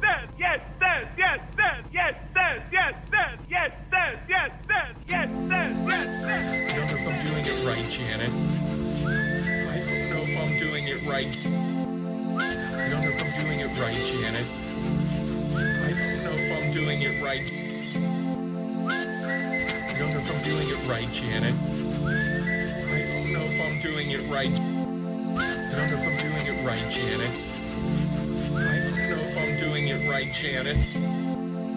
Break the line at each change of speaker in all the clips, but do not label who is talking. yes, yes, yes, yes, yes, yes, yes, yes, yes, yes, yes, yes, yes, yes, yes,
I don't know if I'm doing it right, Janet. I don't know if I'm doing it right. I don't know if I'm doing it right, Janet. I don't know if I'm doing it right. I don't know if I'm doing it right, Janet. I don't know if I'm doing it right. I don't know if I'm doing it right, Janet. I don't know if I'm doing it right, Janet.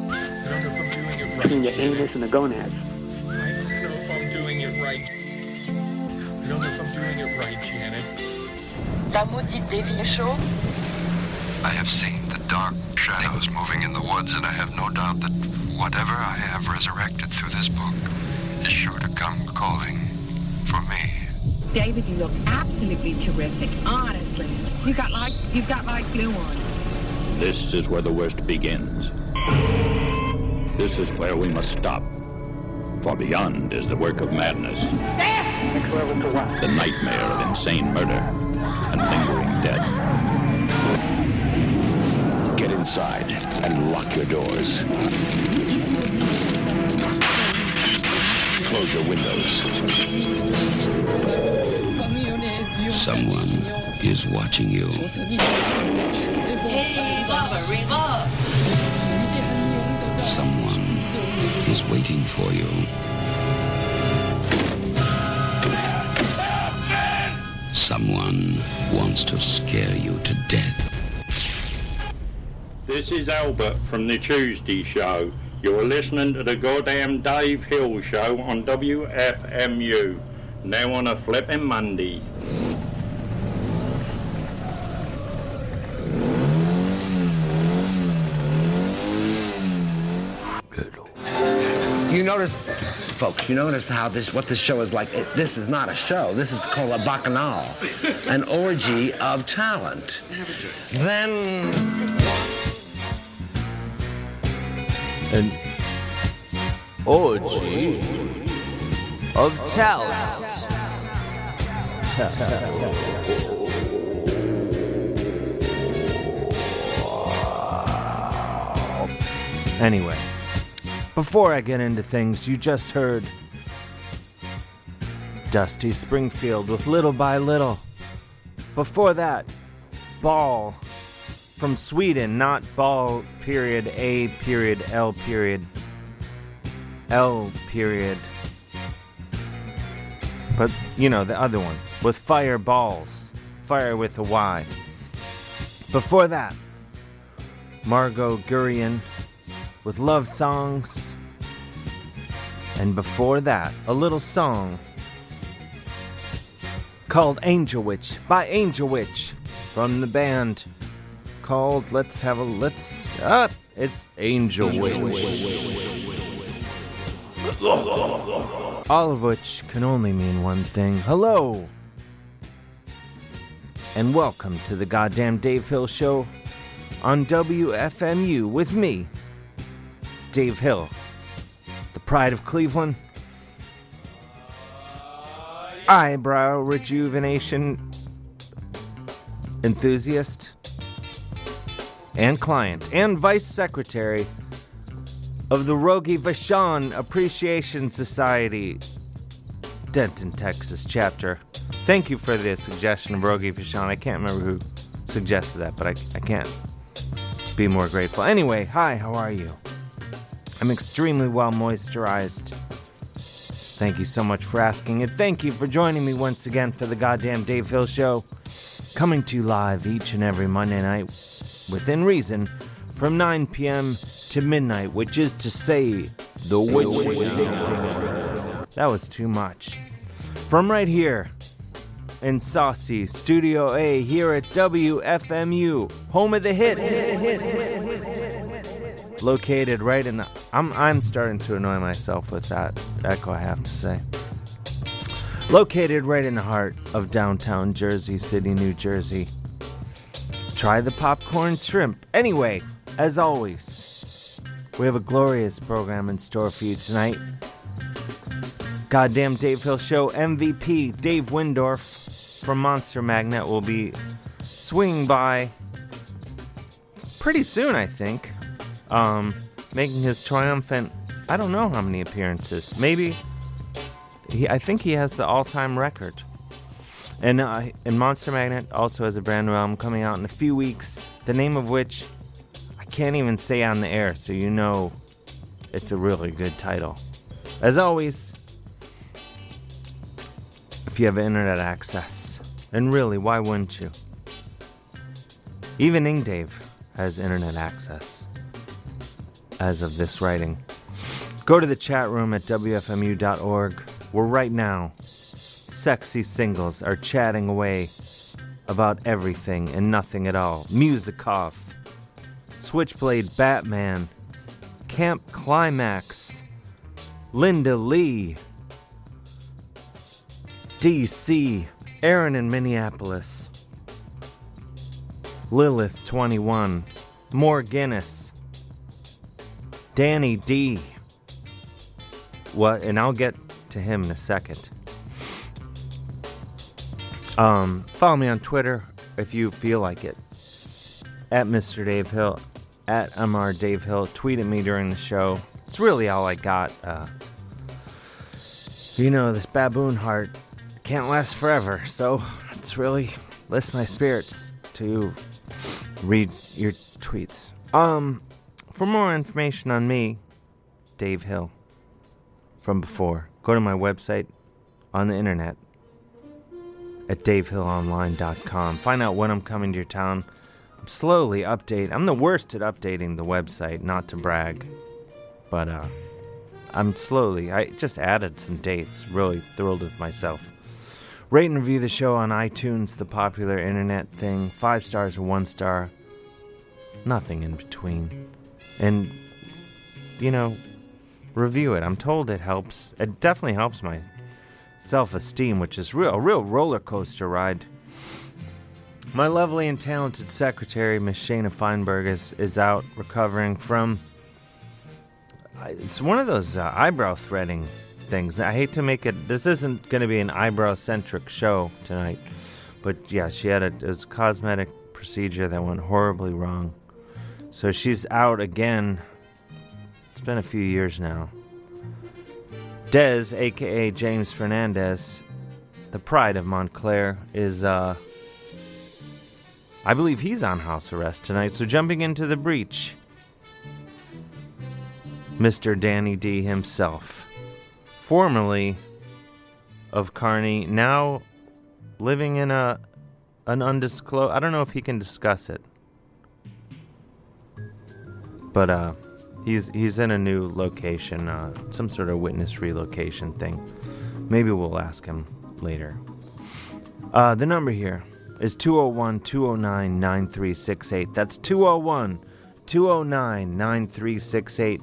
I don't know if I'm doing it right,
between the
Janet.
anus and the gonads.
I don't know if I'm doing it right. I don't know if I'm doing it right, Janet.
La maudite des vieux chauds.
I have seen the dark shadows moving in the woods, and I have no doubt that whatever I have resurrected through this book is sure to come calling for me.
David, you look absolutely terrific. Honestly, you got like you've got like glue on.
This is where the worst begins. This is where we must stop. For beyond is the work of madness, the nightmare of insane murder, and lingering death. Get inside and lock your doors. Close your windows. Someone is watching you. Someone is waiting for you. Someone wants to scare you to death.
This is Albert from the Tuesday Show. You're listening to the goddamn Dave Hill Show on WFMU. Now on a flipping Monday.
You notice, folks, you notice how this, what this show is like. It- this is not a show. This is called a bacchanal, an orgy of talent. Then
An orgy of talent. Anyway, before I get into things, you just heard Dusty Springfield with Little by Little. Before that, Ball from Sweden, not Ball period A period L period L period. But you know the other one with fireballs, fire with a Y. Before that, Margot Gurian with love songs. And before that, a little song called Angel Witch by Angel Witch from the band called Let's Have a Let's Up. it's Angel Witch. All of which can only mean one thing. Hello. And welcome to the goddamn Dave Hill show on WFMU with me, Dave Hill, the pride of Cleveland, eyebrow rejuvenation enthusiast, and client, and vice secretary of the Rogi Vashon Appreciation Society, Denton, Texas chapter. Thank you for the suggestion of Rogi Vashon. I can't remember who suggested that, but I, I can't be more grateful. Anyway, hi, how are you? I'm extremely well moisturized. Thank you so much for asking, and thank you for joining me once again for the goddamn Dave Hill Show, coming to you live each and every Monday night, within reason, from 9 p.m. to midnight, which is to say, the witch. hour. That was too much. From right here in Saucy Studio A, here at WFMU, home of the hits located right in the I'm I'm starting to annoy myself with that echo I have to say. Located right in the heart of downtown Jersey City, New Jersey. Try the popcorn shrimp. Anyway, as always, we have a glorious program in store for you tonight. Goddamn Dave Hill Show MVP Dave Windorf from Monster Magnet will be swinging by pretty soon, I think um, making his triumphant, I don't know how many appearances. Maybe, he, I think he has the all time record. And, uh, and Monster Magnet also has a brand new album coming out in a few weeks, the name of which I can't even say on the air, so you know it's a really good title. As always, if you have internet access, and really, why wouldn't you? Even Ingdave has internet access as of this writing. Go to the chat room at WFMU.org, where right now, sexy singles are chatting away about everything and nothing at all. Music off, Switchblade Batman, Camp Climax, Linda Lee, DC, Aaron in Minneapolis, Lilith 21, more Guinness, Danny D. What? And I'll get to him in a second. Um, follow me on Twitter if you feel like it. At Mr. Dave Hill, at Amar Dave Hill. Tweet at me during the show. It's really all I got. Uh, you know, this baboon heart can't last forever, so it's really lifts my spirits to read your tweets. Um, for more information on me, Dave Hill, from before, go to my website on the internet at davehillonline.com. Find out when I'm coming to your town. I'm slowly update. I'm the worst at updating the website, not to brag, but uh, I'm slowly. I just added some dates. Really thrilled with myself. Rate and review the show on iTunes, the popular internet thing. Five stars or one star. Nothing in between. And, you know, review it. I'm told it helps. It definitely helps my self esteem, which is real, a real roller coaster ride. My lovely and talented secretary, Miss Shana Feinberg, is, is out recovering from. I- It's one of those uh, eyebrow threading things. I hate to make it. This isn't going to be an eyebrow centric show tonight. But yeah, she had a, it was a cosmetic procedure that went horribly wrong. So she's out again. It's been a few years now. Dez, aka James Fernandez, the pride of Montclair, is uh I believe he's on house arrest tonight, so jumping into the breach. Mr. Danny D himself, formerly of Carney, now living in a an undisclosed I don't know if he can discuss it. But uh he's he's in a new location, uh some sort of witness relocation thing. Maybe we'll ask him later. Uh the number here is 201-209-9368. That's 201-209-9368.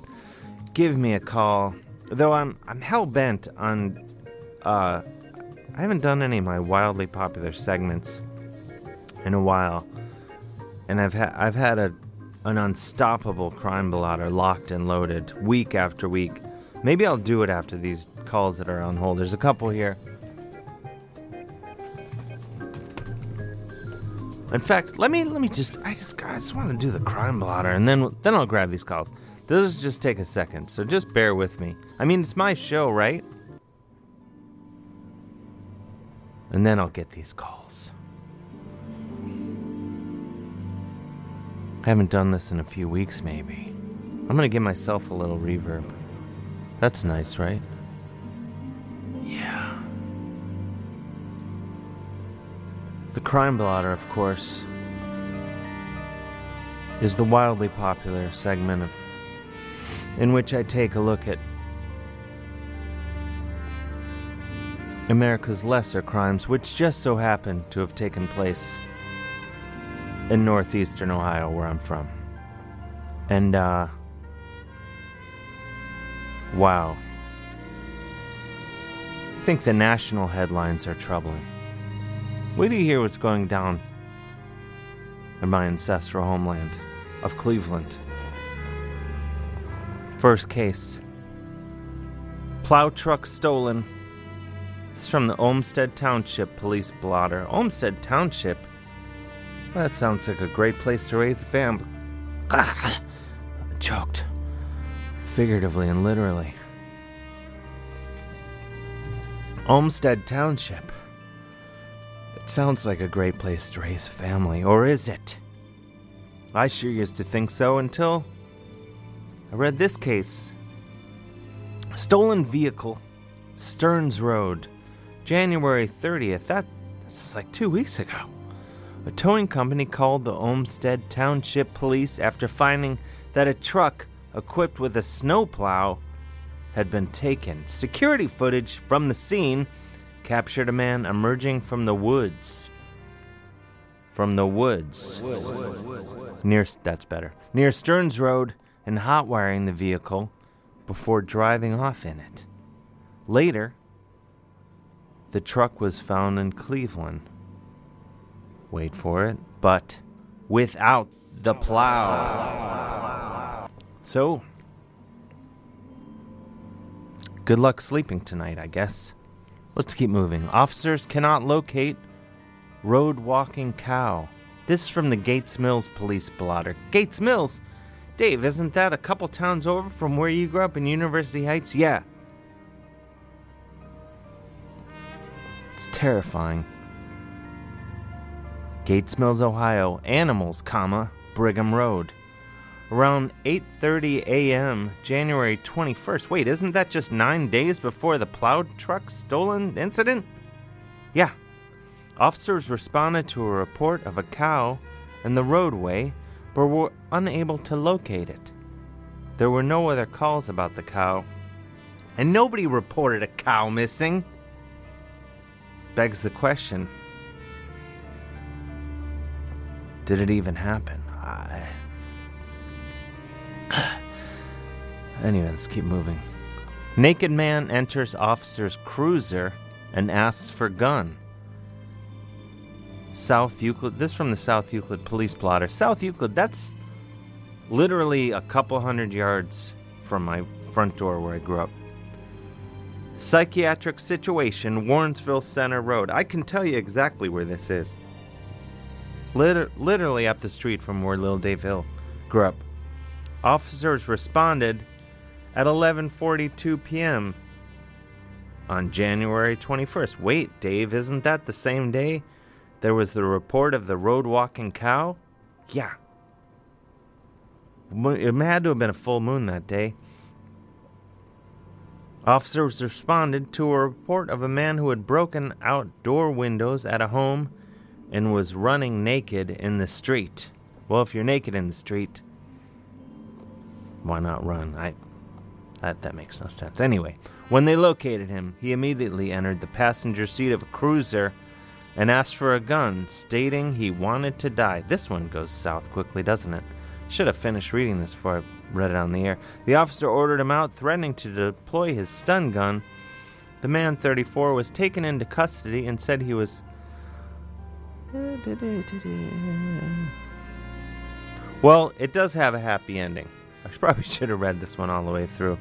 Give me a call. Though I'm I'm hell bent on uh I haven't done any of my wildly popular segments in a while, and I've had I've had a an unstoppable crime blotter locked and loaded week after week. Maybe I'll do it after these calls that are on hold. There's a couple here. In fact, let me let me just I just I just want to do the crime blotter and then then I'll grab these calls. Those just take a second, so just bear with me. I mean, it's my show, right? And then I'll get these calls. I haven't done this in a few weeks, maybe. I'm gonna give myself a little reverb. That's nice, right? Yeah. The crime blotter, of course, is the wildly popular segment of, in which I take a look at America's lesser crimes, which just so happen to have taken place in northeastern Ohio, where I'm from. And, uh, wow. I think the national headlines are troubling. Wait till you hear what's going down in my ancestral homeland of Cleveland. First case plow truck stolen. It's from the Olmsted Township Police Blotter. Olmsted Township? That sounds like a great place to raise a family. choked, figuratively and literally. Olmsted Township. It sounds like a great place to raise a family, or is it? I sure used to think so until I read this case Stolen Vehicle, Stearns Road, January 30th. That, that's like two weeks ago. A towing company called the Olmsted Township Police after finding that a truck equipped with a snowplow had been taken. Security footage from the scene captured a man emerging from the woods. From the woods. Near that's better. Near Stearns Road and hot wiring the vehicle before driving off in it. Later, the truck was found in Cleveland. Wait for it, but without the plow. So, good luck sleeping tonight, I guess. Let's keep moving. Officers cannot locate road walking cow. This is from the Gates Mills police blotter. Gates Mills? Dave, isn't that a couple towns over from where you grew up in University Heights? Yeah. It's terrifying. Gates Mills, Ohio. Animals, comma, Brigham Road. Around 8:30 a.m., January 21st. Wait, isn't that just 9 days before the plowed truck stolen incident? Yeah. Officers responded to a report of a cow in the roadway but were unable to locate it. There were no other calls about the cow, and nobody reported a cow missing. Begs the question did it even happen? I. Anyway, let's keep moving. Naked man enters officer's cruiser and asks for gun. South Euclid. This is from the South Euclid police blotter. South Euclid. That's literally a couple hundred yards from my front door where I grew up. Psychiatric situation, Warrensville Center Road. I can tell you exactly where this is. Liter- literally up the street from where Little Dave Hill grew up. Officers responded at 11:42 p.m. on January 21st. Wait, Dave, isn't that the same day there was the report of the road walking cow? Yeah. Mo- It had to have been a full moon that day. Officers responded to a report of a man who had broken outdoor windows at a home and was running naked in the street. Well, if you're naked in the street, why not run? I that, that makes no sense. Anyway, when they located him, he immediately entered the passenger seat of a cruiser and asked for a gun, stating he wanted to die. This one goes south quickly, doesn't it? Should have finished reading this before I read it on the air. The officer ordered him out, threatening to deploy his stun gun. The man, 34, was taken into custody and said he was. Well, it does have a happy ending. I should- probably should have read this one all the way through.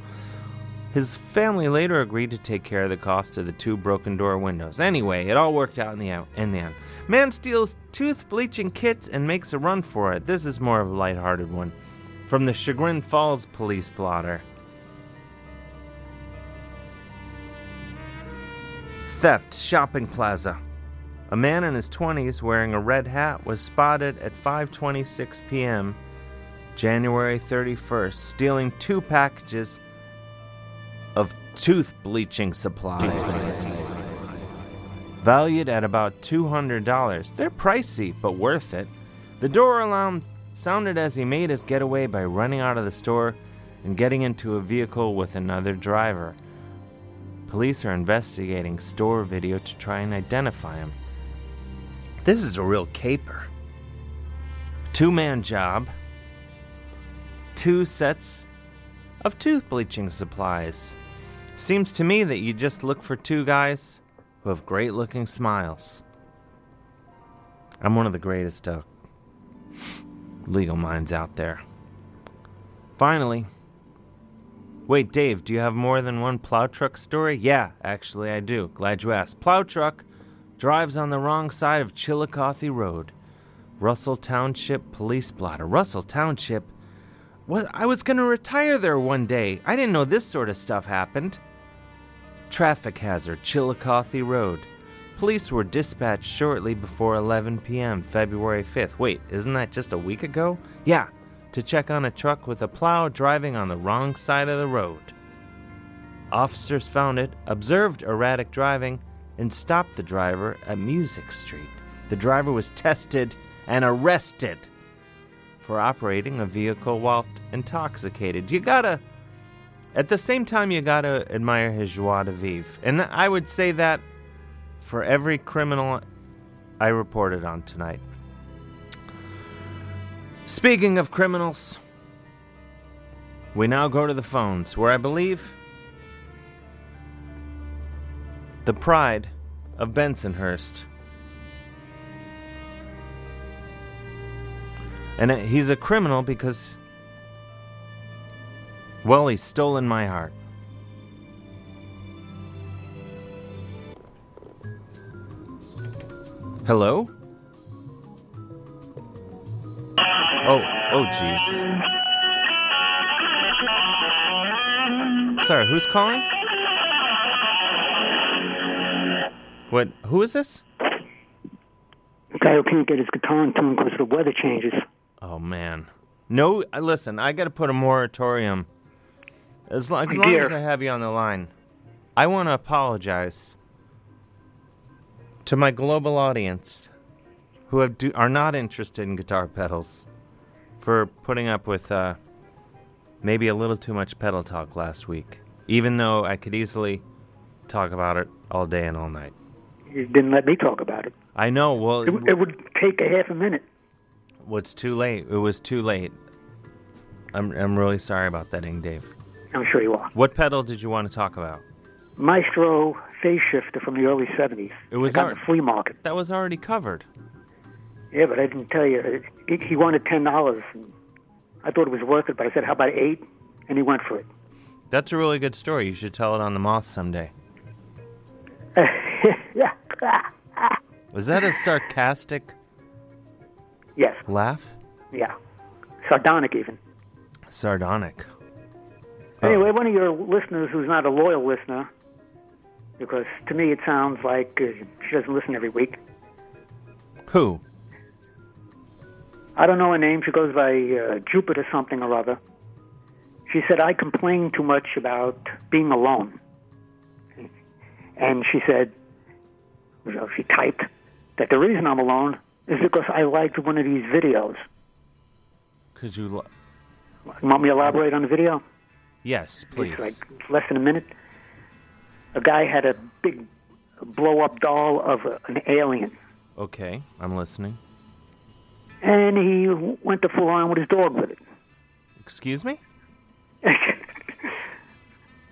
His family later agreed to take care of the cost of the two broken door windows. Anyway, it all worked out in the, out- in the end. Man steals tooth bleaching kits and makes a run for it. This is more of a lighthearted one. From the Chagrin Falls police blotter. Theft, shopping plaza. A man in his 20s wearing a red hat was spotted at 5:26 p.m. January 31st stealing two packages of tooth bleaching supplies valued at about $200. They're pricey but worth it. The door alarm sounded as he made his getaway by running out of the store and getting into a vehicle with another driver. Police are investigating store video to try and identify him. This is a real caper. Two man job, two sets of tooth bleaching supplies. Seems to me that you just look for two guys who have great looking smiles. I'm one of the greatest uh, legal minds out there. Finally, Wait, Dave, do you have more than one plow truck story? Yeah, actually, I do. Glad you asked. Plow truck drives on the wrong side of Chillicothe Road. Russell Township police blotter. Russell Township? What? I was going to retire there one day. I didn't know this sort of stuff happened. Traffic hazard, Chillicothe Road. Police were dispatched shortly before 11 p.m., February 5th. Wait, isn't that just a week ago? Yeah, to check on a truck with a plow driving on the wrong side of the road. Officers found it, observed erratic driving, and stopped the driver at Music Street. The driver was tested and arrested for operating a vehicle while intoxicated. You gotta, at the same time, you gotta admire his joie de vivre. And I would say that for every criminal I reported on tonight. Speaking of criminals, we now go to the phones where I believe the pride of Bensonhurst. And uh, he's a criminal because, well, he's stolen my heart. Hello? Oh, oh, jeez. Sorry, who's calling? What? Who is this?
The guy who can't get his guitar in tune because the weather changes.
Oh man, no! uh, Listen, I got to put a moratorium. As, lo- as
My
long
dear.
as I have you on the line, I want to apologize to my global audience who have do, are not interested in guitar pedals for putting up with uh, maybe a little too much pedal talk last week, even though I could easily talk about it all day and all night.
You didn't let me talk about it.
I know. Well,
It, it would take a half a minute.
Well, it's too late. It was too late. I'm I'm really sorry about that, Ing Dave.
I'm sure you are.
What pedal did you want to talk about?
Maestro phase shifter from the early 70s.
It was
I got
our-
in the flea market.
That was already covered.
Yeah, but I didn't tell you. He, he wanted $10. And I thought it was worth it, but I said, how about 8 And he went for it.
That's a really good story. You should tell it on the moth someday.
yeah.
Was that a sarcastic
Yes.
laugh?
Yeah. Sardonic, even.
Sardonic. Oh.
Anyway, one of your listeners who's not a loyal listener, because to me it sounds like uh, she doesn't listen every week.
Who?
I don't know her name. She goes by uh, Jupiter something or other. She said, I complain too much about being alone. And she said, you know, she typed, that the reason I'm alone is because I liked one of these videos.
Could you? Lo-
You want me to elaborate on the video?
yes, please.
It's like less than a minute. A guy had a big blow up doll of a, an alien.
Okay, I'm listening.
and he went to fool around with his dog with it.
Excuse me.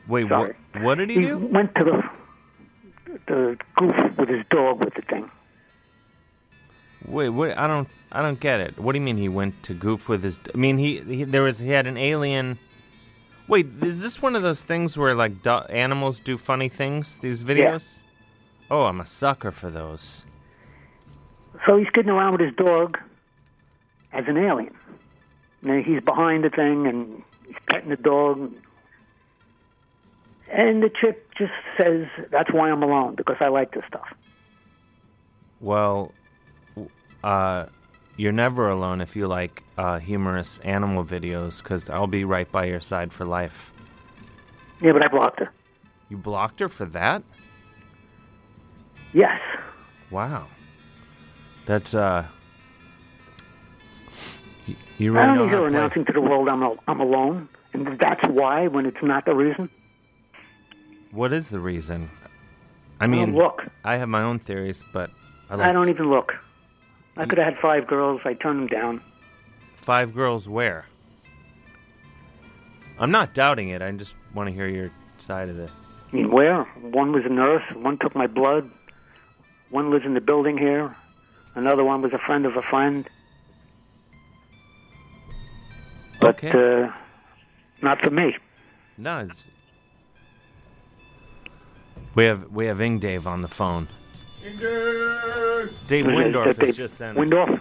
Wait,
Sorry.
wh- what did he
He
do?
went to the the goof with his dog with the thing.
Wait, what? I don't, I don't get it. What do you mean he went to goof with his? I mean, he, he there was he had an alien. Wait, is this one of those things where like do, animals do funny things? These videos. Oh, I'm a sucker for those.
So he's kidding around with his dog as an alien. And he's behind the thing and he's petting the dog. And the chick just says, "That's why I'm alone because I like this stuff."
Well, w- uh, you're never alone if you like uh, humorous animal videos, because I'll be right by your side for life.
Yeah, but I blocked her.
You blocked her for that?
Yes.
Wow. That's uh. y- You
I
really
don't
know
need her
how to play.
announcing to the world I'm al- I'm alone, and that's why when it's not the reason.
What is the reason? I
Uh, Well,
mean,
look.
I have my own theories, but I like
I don't even look. I could have had five girls. I turned them down.
five girls where. I'm not doubting it. I just want to hear your side of it.
I mean, where? One was a nurse. One took my blood. One lives in the building here. Another one was a friend of a friend. But
Okay.
uh, not for me.
No. It's... We have we have Ing Dave on the phone. Dave
That-
Windorf has
that they-
just sent.
Windorf.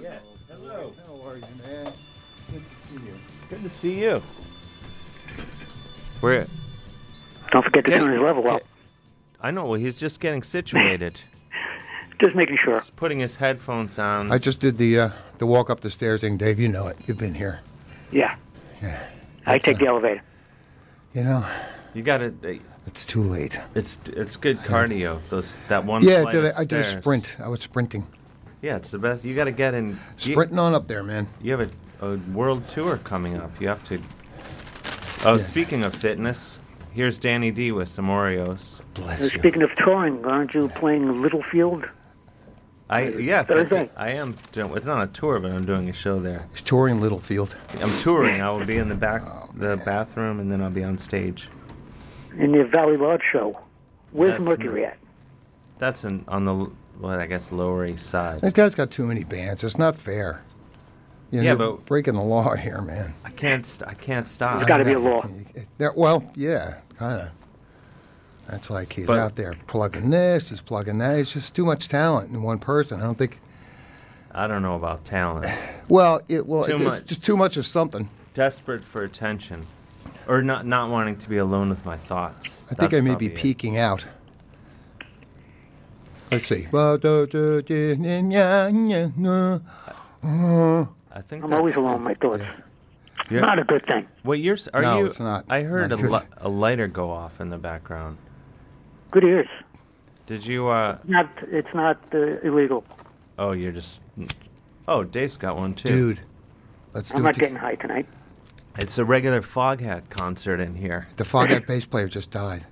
Yes. Hello. How are you, man? Good to see you.
Good to see you. We're.
Don't forget to turn his level up.
I know. Well, he's just getting situated.
just making sure.
He's putting his headphones on.
I just did the uh, the walk up the stairs thing, Dave. You know it. You've been here.
Yeah. I take the elevator.
You know.
You got to.
It's too late.
It's it's good cardio. Those that one.
yeah, I
flight
did.
of
A, I did a
stairs.
sprint. I was sprinting.
Yeah, it's the best. You got to get in. you-
Sprinting on up there, man.
You have a, a world tour coming up. You have to. Oh, speaking of fitness, here's Danny D with some Oreos.
Uh, Speaking of touring, aren't you playing Littlefield?
I yes, I,
Thursday.
I am. Doing, it's not a tour, but I'm doing a show there.
He's touring Littlefield. Oh,
I'm touring. I will be in the back, the bathroom, and then I'll be on stage.
In the Valley Lodge show. Where's
That's
Mercury at?
That's an, on the l- what I guess Lower East Side.
This guy's got too many bands. It's not fair. You know,
Yeah,
you're
but-
breaking the law here, man.
I can't. St- I can't stop.
There's gotta be a law. There- well, yeah, kind of. That's like he's
But-
out there plugging this, he's plugging that. It's just too much talent in one person. I don't think.
I don't know about talent.
Well, it well,
Too
it's
much.
just too much of something.
Desperate for attention, or not not wanting to be alone with my thoughts.
I think
That's
I may
probably
be
it.
peeking out. Let's see. I
I think
I'm
that's-
always alone with my thoughts.
Yeah.
Not a good thing.
What you're s- are
No,
you?
it's not.
I heard
Not
a,
good.
li- a lighter go off in the background.
Good ears.
Did you? uh
Not. It's not uh, illegal.
Oh, you're just. Oh, Dave's got one too.
Dude, let's
I'm not getting high tonight.
It's a regular Foghat concert in here.
The Foghat bass player just died.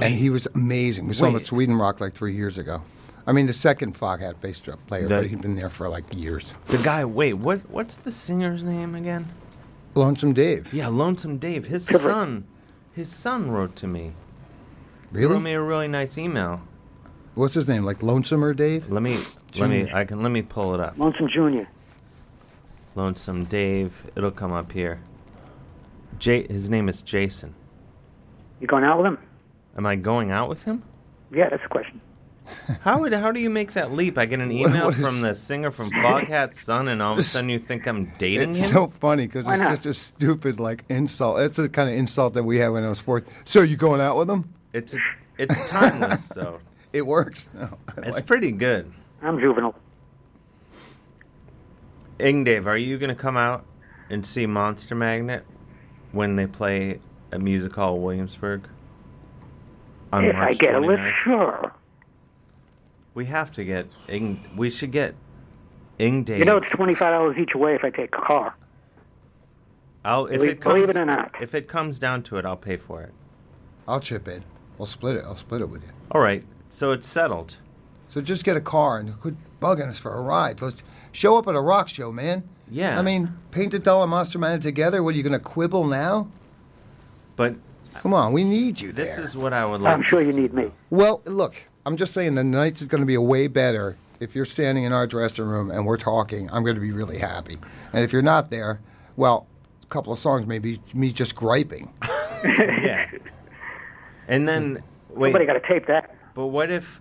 And he was amazing. We saw him at
Wait.
Sweden Rock like three years ago. I mean, the second Foghat bass drum player,
The-
but he'd been there for like years.
The guy. Wait, what? What's the singer's name again?
Lonesome Dave.
Yeah, Lonesome Dave. His son. His son wrote to me. He
Really?
wrote me a really nice email.
What's his name? Like Lonesomer Dave?
Let me. Let me. uh, I can. Let me pull it up.
Lonesome Junior.
Lonesome Dave. It'll come up here. J. His name is Jason.
You going out with him?
Am I going out with him?
Yeah, that's the question.
How would how do you make that leap? I get an email
what
from
is-
the singer from Foghat's son, and all of a sudden you think I'm dating
It's
him?
so funny because
Why
it's
not?
such a stupid like insult. It's the kind of insult that we had when I was fourteen. So you going out with him?
It's it's timeless though.
It works. No,
It's pretty good.
I'm juvenile.
Ingdave, are you gonna come out and see Monster Magnet when they play at Music Hall Williamsburg? On
if I
March
get a lift,
29th?
sure.
we have to get Ing. We should get Ingdave.
You know, it's twenty-five dollars each way if I take a car.
I'll, if
believe-
it comes,
believe it or not.
if it comes down to it, I'll pay for it.
I'll chip in. I'll split it. I'll split it with you.
All right, so it's settled.
So just get a car and quit bugging us for a ride. Let's show up at a rock show, man.
Yeah.
I mean, paint the doll and Monster Man together. What are you going to quibble now?
But
come on, we need you
This
there.
is what I would like. to see.
me.
Well, look, I'm just saying the night's going to be way better if you're standing in our dressing room and we're talking. I'm going to be really happy. And if you're not there, well, a couple of songs maybe me just griping.
yeah. And then
Hmm.
wait.
Somebody got to tape that.
But what if,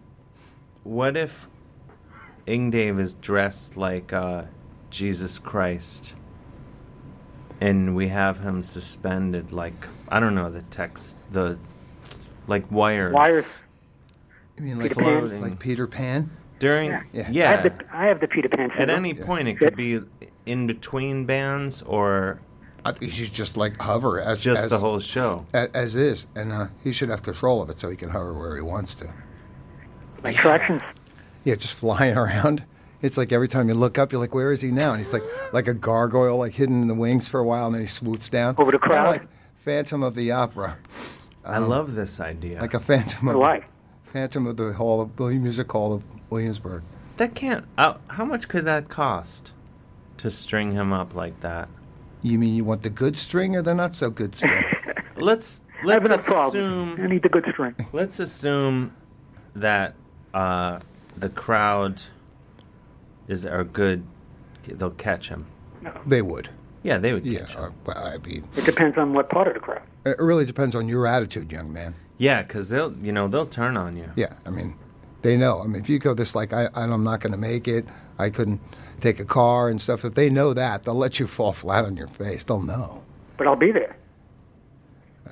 what if, Ingdave is dressed like uh, Jesus Christ, and we have him suspended like I don't know the text the, like wires.
Wires.
You mean like
Peter Pan?
floating, like Peter Pan?
During yeah.
Yeah.
I have the, I have the Peter Pan.
At
syndrome.
any point, it could be in between bands or.
I think he should just like hover as
Just
as-
the whole show.
a- as is, and uh, he should have control of it so he can hover where he wants to.
Like attractions.
Yeah, just flying around. It's like every time you look up, you're like, "Where is he now?" And he's like, like a gargoyle, like hidden in the wings for a while, and then he swoops down over the
crowd?
like Phantom of the Opera, Um,
I love this idea.
like a Phantom of
do I.
Phantom of the Hall of Music Hall of Williamsburg.
That can't. Uh, how much could that cost to string him up like that?
You mean you want the good string or the not so good string?
Let's
I have
let's
enough
assume
problems. I need the good string.
let's assume that uh, the crowd is are good. They'll catch him.
they would.
Yeah, they would.
Yeah, uh, well, I mean,
It depends on what part of the crowd.
it really depends on your attitude, young man.
Yeah, because they'll you know they'll turn on you.
Yeah, I mean, they know. I mean, if you go this like, I, I'm not going to make it. I couldn't. take a car and stuff. If they know that, they'll let you fall flat on your face. They'll know.
but I'll be there.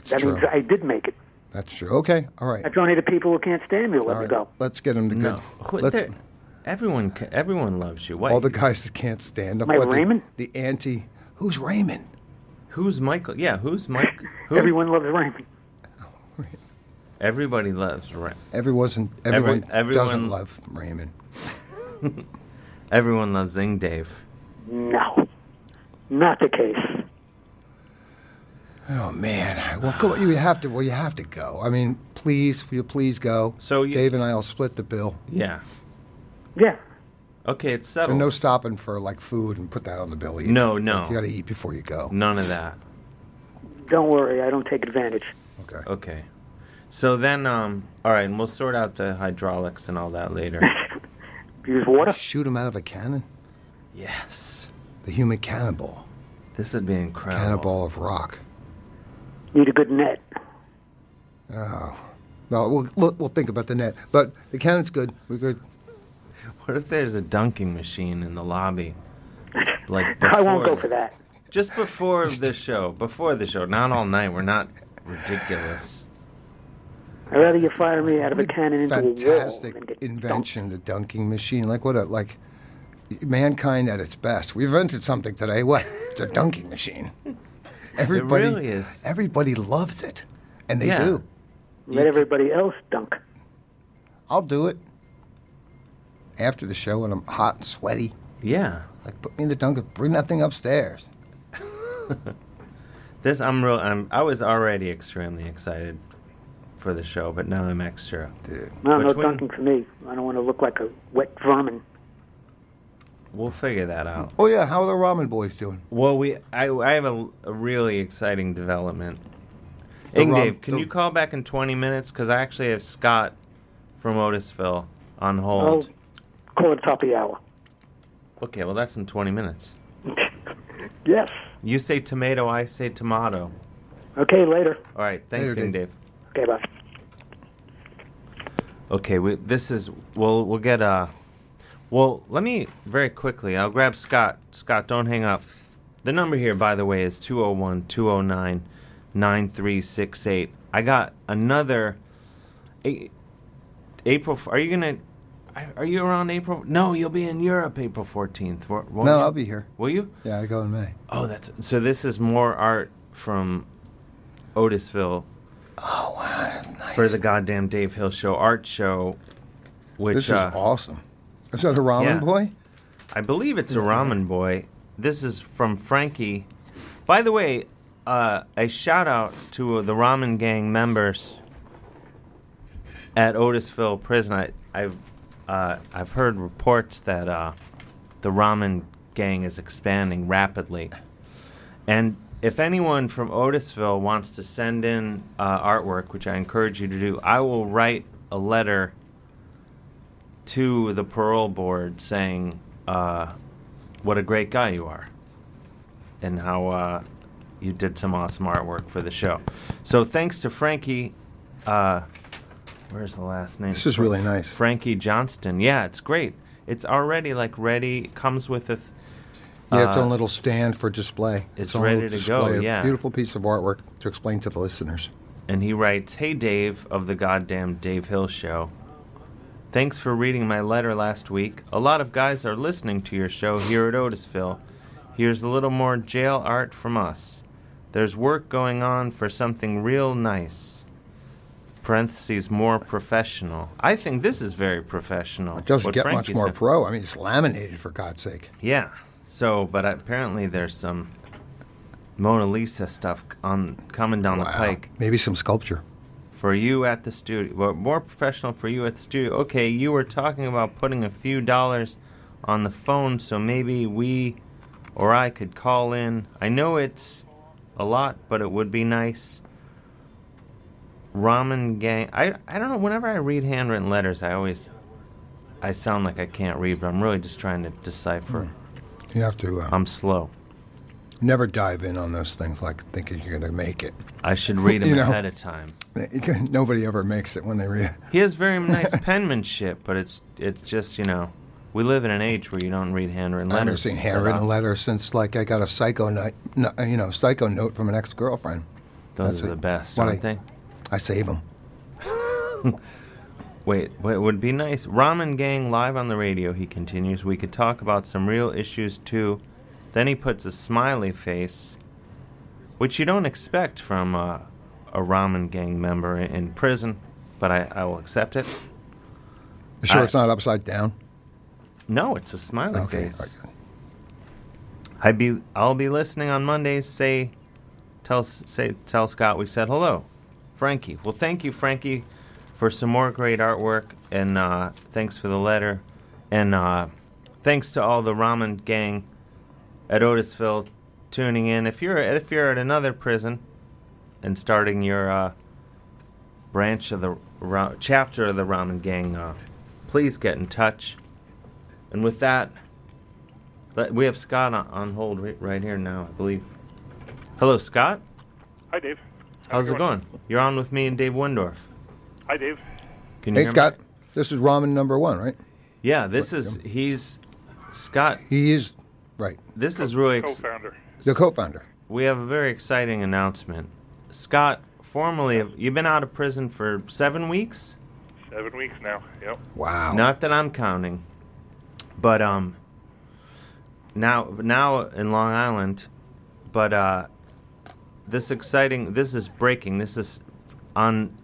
that
true.
means I did make it.
That's true. Okay. All right.
That's only the people who can't stand me will let
All
me
right.
go.
Let's get them to
No.
good.
Quit
Let's,
there. Everyone, ca- everyone loves you. Why?
all the guys that can't stand up.
My
what, the-
Raymond?
The, anti. Who's Raymond?
Who's Michael? Yeah, who's Mike? Who?
Everyone loves Raymond.
Everybody loves Ra-
Everyone's,
Every-
everyone
everyone-
doesn't love Raymond.
Everyone loves Zing Dave.
No, not the case.
Oh man. Well, go, you have to. Well, you have to go. I mean, please, will you please go? So Dave and I'll split the bill.
Yeah.
Yeah.
Okay, it's settled.
And no stopping for like food and put that on the bill. either.
No, no.
You got to eat before you go.
None of that.
Don't worry, I don't take advantage.
Okay.
Okay. So then, um, all right, and we'll sort out the hydraulics and all that later.
Use water.
Shoot him out of a cannon.
Yes.
The human cannonball.
This would be incredible.
Cannonball of rock.
Need a good net.
Oh. Well, we'll we'll, we'll think about the net, but the cannon's good. We're good.
What if there's a dunking machine in the lobby? Like
I won't
before-
go for that.
Just before the show, before the show, not all night. We're not ridiculous.
I'd rather you fire me out of a cannon into a wall.
Fantastic invention, the dunking machine. Like what a like mankind at its best. We invented something today. What? It's a dunking machine. Everybody
really is.
Everybody loves it. And they
Yeah.
do.
Let everybody else dunk.
I'll do it. After the show when I'm hot and sweaty.
Yeah.
Like put me in the dunker. Bring that thing upstairs.
This I'm real. I'm. I was already extremely excited for the show, but now I'm extra.
Dude.
No, no dunking for me. I don't want to look like a wet vermin.
We'll figure that out.
Oh yeah, how are the ramen boys doing?
Well, we I, I have a, a really exciting development.
The
Ing
rom-
Dave, can
the-
you call back in 20 minutes? Because I actually have Scott from Otisville on hold.
Call it Oh, top of the hour.
Okay, well, that's in 20 minutes.
Oh. Yes.
You say tomato, I say tomato.
Okay, later.
All right, thanks,
Later,
Ing
Dave.
Dave.
Okay, bye.
Okay, we, this is we'll we'll get uh well, let me very quickly. I'll grab Scott. Scott, don't hang up. The number here by the way is 201-209-9368. I got another A- April f- Are you going to are you around April? No, you'll be in Europe April 14th. Won't
no,
you?
I'll be here.
Will you?
Yeah, I go in May.
Oh, that's so. This is more art from Otisville.
Oh wow, that's nice.
for the goddamn Dave Hill Show art show. Which
This is
uh,
awesome. Is that a ramen
yeah.
boy? Mm-hmm.
I believe it's a ramen boy. This is from Frankie. By the way, uh, a shout out to the ramen gang members at Otisville Prison. I, I've uh, I've heard reports that uh, the ramen gang is expanding rapidly, and if anyone from Otisville wants to send in uh, artwork, which I encourage you to do, I will write a letter to the parole board saying uh, what a great guy you are and how uh, you did some awesome artwork for the show. So thanks to Frankie. Uh, where's the last name?
This is really nice.
Frankie Johnston. Yeah, it's great. It's already like ready. Comes with a. Th-
Yeah, its
uh,
own little stand for display.
it's
own
ready
little
to go,
display, a
yeah.
beautiful piece of artwork to explain to the listeners.
And he writes, Hey Dave of the goddamn Dave Hill Show. Thanks for reading my letter last week. A lot of guys are listening to your show here at Otisville. Here's a little more jail art from us. There's work going on for something real nice. Parentheses more professional. I think this is very professional.
It doesn't
What
get
Frankie
much more
said.
pro. I mean, it's laminated for God's sake.
Yeah. So, but apparently there's some Mona Lisa stuff on coming down the pike.
Maybe some sculpture.
for you at the studio. Well, more professional for you at the studio. Okay, you were talking about putting a few dollars on the phone, so maybe we or I could call in. I know it's a lot, but it would be nice. Ramen gang. I I don't know. Whenever I read handwritten letters, I always I sound like I can't read, but I'm really just trying to decipher.
Hmm. You have to uh,
I'm slow.
never dive in on those things like thinking you're going to make it.
I should read them
You know.
ahead of time.
Nobody ever makes it when they read.
He has very nice penmanship, but it's it's just you know We live in an age where you don't read handwritten
I haven't
letters. um,
seen handwritten letters since like I got a psycho note, you know, psycho note from an ex girlfriend.
Those are the best,
what
aren't they?
I save them.
Wait, what would be nice? Ramen Gang live on the radio, he continues. We could talk about some real issues too. Then he puts a smiley face, which you don't expect from uh, a Ramen Gang member in- in prison, but I, I will accept it.
You sure
I-
it's not upside down?
No, it's a smiley face. I be I'll be listening on Mondays. Say, tell S- say tell Scott we said hello, Frankie. Well, thank you, Frankie, for some more great artwork, and uh, thanks for the letter, and uh, thanks to all the ramen gang at Otisville tuning in. If you're if you're at another prison and starting your uh, branch of the ra- chapter of the ramen gang, uh, please get in touch. And with that, let- we have Scott on, on hold right, right here now, I believe. Hello, Scott.
Hi, Dave.
How's it going? You're on with me and Dave Windorf.
Hi, Dave.
Can you
Hey
hear me?
Scott, this is ramen number one, right?
Yeah, this is he's Scott.
He is right.
This is really ex-
The co-founder.
We have a very exciting announcement. Scott, formerly, you've been out of prison for seven weeks.
Seven weeks now. Yep.
Wow.
Not that I'm counting, but um, now now in Long Island, but uh, this exciting. This is breaking. This is on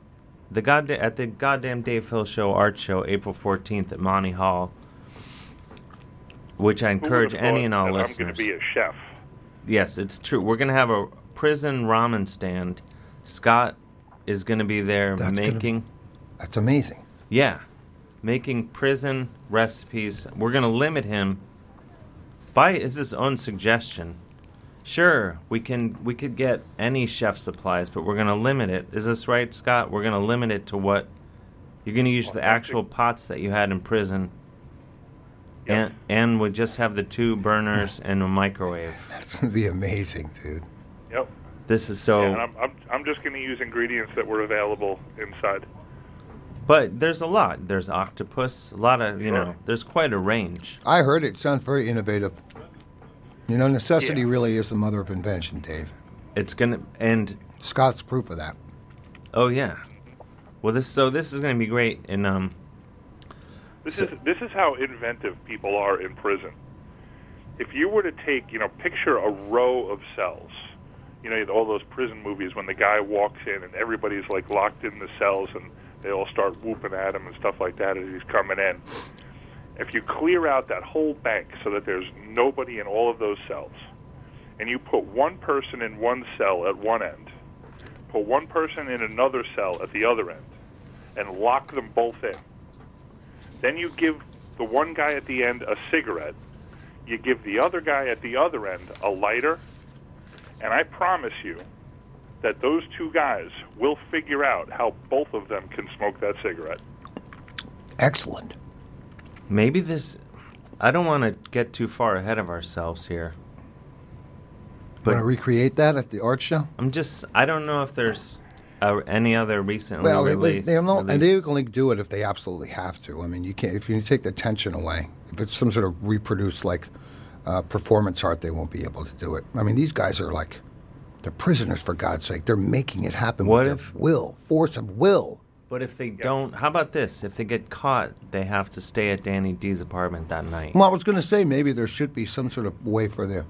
the goddamn at the goddamn Dave Hill Show Art Show April fourteenth at Monty Hall, which I
Who
encourage
would've
any
thought
and all
that
listeners.
I'm going to be a chef.
Yes, it's true. We're gonna have a prison ramen stand. Scott is gonna be there making.
That's amazing.
Yeah, making prison recipes. We're gonna limit him by is his own suggestion. Sure, we can we could get any chef supplies, but we're gonna limit it. Is this right, Scott? We're gonna limit it to what you're gonna use the actual pots that you had in prison. And, and we just have the two burners and a microwave.
That's gonna be amazing, dude.
Yep.
This is so.
Yeah, and I'm, I'm, I'm just going to use ingredients that were available inside.
But there's a lot. There's octopus. A lot of you know. There's quite a range.
I heard it sounds very innovative. You know, necessity really is the mother of invention, Dave.
It's gonna and
Scott's proof of that.
Oh yeah. Well, this so this is gonna be great. And um,
This is this is how inventive people are in prison. If you were to take, you know, picture a row of cells, you know, all those prison movies when the guy walks in and everybody's like locked in the cells and they all start whooping at him and stuff like that as he's coming in. If you clear out that whole bank so that there's nobody in all of those cells, and you put one person in one cell at one end, put one person in another cell at the other end, and lock them both in. Then you give the one guy at the end a cigarette. You give the other guy at the other end a lighter. And I promise you that those two guys will figure out how both of them can smoke that cigarette.
Excellent.
maybe this. I don't want to get too far ahead of ourselves here. But-
Want to recreate that at the art show?
I'm just. I don't know if there's uh, any other recently
Well, they, they,
released.
they, don't- and
released-
they can only do it if they absolutely have to. I mean, you can't if you take the tension away. If it's some sort of reproduced like uh, performance art, they won't be able to do it. I mean, these guys are like they're prisoners for God's sake. They're making it happen
What
with
if-
their will, force of will.
but if they don't, how about this? If they get caught, they have to stay at Danny D's apartment that night.
Well, I was going to say maybe there should be some sort of way for them.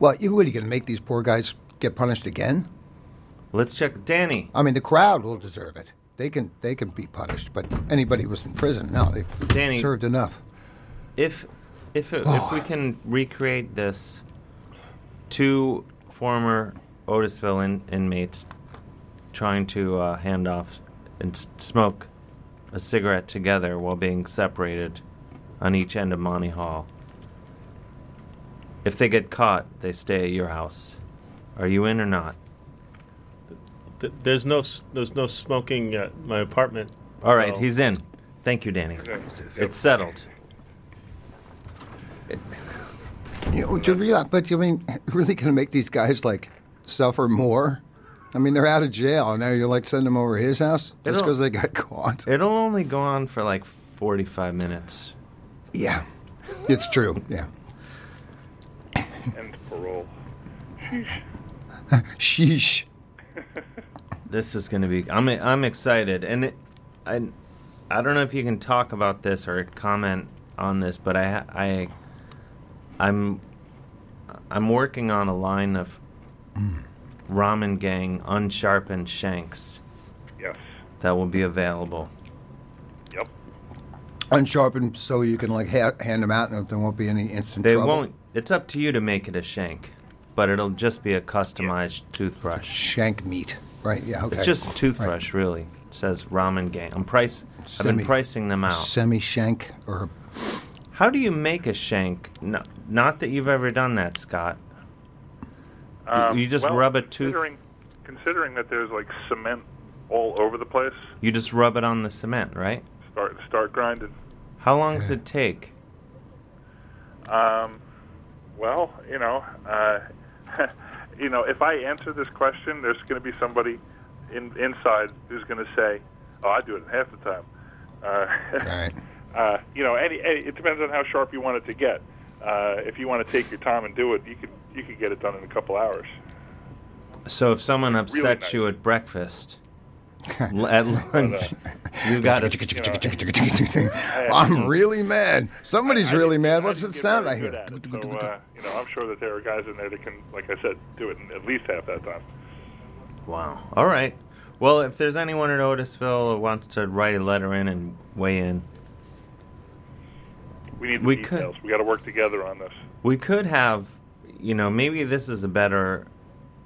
Well, you really going to make these poor guys get punished again?
Let's check Danny.
I mean, the crowd will deserve it. They can they can be punished, but anybody who's in prison, no, they
Danny-
served enough.
if if it, if we can recreate this, two former Otisville in, inmates trying to uh, hand off s- and s- smoke a cigarette together while being separated on each end of Monty Hall. If they get caught, they stay at your house. Are you in or not?
Th- there's no s- there's no smoking at my apartment.
All right,
so-
he's in. Thank you, Danny. It's settled.
You know, to realize, but you mean really going to make these guys like suffer more? I mean, they're out of jail, and now you're like sending them over to his house just
It'll-
because they got caught.
It'll only go on for like 45 minutes.
Yeah, it's true. Yeah.
and parole.
Sheesh.
This is going to be. I'm I'm excited, and it, I I don't know if you can talk about this or comment on this, but I ha- I I'm I'm working on a line of
Mm.
ramen gang unsharpened shanks.
Yes.
That will be available.
Unsharpened, so you can like ha- hand them out, and there won't be any instant
They
trouble.
won't. It's up to you to make it a shank, but it'll just be a customized toothbrush.
Shank meat, right? Yeah. Okay.
It's just a toothbrush, really. It says ramen gang. I'm price. I've
Semi-
been pricing them out.
Semi shank or
How do you make a shank? No, not that you've ever done that, Scott. You- you just
Um, well,
rub a tooth.
Considering, considering that there's like cement all over the place,
You just rub it on the cement, right?
start start grinding.
How long does it take?
Um, well, you know, uh, you know, if I answer this question, there's going to be somebody in, inside who's going to say, "Oh, I do it in half the time." Uh, uh, you know, any, any it depends on how sharp you want it to get. Uh, if you want to take your time and do it, you could you could get it done in a couple hours.
So if someone upsets you at breakfast, l- at lunch,
uh,
you got to.
I'm really mad. Somebody's really mad. What's it sound? I
Good
hear.
at it. So, uh, you know, I'm sure that there are guys in there that can, like I said, do it in at least half that time.
Wow. All right. Well, if there's anyone in Otisville who wants to write a letter in and weigh in,
We need the
We could-
details. We got to work together on this.
We could have, you know, maybe this is a better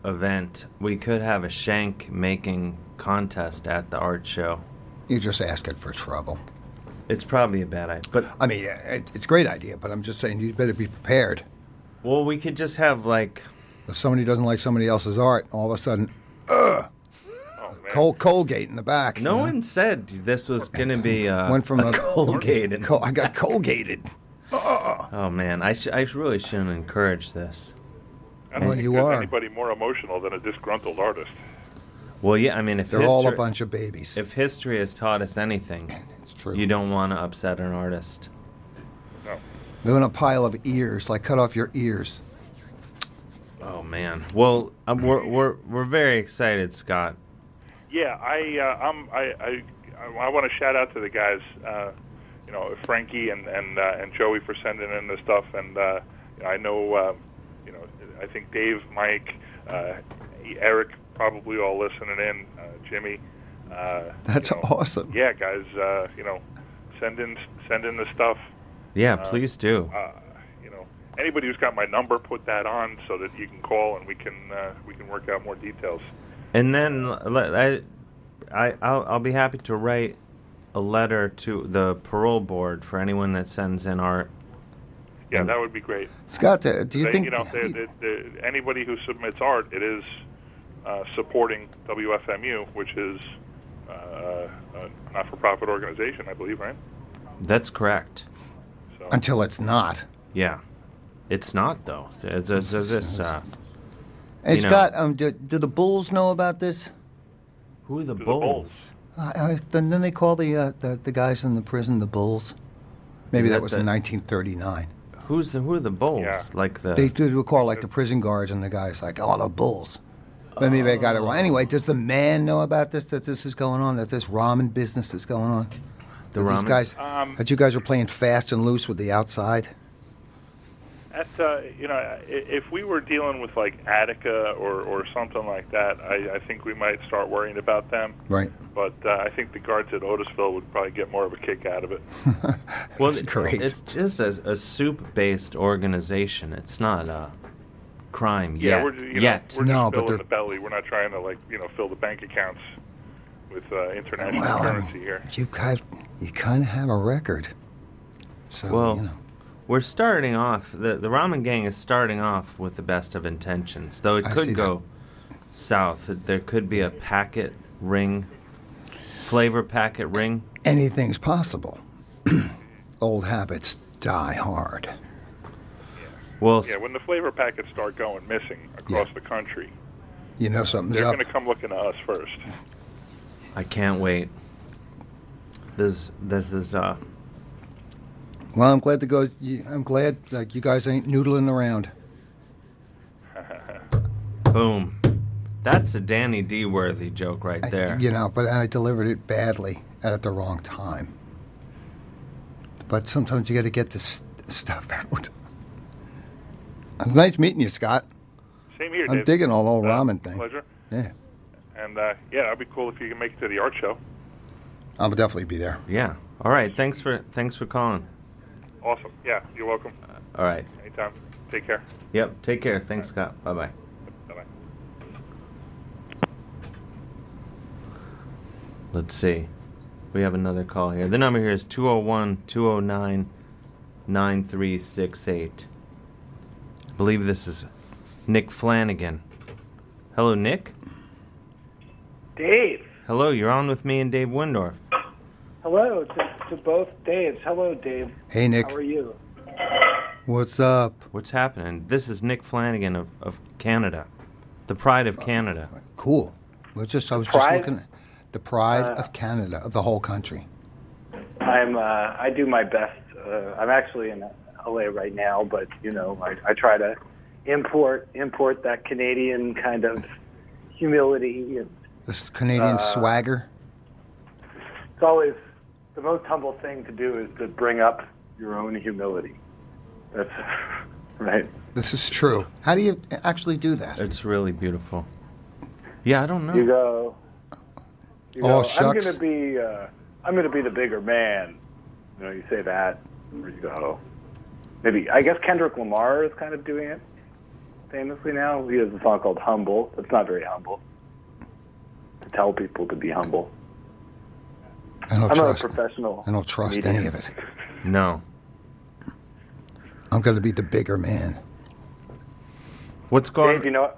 event. We could have a shank making contest at the art show.
You're just asking for trouble.
It's probably a bad idea, but
I mean, yeah, it, it's a great idea, but I'm just saying you better be prepared.
Well, we could just have like.
If somebody doesn't like somebody else's art, all of a sudden,
Oh,
ugh, Col- Colgate in the back.
no one said this was going to be uh,
Went from
a,
a-
Colgate. and-
Col- I got Colgated.
oh man, I sh- I really shouldn't encourage this.
I don't think there's anybody more emotional than a disgruntled artist.
Well, yeah, I mean, if
They're all a
history-
bunch of babies.
If history has taught us anything, it's
true.
You don't want to upset an artist.
They're in a pile of ears, like cut off your ears.
Oh man. Well, um, we're we're we're very excited, Scott.
Yeah, I uh, I'm, I I, I want to shout out to the guys, uh, you know, Frankie and and uh, and Joey for sending in the stuff, and uh, I know, uh, you know, I think Dave, Mike, uh, Eric probably all listening in, uh, Jimmy. Uh,
That's awesome.
yeah, guys, uh, you know, send in send in the stuff.
Yeah,
Uh,
please do.
Uh, you know, anybody who's got my number, put that on so that you can call and we can uh, we can work out more details.
And then l- l- I, I, I'll, I'll be happy to write a letter to the parole board for anyone that sends in art.
Yeah,
And-
that would be great.
Scott, uh, do you
They-
think
you know they they they- anybody who submits art, it is uh, supporting WFMU, which is uh, a not-for-profit organization, I believe, right?
That's correct.
until it's not?
Yeah, it's not though. It's, it's, it's, it's, uh,
Hey,
you know-
Scott, um, do, do the Bulls know about this?
who are the bulls?
Uh, uh, then then they call the, uh, the the guys in the prison the Bulls. Maybe
Is
that,
that
was
the-
in 1939.
Who's the who are the bulls?
Yeah.
Like the
They do would call like the prison guards and the guys like, oh, the Bulls. But maybe I got it wrong. Anyway, does the man know about this? That this is going on? That this ramen business is going on?
The
that
ramen?
these guys
Um,
that you guys are playing fast and loose with the outside.
At, uh, you know, i- if we were dealing with like Attica or, or something like that, I, I think we might start worrying about them.
Right.
But uh, I think the guards at Otisville would probably get more of a kick out of it.
well, it's, it's just a, a soup-based organization. It's not a crime yet.
Yeah, we're ju- you know,
yet.
we're just filling the belly. We're not trying to like you know fill the bank accounts with uh, international currency here.
You guys, you kind of have a record. So
well,
you know.
we're starting off. The, the ramen gang is starting off with the best of intentions, though it
I see
could
that.
go south. There could be a packet ring, flavor packet ring.
anything's possible. Old habits die hard.
Well,
yeah, when the flavor packets start going missing across the country,
You know something's
they're
up.
going to come looking to us first.
I can't wait. This this is uh
Well, I'm glad to go. you- I'm glad like you guys ain't noodling around.
Boom. That's a Danny D worthy joke right there.
You know, but I delivered it badly and at the wrong time. But sometimes you got to get this stuff out. It's nice meeting you, Scott.
Same here,
I'm
Dave.
digging all old
Uh,
ramen thing.
Pleasure.
Yeah,
And uh, yeah, that'd be cool if you can make it to the art show.
I'll definitely be there.
Yeah. All right. Thanks for thanks for calling.
Awesome. Yeah, you're welcome.
All right.
Anytime. Take care.
Yep. Take care. Thanks, Scott. Bye bye.
Bye-bye.
Let's see. We have another call here. The number here is 201 209 9368. I believe this is Nick Flanagan. Hello, Nick.
Dave.
Hello, you're on with me and Dave Windorf.
Hello to, to both Daves. Hello, Dave.
Hey, Nick.
How are you?
What's up?
What's happening? This is Nick Flanagan of, of Canada, the pride of Canada.
Oh, Cool. Well, just I was
Pride?
just looking at the pride
Uh,
of Canada, of the whole country.
I'm. Uh, I do my best. Uh, I'm actually in LA right now, but you know, I, I try to import import that Canadian kind of humility. and
This Canadian
Uh,
swagger.
It's always the most humble thing to do is to bring up your own humility. That's right.
This is true. How do you actually do that?
It's really beautiful. Yeah, I don't know.
You go. You
Oh,
go, I'm
shucks.
gonna be. Uh, I'm gonna be the bigger man. You know, you say that, or you go. Maybe I guess Kendrick Lamar is kind of doing it famously now. He has a song called "Humble." It's not very humble to tell people to be humble.
I don't
I'm
trust.
not a professional.
I don't trust
comedian.
any of it.
No.
I'm going to be the bigger man.
What's going?
Dave, you know,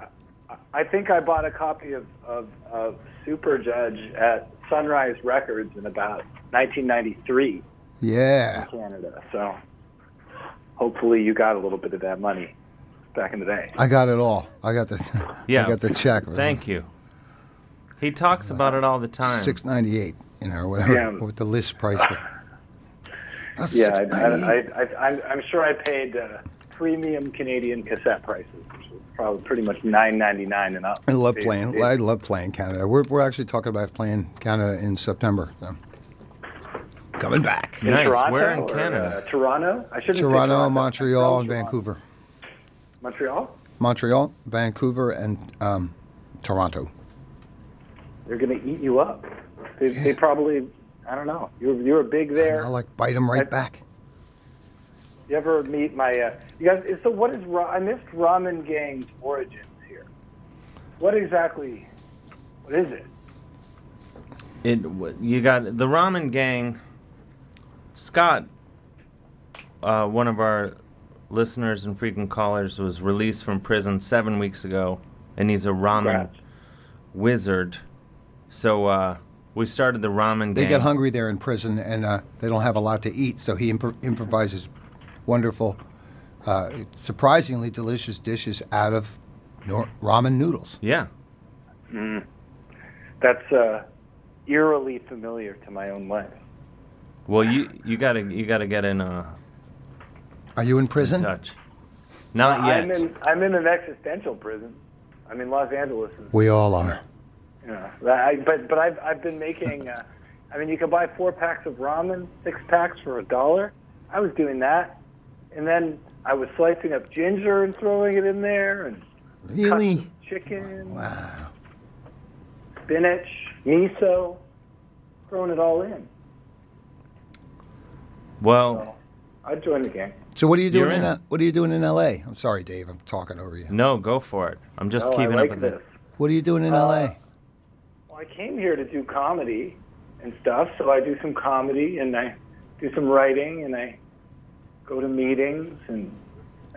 I- I think I bought a copy of, of, of Super Judge at Sunrise Records in about 1993.
Yeah.
in Canada. So hopefully you got a little bit of that money back in the day.
I got it all. I got the.
Yeah.
I got the check.
Thank you. He talks about it all the time.
Six ninety eight. You know, or whatever.
Yeah.
What the list price. was. That's
yeah, I, I,
$6.98.
I, I, I'm, I'm sure I paid uh, premium Canadian cassette prices, which was probably pretty much 9.99 and up.
I love
It-
playing.
it-
I love playing Canada. We're, we're actually talking about playing Canada in September. So. Coming back.
in Toronto or, uh, Toronto. I shouldn't say
Toronto,
Toronto.
Montreal, and Vancouver.
Montreal.
Montreal, Vancouver, and um, Toronto.
They're going to eat you up. They, they probably. I don't know. You were, you were big there.
I like bite them right back.
You ever meet my? Uh, you guys. So what is? Ra- I missed Ramen Gang's origins here. What exactly? What is it?
It w- you got the ramen gang. Scott, uh, one of our listeners and frequent callers, was released from prison seven weeks ago, and he's a ramen
Congrats.
wizard. So uh, we started the ramen
They
gang.
get hungry there in prison, and uh, they don't have a lot to eat. So he impro- improvises wonderful, uh, surprisingly delicious dishes out of nor- ramen noodles.
Yeah.
Mm. That's uh, eerily familiar to my own life.
Well, you you gotta you gotta get in. Uh,
Are you in prison?
touch. Not
I'm
yet.
in. I'm in an existential prison. I'm in Los Angeles. and,
We all are.
You know, I, but but I've I've been making. Uh, I mean, you could buy four packs of ramen, six packs for a dollar. I was doing that, and then I was slicing up ginger and throwing it in there, and
Really?
chicken, wow. spinach, miso, throwing it all in.
Well,
I'd join the gang.
So what are you
You're
doing in,
in.
uh, What are you doing in L.A.? I'm sorry, Dave. I'm talking over you.
no, go for it. I'm just
No, Oh, I
keeping
like
up with
this. Uh,
it.
What are you doing in L.A.?
Well, I came here to do comedy and stuff, so I do some comedy and I do some writing and I go to meetings and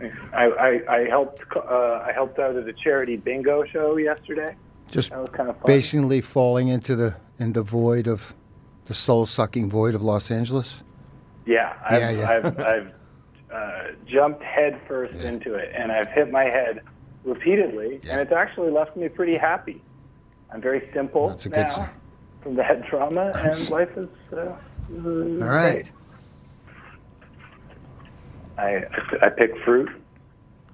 I I, I, I helped uh, I helped out at a charity bingo show yesterday.
Just
that was kind of fun.
Basically, falling into the in the void of the soul-sucking void of Los Angeles.
Yeah, I've,
Yeah, yeah.
I've, I've uh, jumped headfirst into it, and I've hit my head repeatedly, and it's actually left me pretty happy. I'm very simple
a good
now
sign.
from the head trauma, and life is. Uh, all
All right.
I I pick fruit.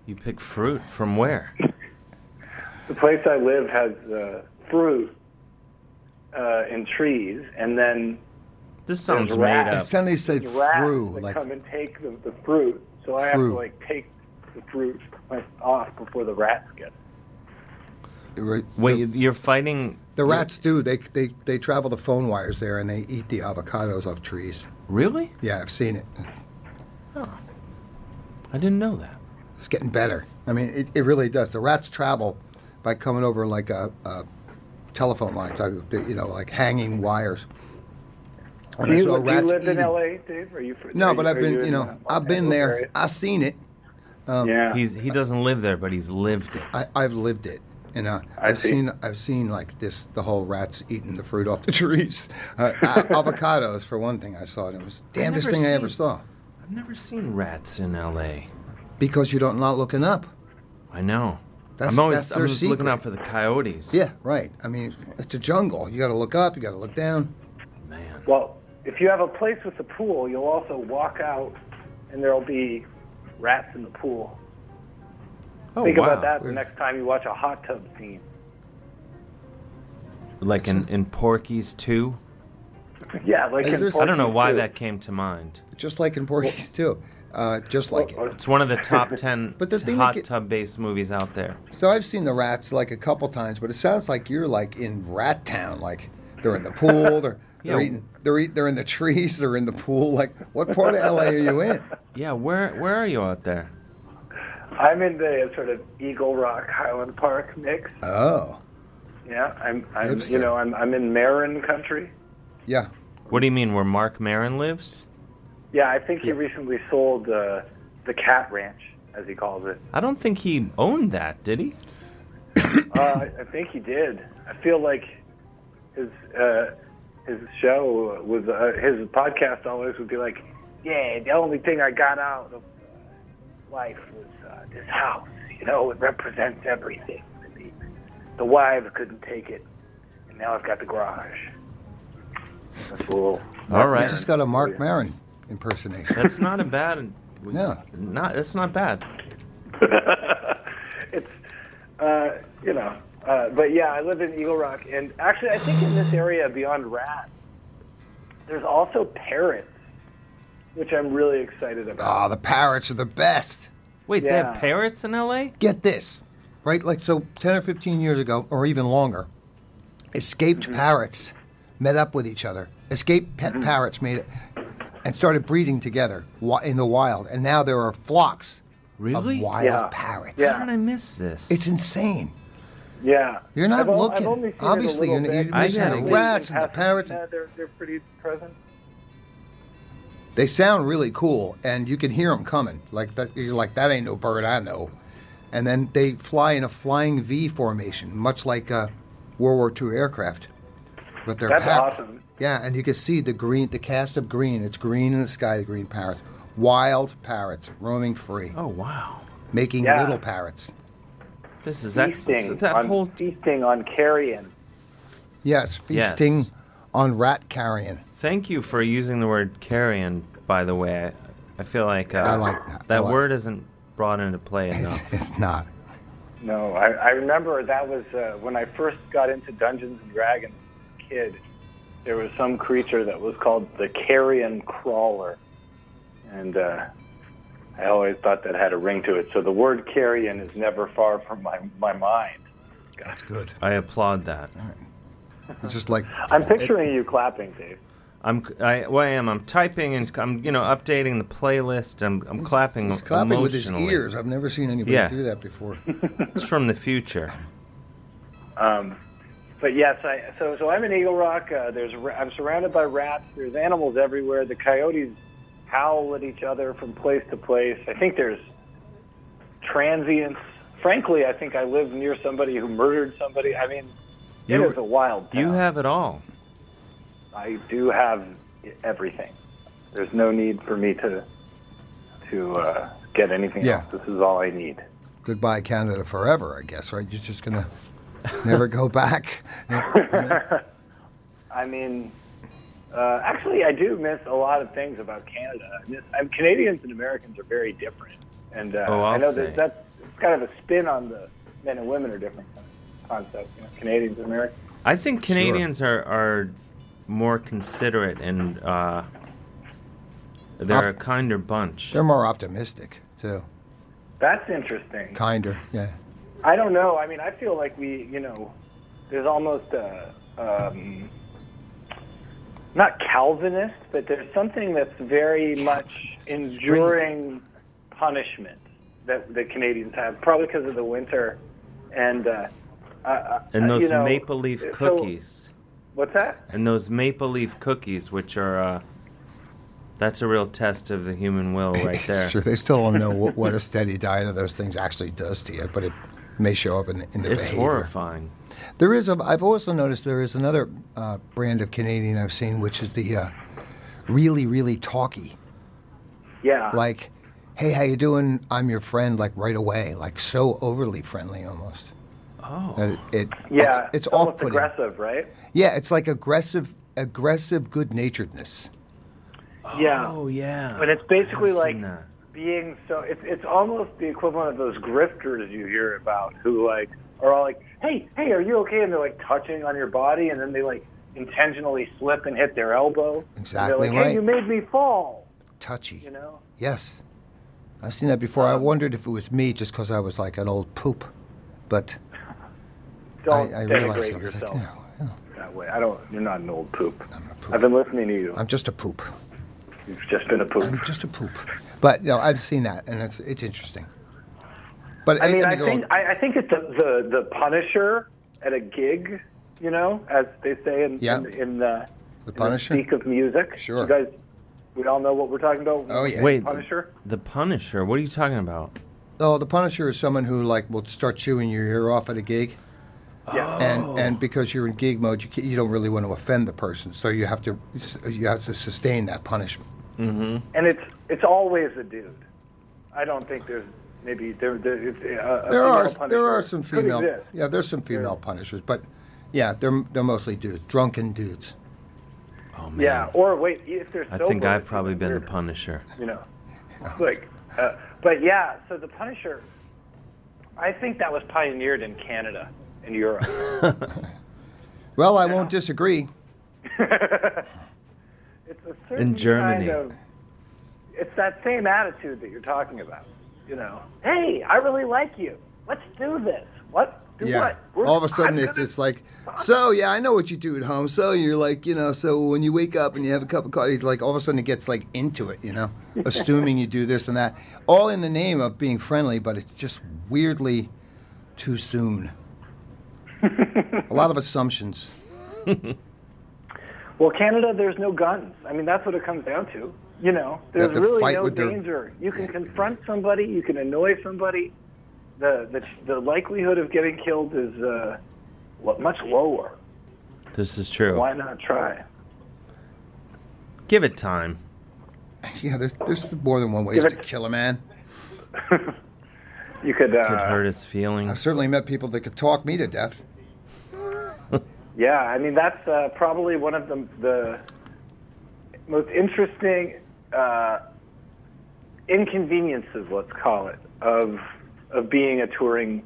You pick fruit from where?
The place I live has uh, fruit uh, in trees, and then
This
there's
sounds made
rats.
up.
Somebody said
rats
fruit,
that
like-
come and take the, the fruit. So I have to
Fruit.
like take the fruit off before the rats get. it.
Wait, you're fighting
The rats do. They, they they travel the phone wires there and they eat the avocados off trees.
Really?
Yeah, I've seen it.
I didn't know that.
It's getting better. I mean, it, it really does. The rats travel by coming over like a, a telephone line type of thing, you know, like hanging wires. And
Do
I
you,
saw
do you
rats
live in
eating-
L.A., Dave? Are you? fr- are
No, but
you-
I've
are
been,
in,
you
uh,
know, I've been there. I've seen it. Um,
He's he doesn't live there, but he's lived it.
I, I've lived it, and uh,
I
I've
see.
seen I've seen like this the whole rats eating the fruit off the trees, uh, a- avocados for one thing. I saw it. It was the damnedest
never
thing I ever
seen-
saw.
I've never seen rats in L.A.
Because you don't not looking up.
I know.
That's-
I'm always
that's
I'm
their
just looking
secret.
out for the coyotes.
Yeah, right. I mean, it's a jungle. You got to look up. You got to look down.
Well, if you have a place with a pool, you'll also walk out, and there'll be rats in the pool.
Oh,
Think
wow.
about that the next time you watch a hot tub scene.
Like in, in Porky's too.
Yeah, like
Is in this-
I don't know
Porky's
why
too.
that came to mind.
Just like in Porky's too. Uh, just like it.
It's one of the top ten
But the thing that
hot
get-
tub based movies out there.
So I've seen the rats like a couple times, but it sounds like you're like in Rat Town. Like they're in the pool. They're,
Yeah.
they're eating. They're eat, They're in the trees. They're in the pool. Like what part of LA are you in?
Yeah, where where are you out there?
I'm in the sort of Eagle Rock Highland Park mix.
Oh,
Yeah, I'm. I'm
Hipster.
you know, I'm. I'm in Marin country.
yeah.
What do you mean where Mark Marin lives?
Yeah, I think he recently sold uh, the Cat Ranch, as he calls it.
I don't think he owned that, did he?
Uh, I I think he did. I feel like his uh, his show was uh, his podcast always would be like, yeah, the only thing I got out of uh, life was uh, this house. You know, it represents everything. to me. The wives couldn't take it, and now I've got the garage. That's cool.
All right.
I just got a Mark Maron impersonation.
That's not a bad.
No.
Not that's not bad.
it's uh, you know, uh, but yeah, I live in Eagle Rock, and actually, I think in this area beyond rats, there's also parrots, which I'm really excited about.
Ah, the parrots are the best.
Wait,
they have Yeah.
parrots in LA?
Get this, right? Like so, ten or fifteen years ago, or even longer, escaped
Mm-hmm.
parrots met up with each other. Escaped pet parrots made it and started breeding together wi- in the wild, and now there are flocks
Really?
of wild
Yeah.
parrots.
Yeah.
How did I miss this?
It's insane.
Yeah,
Ah. You're not
I've al-
looking.
I've only seen
Obviously,
it a
you're,
little
you're
bit.
missing the rats and the parrots.
Yeah, they're they're pretty present.
They sound really cool, and you can hear them coming. Like that, you're like that ain't no bird I know. And then they fly in a flying V formation, much like a World War II aircraft. But they're
That's
packed.
awesome.
Yeah, and you can see the green, the cast of green. It's green in the sky. The green parrots, wild parrots roaming free.
Oh wow!
Making
Yeah.
little parrots.
This is
Feasting
excellent. That
on,
whole
feasting on carrion.
Yes,
Yes.
feasting on rat carrion.
Thank you for using the word carrion. By the way, I, I feel like, uh,
I like that. I like-
word isn't brought into play enough.
It's not.
No, I, I remember that was uh, when I first got into Dungeons and Dragons as a kid. There was some creature that was called the Carrion Crawler, and uh, I always thought that had a ring to it. So the word carrion is never far from my, my mind.
That's good.
I applaud that.
It's just like
I'm picturing you clapping, Dave.
I'm I, well, I am. I'm typing and I'm you know updating the playlist. I'm I'm clapping
he's clapping with his
emotionally.
ears. I've never seen anybody
Yeah.
do that before.
It's from the future.
Um, but yes, I, so so I'm in Eagle Rock. Uh, there's ra- I'm surrounded by rats. There's animals everywhere. The coyotes howl at each other from place to place. I think there's transients. Frankly, I think I live near somebody who murdered somebody. I mean,
You-
it is a wild.
You have it all.
I do have everything. There's no need for me to to uh, get anything
Yeah.
else. This is all I need.
goodbye Canada forever, I guess, right? You're just gonna never go back.
I mean, Uh, actually, I do miss a lot of things about Canada. I miss, I'm, Canadians and Americans are very different, and uh,
Oh, I'll
I know
say.
that that's kind of a spin on the men and women are different concept. You know, Canadians and Americans.
I think Canadians are, are more considerate and uh, they're a kinder bunch.
They're more optimistic too.
That's interesting.
Kinder, yeah.
I don't know. I mean, I feel like we, you know, there's almost a, um, not Calvinist, but there's something that's very much enduring punishment that the Canadians have, probably because of the winter and, uh, uh,
And those
you know, uh,
maple leaf
so-
cookies.
What's that?
And those maple leaf cookies, which are, uh, that's a real test of the human will right there.
Sure, they still don't know what, what a steady diet of those things actually does to you, but it may show up in the, in the
It's
behavior.
horrifying.
There is a. I've also noticed there is another uh, brand of Canadian I've seen, which is the uh, really, really talky.
Yeah.
Like, hey, how you doing? I'm your friend. Like right away. Like so overly friendly, almost.
Oh.
That it, it-
Yeah.
It's, it's
almost
off-putting.
aggressive, right?
Yeah, it's like aggressive, aggressive good-naturedness.
Yeah.
Oh yeah.
But it's basically
I've
like
seen
being so. It's it's almost the equivalent of those grifters you hear about who like are all like, "Hey, hey, are you okay?" And they're like touching on your body, and then they like intentionally slip and hit their elbow.
Exactly
And they're like,
right.
Hey, you made me fall.
Touchy.
You know.
Yes. I've seen that before. I wondered if it was me just because I was like an old poop. But
Don't
I realized
denigrate
it was like,
yourself that way. I don't. You're not an old poop. I'm a poop. I've been listening to you.
I'm just a poop.
You've just been a poop.
I'm just a poop. But no, I've seen that, and it's it's interesting. But
I mean,
and
I
you go-
think I, I think it's the, the the Punisher at a gig, you know, as they say in
Yeah.
in, in the
The
in
Punisher?
the speak of music. Sure, you guys, we all know what we're talking about.
Wait,
Punisher.
The Punisher. What are you talking about?
oh, the Punisher is someone who like will start chewing your ear off at a gig.
Yeah.
And and because you're in gig mode, you ca you don't really want to offend the person, so you have to you have to sustain that punishment. Mm-hmm.
And it's it's always a dude. I don't think there's maybe there there, it's, uh,
There
a female
are
Punisher
there are some
could
female
exist.
yeah there's some female Punishers, but yeah they're they're mostly dudes, drunken dudes.
Oh man.
Yeah, or wait, if they're
I
sober,
think I've probably been the Punisher.
you know,
Oh.
like, uh, but yeah. So the Punisher, I think that was pioneered in Canada and Europe.
Well, I won't disagree.
it's a certain
Germany.
Kind of, it's that same attitude that you're talking about. You know, hey, I really like you. Let's do this. What? Do
Yeah.
what? We're-
All of a sudden,
I'm
it's it's like, so yeah, I know what you do at home. So you're like, you know, so when you wake up and you have a cup of coffee, it's like all of a sudden it gets like into it, you know, assuming you do this and that, all in the name of being friendly, but it's just weirdly too soon. a lot of assumptions.
Well, Canada, there's no guns. I mean, that's what it comes down to. You know,
You have
there's
to
really
fight
no
with their-
danger. You can confront somebody. You can annoy somebody. The the the likelihood of getting killed is uh, lo- much lower.
This is true.
Why not try?
Give it time.
Yeah, there's there's more than one way
Give
to
it-
kill a man.
you could uh,
Could hurt his feelings.
I've certainly met people that could talk me to death.
Yeah, I mean that's uh, probably one of the the most interesting uh, inconveniences, let's call it, of of being a touring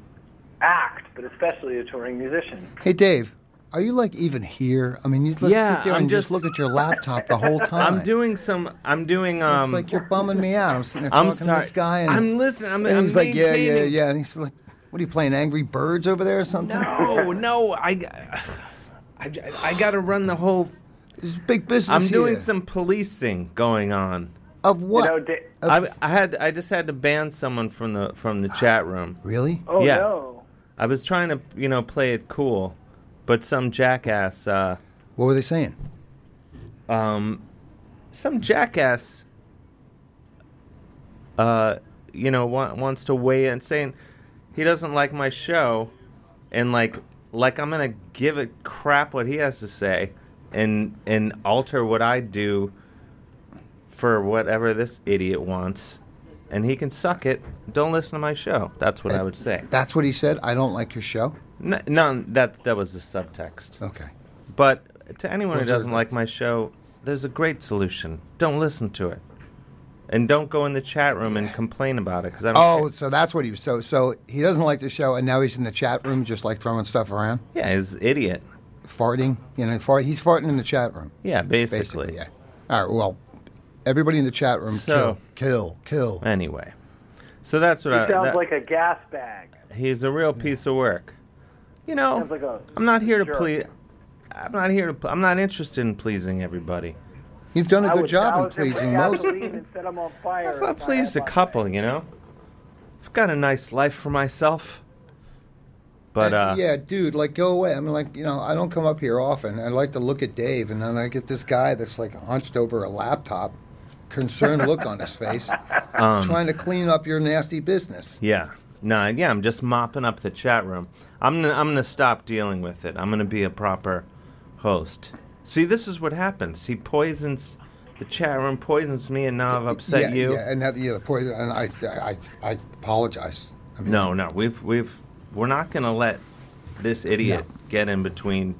act, but especially a touring musician.
Hey, Dave, are you like even here? I mean, you let's
Yeah,
sit there
I'm
and just,
just-
look at your laptop the whole time.
I'm doing some. I'm doing. Um,
it's like you're bumming me out. I'm sitting there
I'm
talking
sorry.
to this guy, and
I'm listening. I'm-
and
I'm
he's like, yeah, yeah,
maintaining-
yeah, and he's like, what are you playing, Angry Birds over there or something?
No, no, I, I, I got to run the whole.
It's big business.
I'm doing
here.
some policing going on.
Of what?
You know, da-
I, I had. I just had to ban someone from the from the chat room.
Really?
Oh
yeah.
no!
I was trying to, you know, play it cool, but some jackass. Uh,
what were they saying?
Um, some jackass. Uh, you know, wa- wants to weigh in, saying he doesn't like my show, and like, like I'm gonna give a crap what he has to say, and and alter what I do for whatever this idiot wants, and he can suck it. Don't listen to my show. That's what I would say.
That's what he said. I don't like your show.
No, no that that was the subtext.
Okay.
But to anyone who
Was there-
doesn't like my show, There's a great solution. Don't listen to it, and don't go in the chat room and complain about it. Because I don't.
Oh, so that's what he was. So, so he doesn't like the show, and now he's in the chat room just like throwing stuff around.
Yeah, he's an idiot.
Farting, you know, fart. He's farting in the chat room.
Yeah, basically.
yeah. All right. Well, everybody in the chat room,
So-
kill, kill, kill.
Anyway, so that's what
He
I.
sounds
that-
like a gas bag.
he's a real piece of work. You know,
sounds like a
I'm not here to
jerk.
please. I'm not here to. pl- I'm not interested in pleasing everybody.
You've done
I would douse him with gasoline and set him on fire.
I've pleased a couple, you know. I've got a nice life for myself. But uh,
yeah, dude, like go away. I'm like, you know, I don't come up here often. I like to look at Dave, and then I get this guy that's like hunched over a laptop, concerned look on his face,
Um,
trying to clean up your nasty business.
yeah, no, yeah. I'm just mopping up the chat room. I'm gonna, I'm gonna stop dealing with it. I'm gonna be a proper host. See, this is what happens. He poisons the chat room, poisons me, and now I've upset
yeah,
you.
Yeah, and that yeah, the poison. And I, I, I, apologize.
no, no, we've we've we're not gonna let this idiot get in between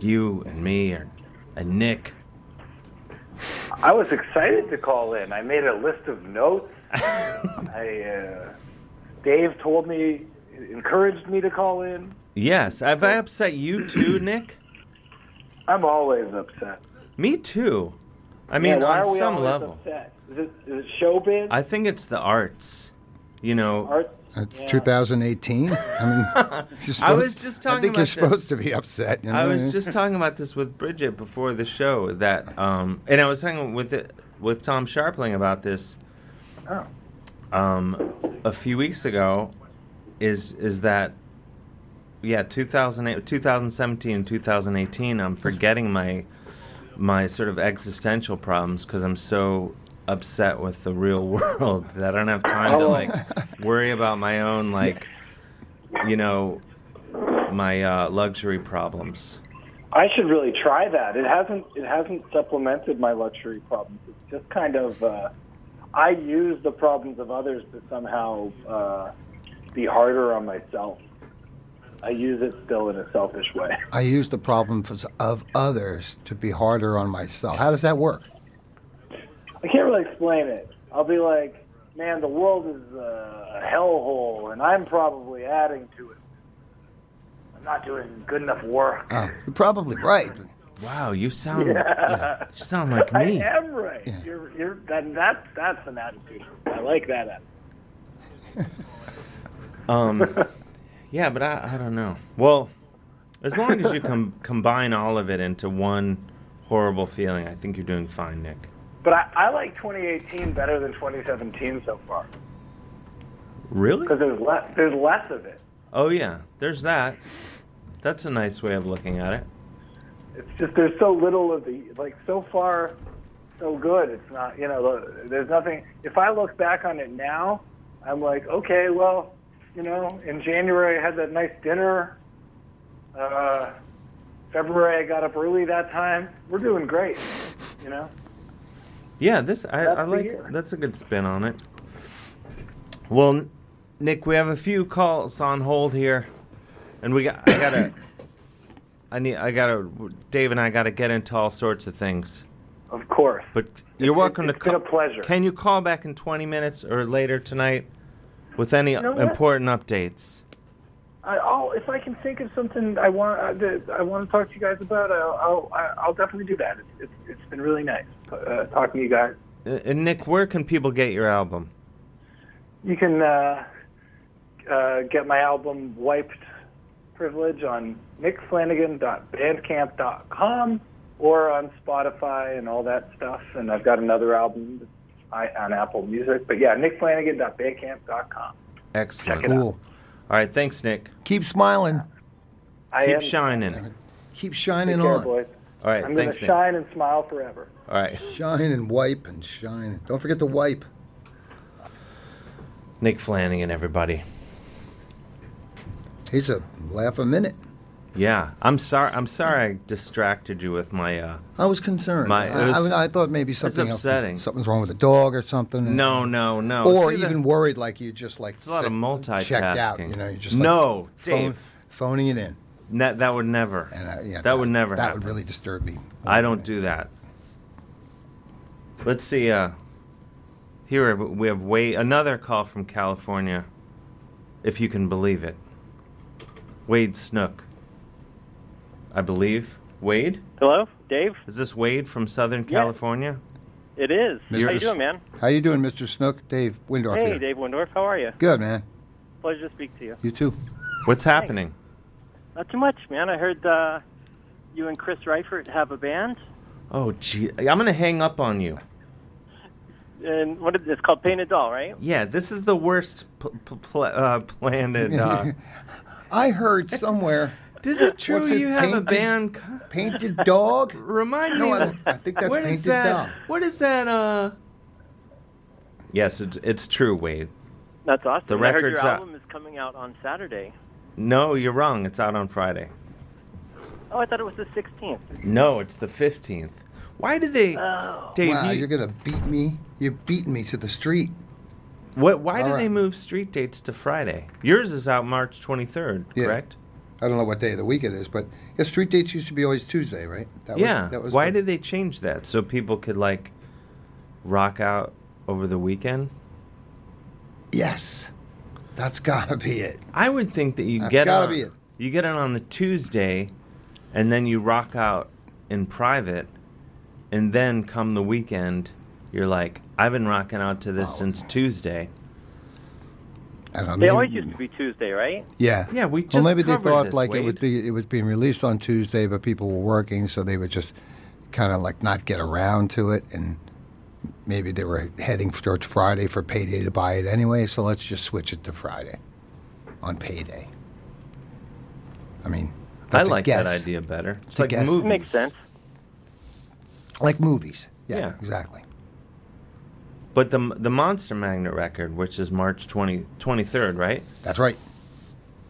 you and me or and Nick.
I was excited to call in. I made a list of notes. I, uh, Dave told me, encouraged me to call in.
Yes, have I upset you too, Nick?
I'm always upset.
Me too. I
Yeah,
mean,
why are
on
we
some
always
level,
Upset? Is it, is it showbiz?
I think it's the arts. You know,
Art?
It's 2018. I mean, you're
I
supposed-
was just talking.
I think
about
you're
this.
supposed to be upset. You know?
I was just talking about this with Bridget before the show that, um, and I was talking with it, with Tom Sharpling about this
Oh.
um, a few weeks ago. Is is that yeah 2008 2017 and 2018 i'm forgetting my my sort of existential problems because i'm so upset with the real world that i don't have time to
Oh.
like worry about my own like you know my uh, luxury problems
I should really try that. It hasn't it hasn't supplemented my luxury problems. It's just kind of uh, I use the problems of others to somehow uh, be harder on myself. I use it still in a selfish way.
I use the problem for, of others to be harder on myself. How does that work?
I can't really explain it. I'll be like, man, the world is uh, a hellhole, and I'm probably adding to it. I'm not doing good enough work.
Oh, you're probably right.
wow you sound
Yeah.
you sound like me
I am right. You're, you're, that, that, that's an attitude. I like that attitude.
Um, yeah, but I, I don't know. Well, as long as you com- combine all of it into one horrible feeling, I think you're doing fine, Nick.
But I, I like 2018 better than 2017 so far
Really?
because there's less there's less of it.
Oh yeah, there's that. That's a nice way of looking at it.
It's just there's so little of the like so far so good. It's not you know there's nothing. If I look back on it now, I'm like okay, well, you know, in January I had that nice dinner. Uh, February I got up early that time. We're doing great, you know.
Yeah, this I,
That's
I
the
like.
year.
That's a good spin on it. Well, N- Nick, we have a few calls on hold here, and we got. I gotta. I need. I gotta. Dave and I gotta get into all sorts of things.
Of course.
But you're welcome to
It's been
call.
a pleasure.
Can you call back in 20 minutes or later tonight with any
You know what?
important updates?
I, I'll, if I can think of something I want uh, that I want to talk to you guys about, I'll I'll, I'll definitely do that. It's, it's, it's been really nice uh, talking to you guys.
Uh, And Nick, where can people get your album?
You can uh, uh, get my album Wiped Privilege on
Um,
nickflanagan.bandcamp.com or on Spotify and all that stuff. And I've got another album that's I, on Apple Music. But yeah, nickflanagan.bandcamp.com.
Excellent.
Check it out. Cool.
All right, thanks, Nick.
Keep smiling.
I
Keep
am-
shining.
Keep shining
Take care,
on.
boys.
All right,
I'm going
thanks,
to
Nick.
shine and smile forever.
All right.
Shine and wipe and shine. Don't forget to wipe.
Nick Flanagan, everybody.
He's a laugh a minute.
Yeah, I'm sorry. I'm sorry I distracted you with my. Uh,
I was concerned.
My- it
I, I
was-
I thought maybe
it's
something else.
upsetting.
Something's wrong with the dog or something.
no, no, no.
Or
See, the-
even worried, like you just like
it's a lot of multitasking.
checked out. You know, you just like
no,
phone-
Dave.
phoning it in. uh,
Ne- that would never. that, would never.
that
happen.
would really disturb me.
I don't do that. Let's see. Uh, here we have way another call from California, if you can believe it. Wade Snook. I believe Wade.
Hello, Dave.
Is this Wade from Southern California?
It is. How you
Mr.
doing, man?
How you doing, Mr. Snook? Dave Windorf
hey,
here.
Dave Windorf. How are you?
Good man.
Pleasure to speak to you.
You too.
What's happening?
Not too much, man. I heard uh, you and Chris Reifert have a band,
Oh, gee, I'm gonna hang up on you.
and what is, it's called Painted Doll, right?
Yeah, this is the worst p- p- pl- uh, planet. Uh,
I heard somewhere.
Is it true you have a band?
Painted Dog?
Remind
No,
me.
I, I think that's
what is
Painted
that?
Dog.
What is that? Uh, yes, it's, it's true, Wade.
That's awesome.
The
And I heard
record's
your
out.
album is coming out on Saturday.
No, you're wrong. It's out on Friday.
Oh, I thought it was the 16th.
No, it's the 15th. Why did they?
Oh.
Dave,
wow,
you-
are gonna beat me. You're beating me to the street.
What? Why
All
did
right.
they move street dates to Friday? Yours is out March 23rd,
Yeah.
correct?
I don't know what day of the week it is, but yeah, street dates used to be always Tuesday, right? That
yeah.
Was, that was
why
the-
did they change that so people could like rock out over the weekend?
Yes, that's gotta be it.
I would think that you
That's
get
gotta
on,
be it.
you get it on the Tuesday, and then you rock out in private, and then come the weekend, you're like, I've been rocking out to this since Tuesday.
they always used to be Tuesday, right?
Yeah.
Yeah, we
Well,
just
maybe they
covered
thought
this,
like it was
Wade.
the, it was being released on Tuesday, but people were working, so they would just kind of like not get around to it, and maybe they were heading towards Friday for payday to buy it anyway. So let's just switch it to Friday on payday. I mean,
I
that's a
like
guess.
that idea better. It's
a
like
guess.
movies.
Makes sense. Like movies. Yeah,
Yeah.
exactly.
But the the Monster Magnet record, which is March 20, 23rd, right?
That's right.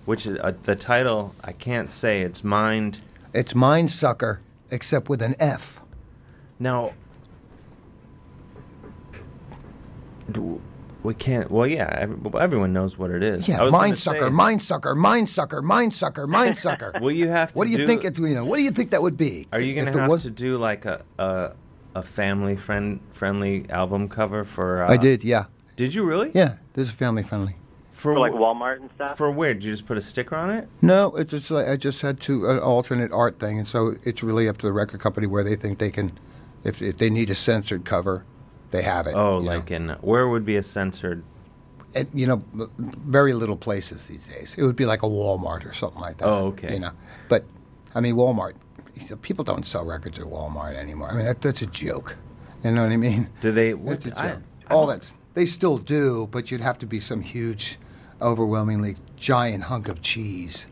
Which is uh, the title? I can't say. It's Mind.
It's Mind Sucker, except with an F.
Now, do- we can't. Well, yeah, ev- everyone knows what it is. I
Yeah,
was gonna
mind
say-
sucker, mind sucker, mind sucker, mind sucker, mind sucker.
Well, you have to
What do you
do-
think it's? You know, what do you think that would be?
Are you
If
gonna
it
have
was-
to do like a a, a family friend friendly album cover for? Uh,
I did, yeah.
Did you really?
Yeah, this is family friendly.
For,
like
wh-
Walmart and stuff.
For where? Did you just put a sticker on it?
No, it's just like I just had to an alternate art thing, and so it's really up to the record company where they think they can, if if they need a censored cover, they have it.
Oh, like in where would be a censored?
It, you know, m- very little places these days. It would be like a Walmart or something like that.
Oh, okay.
You know, but I mean, Walmart. People don't sell records at Walmart anymore. I mean, that, that's a joke. You know what I mean?
Do they?
That's a joke.
I-
All that's they still do, but you'd have to be some huge, overwhelmingly giant hunk of cheese.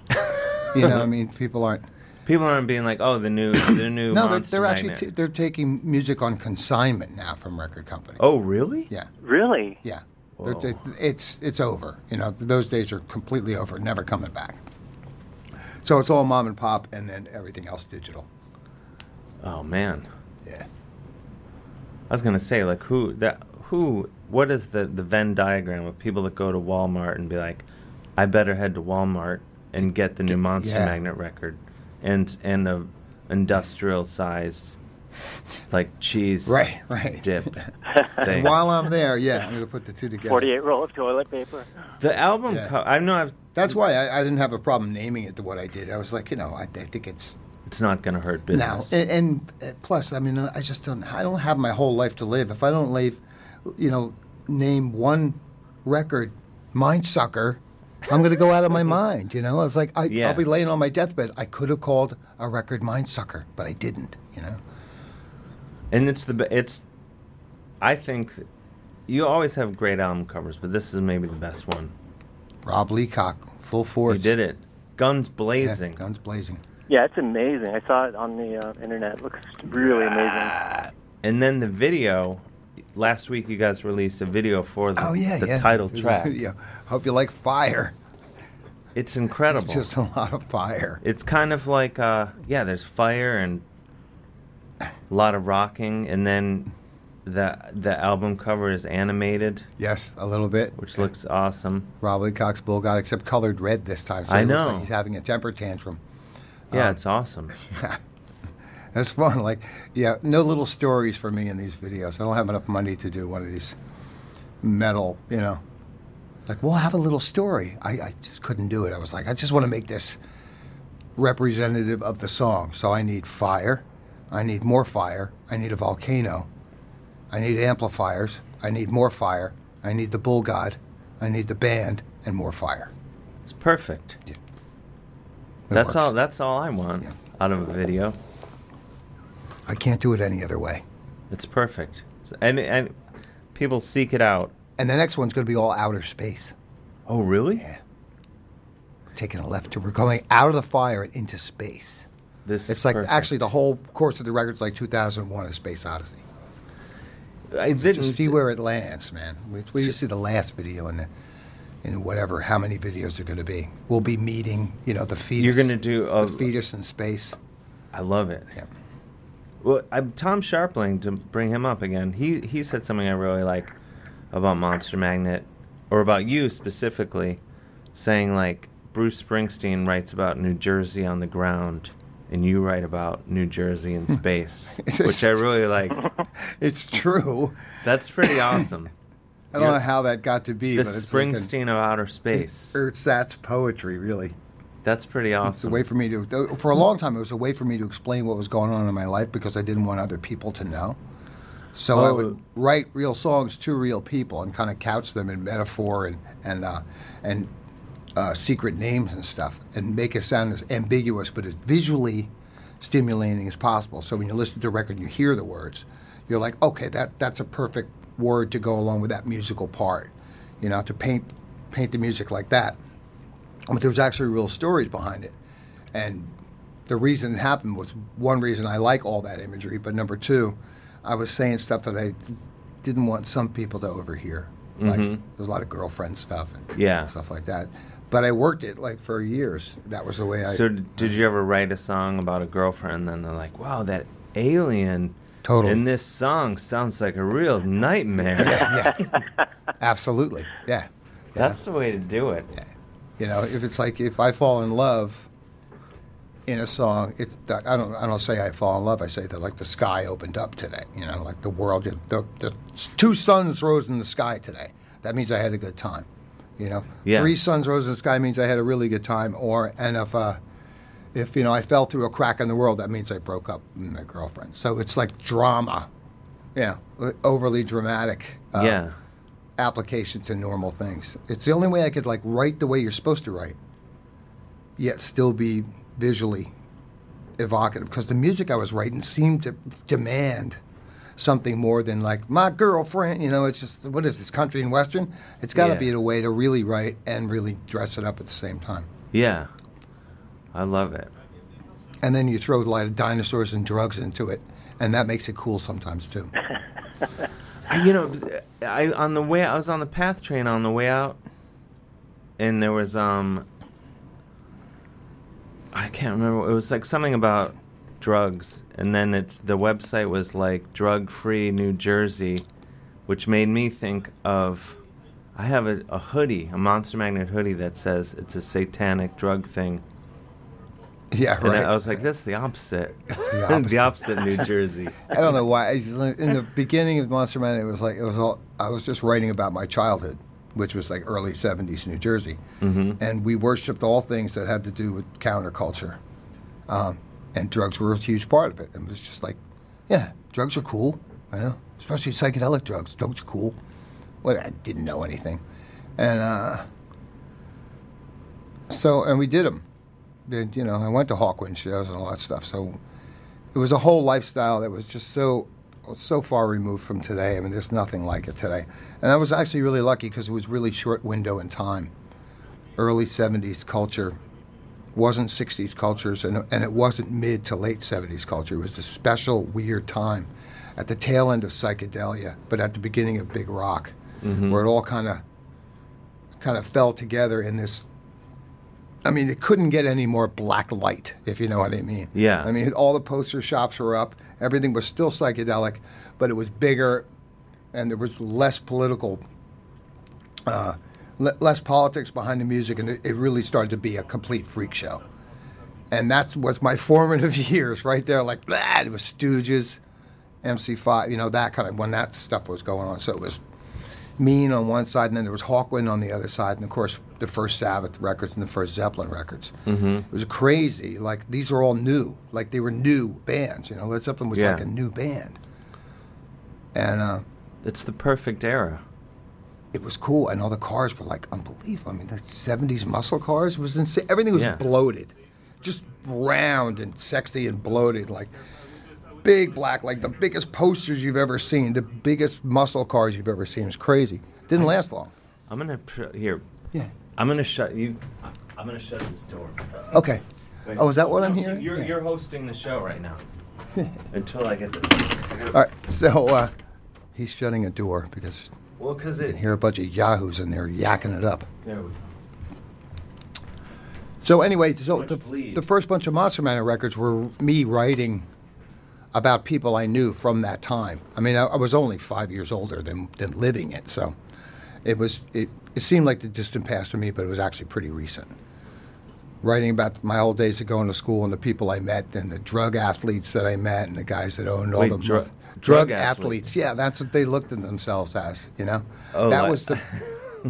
you know, what I mean, people aren't.
People aren't being like, oh, the new, the new.
No, they're,
Monster
they're actually
Magnet.
t- they're taking music on consignment now from record companies.
oh, really?
Yeah.
Really?
Yeah. They're- they- it's it's over. You know, those days are completely over, never coming back. So it's all mom and pop, and then everything else digital.
Oh man.
Yeah.
I was gonna say like who that who what is the the Venn diagram of people that go to Walmart and be like, I better head to Walmart and get the new Monster
yeah.
Magnet record, and and a industrial size, like cheese
Right, right.
dip
And
thing.
while I'm there, yeah, I'm gonna put the two together.
Forty-eight roll of toilet paper.
The album, co- I know I've.
That's why I, I didn't have a problem naming it to what I did. I was like, you know, I, I think it's
It's not gonna hurt
now.
business.
And, and uh, plus, I mean, uh, I just don't. I don't have my whole life to live. If I don't live, you know, name one record, mind sucker, I'm gonna go out of my mind. You know, I was like, I,
Yeah.
I'll be laying on my deathbed. I could have called a record mind sucker, but I didn't. You know.
And it's the be- it's, I think, th- you always have great album covers, but this is maybe the best one.
Rob Leacock, full force.
You did it, guns blazing.
guns blazing.
Yeah, it's amazing. I saw it on the uh, internet. It looks really amazing.
And then the video, last week you guys released a video for the,
Oh yeah,
the
yeah.
title
There's a
track.
video. Hope you like fire.
It's incredible.
Just a lot of fire.
It's kind of like, uh, yeah, there's fire and a lot of rocking, and then the the album cover is animated,
Yes, a little bit.
which looks awesome.
Rob Leacock's bull god, except colored red this time. So
I
he looks
know.
like he's having a temper tantrum. Um,
Yeah, it's awesome.
That's fun. Like, yeah, no little stories for me in these videos. I don't have enough money to do one of these metal, you know. Like, we'll have a little story. I, I just couldn't do it. I was like, I just want to make this representative of the song. So I need fire. I need more fire. I need a volcano. I need amplifiers. I need more fire. I need the bull god. I need the band and more fire.
It's perfect. that's all. That's all I want out of a video.
I can't do it any other way.
It's perfect, and and people seek it out.
And the next one's going to be all outer space.
Oh, really?
Yeah. Taking a left turn. We're going out of the fire and into space.
This
it's like
perfect.
actually the whole course of the record's like 2001: A Space Odyssey.
I didn't
just see where it lands, man. We, we just see the last video and the and whatever how many videos are going to be. We'll be meeting, you know, the fetus.
You're gonna do a-
the fetus in space.
I love it.
Yeah.
Well, i Tom Sharpling to bring him up again. He he said something I really like about Monster Magnet, or about you specifically, saying like Bruce Springsteen writes about New Jersey on the ground, and you write about New Jersey in space, which I really like.
It's true.
That's pretty awesome.
I don't know
You're-
how that got to be,
the
but it's
Springsteen of outer space.
Ersatz poetry, really.
That's pretty awesome.
It's a way for me to. For a long time, it was a way for me to explain what was going on in my life because I didn't want other people to know. So I
Oh.
would write real songs to real people and kind of couch them in metaphor and and uh, and uh, secret names and stuff, and make it sound as ambiguous but as visually stimulating as possible. So when you listen to the record, and you hear the words, you're like, okay, that that's a perfect word to go along with that musical part. You know, to paint paint the music like that but there was actually real stories behind it. And the reason it happened was one reason I like all that imagery, but number two, I was saying stuff that I didn't want some people to overhear. Like
Mhm.
there's a lot of girlfriend stuff and
Yeah.
stuff like that. But I worked it like for years. That was the way I
So, d- did you ever write a song about a girlfriend? And then they're like, "Wow, that alien
Totally.
in this song sounds like a real nightmare."
absolutely. Yeah.
That's the way to do it.
You know, if it's like if I fall in love in a song, it I don't I don't say I fall in love. I say that like the sky opened up today. You know, like the world, the, the two suns rose in the sky today. That means I had a good time. You know,
Yeah.
three suns rose in the sky means I had a really good time. Or and if uh, if you know I fell through a crack in the world, that means I broke up with my girlfriend. So it's like drama. Yeah, overly dramatic. uh,
yeah.
application to normal things. It's the only way I could like write the way you're supposed to write, yet still be visually evocative. Because the music I was writing seemed to demand something more than like my girlfriend. You know, it's just what is this country and western? It's got to
Yeah.
be the way to really write and really dress it up at the same time.
Yeah. I love it.
And then you throw a lot of dinosaurs and drugs into it, and that makes it cool sometimes too.
I- you know, I on the way I was on the path train on the way out, and there was um, I can't remember. It was like something about drugs, and then it's the website was like drug free New Jersey, which made me think of. I have a, a hoodie, a Monster Magnet hoodie that says it's a satanic drug thing.
Yeah,
And
right.
I, I was like, that's the opposite.
the
the opposite New Jersey.
I don't know why. I just- In the beginning of Monster Man, it was like it was all. I was just writing about my childhood, which was like early '70s New Jersey,
Mhm.
and we worshipped all things that had to do with counterculture, um, and drugs were a huge part of it. And it was just like, yeah, drugs are cool, you know, especially psychedelic drugs. Drugs are cool. Well, I didn't know anything, and uh, so and we did them. Did you know? I went to Hawkwind shows and all that stuff. So it was a whole lifestyle that was just so so far removed from today. I mean, there's nothing like it today. And I was actually really lucky because it was really short window in time. Early '70s culture wasn't '60s cultures, and and it wasn't mid to late '70s culture. It was a special weird time at the tail end of psychedelia, but at the beginning of big rock, where it all kind of kind of fell together in this. I mean, it couldn't get any more black light, if you know what I mean.
Yeah.
I mean, all the poster shops were up. Everything was still psychedelic, but it was bigger, and there was less political, uh, le- less politics behind the music, and it, it really started to be a complete freak show. and that was my formative years right there. Like that, it was Stooges, MC5, you know that kind of when that stuff was going on. So it was Mean on one side, and then there was Hawkwind on the other side, and of course the first Sabbath records and the first Zeppelin records.
Mm-hmm.
It was crazy. Like these were all new. Like they were new bands. You know, Led Zeppelin was
Yeah.
like a new band, and uh,
it's the perfect era.
It was cool, and all the cars were like unbelievable. I mean, the '70s muscle cars was insane. Everything was
Yeah.
bloated, just round and sexy and bloated, like big black, like the biggest posters you've ever seen, the biggest muscle cars you've ever seen. It was crazy. Didn't last long.
I'm gonna pr- here.
Yeah.
I'm gonna shut you. I'm gonna shut this door.
Okay.
Wait.
Oh, is that what I'm
No,
hearing?
You're,
Yeah.
you're hosting the show right now. Until I get the.
All right, so uh, he's shutting a door because
Well, 'cause
you
it-
can hear a bunch of yahoos in there yakking it up.
There we go.
So anyway, so the, the first bunch of Monster Manor records were me writing about people I knew from that time. I mean, I, I was only five years older than than living it, so it was it, it seemed like the distant past to me, but it was actually pretty recent. Writing about my old days of going to school and the people I met and the drug athletes that I met and the guys that owned all
Wait,
the
dru-
drug,
drug
athletes. Yeah, that's what they looked at themselves as. You know,
Oh,
that
I-
was the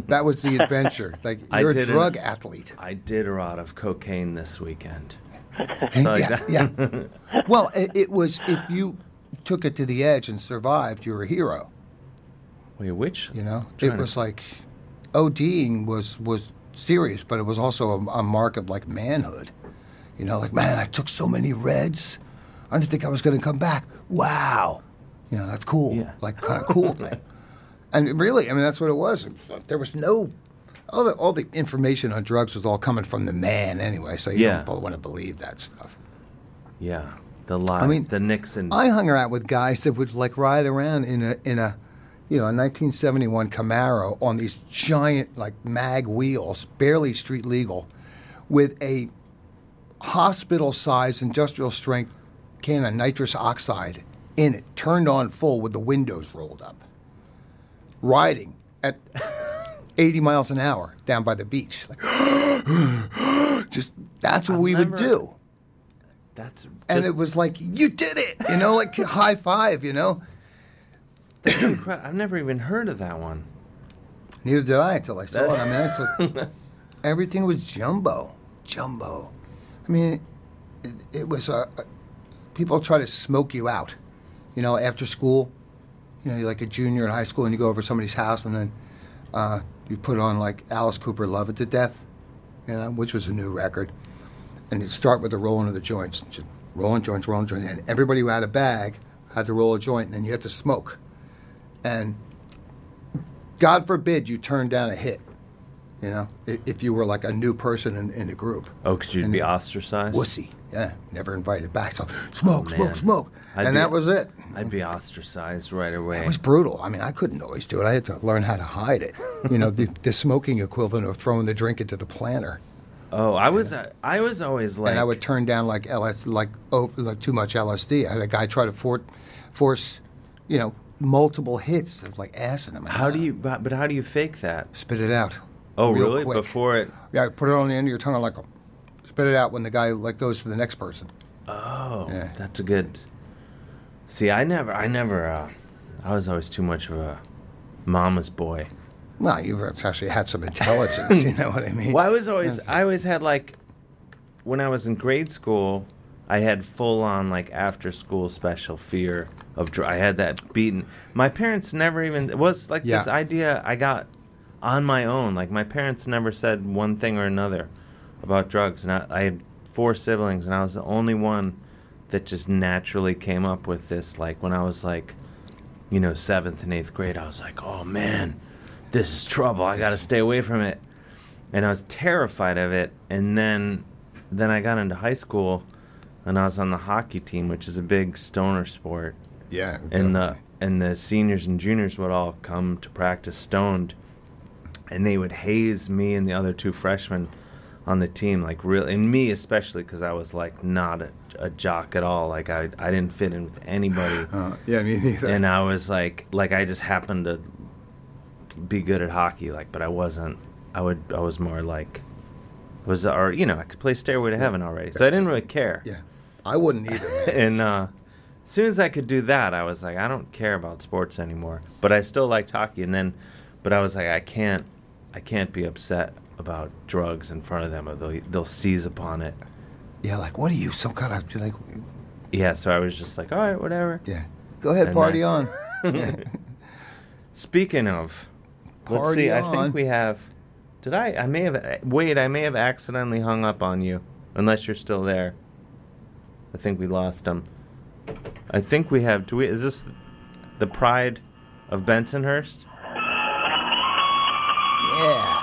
that was the adventure. Like
I
you're a
did an-
drug athlete.
I did a lot of cocaine this weekend.
yeah, yeah. Well, it, it was if you took it to the edge and survived, you were a hero.
Wait, which?
You know,
Trying
it
to-
was like ODing was was serious, but it was also a, a mark of like manhood. You know, like man, I took so many reds. I didn't think I was going to come back. Wow, you know that's cool. Like kind of cool thing. And really, I mean, that's what it was. There was no all the, all the information on drugs was all coming from the man anyway. So you
Yeah.
don't want to believe that stuff.
Yeah, the lie.
I
I
mean,
mean, the Nixon.
I hung out with guys that would like ride around in a in a you know a 1971 Camaro on these giant like mag wheels, barely street legal, with a hospital-sized industrial strength can of nitrous oxide in it, turned on full with the windows rolled up, riding at 80 miles an hour down by the beach. Like, just that's what we would do
That's
and it was like you did it you know like high five you know
that's incredible. I've never even heard of that one.
neither did i until i saw it i mean that's like, everything was jumbo jumbo i mean it, it was uh, uh, people try to smoke you out you know after school you know you're like a junior in high school and you go over to somebody's house and then uh, you put on like alice cooper love it to death you know which was a new record and you'd start with the rolling of the joints just rolling joints rolling joints and everybody who had a bag had to roll a joint and then you had to smoke and god forbid you turned down a hit you know i- if you were like a new person in, in the group
Oh, because you'd be ostracized.
wussy yeah never invited back so smoke
Oh, man.
smoke smoke
I'd
and
be-
that was it
I'd be ostracized right away.
it was brutal. I mean, I couldn't always do it. I had to learn how to hide it. You know, the, the smoking equivalent of throwing the drink into the planter.
Oh, I was. uh, I was always like.
and I would turn down like LS, like oh, like too much LSD. I had a guy try to for, force, you know, multiple hits of like acid in my
How do you? But, but how do you fake that?
Spit it out.
Oh,
real
really?
quick.
Before it.
Yeah, put it on the end of your tongue, like spit it out when the guy like goes to the next person.
Oh, that's a good. See, I never. I never. Uh, I was always too much of a mama's boy.
Well, you've actually had some intelligence. you know what I mean?
Well, I was always, I always had like, when I was in grade school, I had full on like after school special fear of. dr- I had that beaten. My parents never even it was like this
Yeah.
idea I got on my own. Like my parents never said one thing or another about drugs, and I, I had four siblings, and I was the only one that just naturally came up with this. Like when I was like, you know, seventh and eighth grade, I was like, oh man, this is trouble. I got to stay away from it and I was terrified of it. And then, then I got into high school, and I was on the hockey team, which is a big stoner sport.
Yeah,
and the and the seniors and juniors would all come to practice stoned, and they would haze me and the other two freshmen on the team, like real, and me especially because I was like not a, a jock at all. Like I I didn't fit in with anybody.
Uh, yeah, me neither.
And I was like, like I just happened to be good at hockey, like, but I wasn't. I would. I was more like was or you know I could play Stairway to Heaven already, so I didn't really care.
Yeah, I wouldn't either.
and uh, as soon as I could do that, I was like, I don't care about sports anymore. But I still liked hockey, and then, but I was like, I can't, I can't be upset about drugs in front of them, or they'll they'll seize upon it.
Yeah, like what are you some kind of like?
Yeah, so I was just like, all right, whatever.
Yeah, Go ahead,
And
party
that-
on.
Speaking of, let's
Party
see. I
on.
think we have. Did I? I may have. Wait, I may have accidentally hung up on you. Unless you're still there. I think we lost him. I think we have. Do we? Is this the pride of Bensonhurst?
Yeah.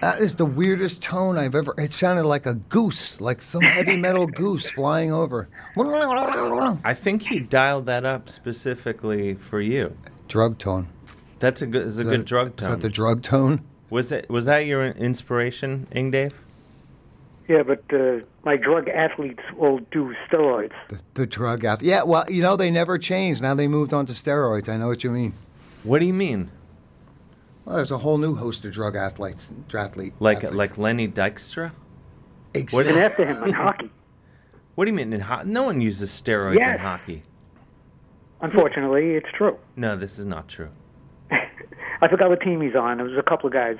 That is the weirdest tone I've ever. It sounded like a goose, like some heavy metal goose flying over.
I think he dialed that up specifically for you.
Drug tone.
That's a good. Is a
Is
good
that-
drug
Is
tone.
that the drug tone?
was it? Was that your inspiration, Ing Dave?
Yeah, but uh, my drug athletes all do steroids.
The drug out. Yeah, well, you know, they never changed. Now they moved on to steroids. I know what you mean.
What do you mean?
Well, there's a whole new host of drug athletes. Athlete.
Like like Lenny Dykstra?
Exactly.
And after him in hockey.
What do you mean in hockey? No one uses steroids in
Yes.
hockey.
Unfortunately, it's true.
No, this is not true.
I forgot what team he's on. There was a couple of guys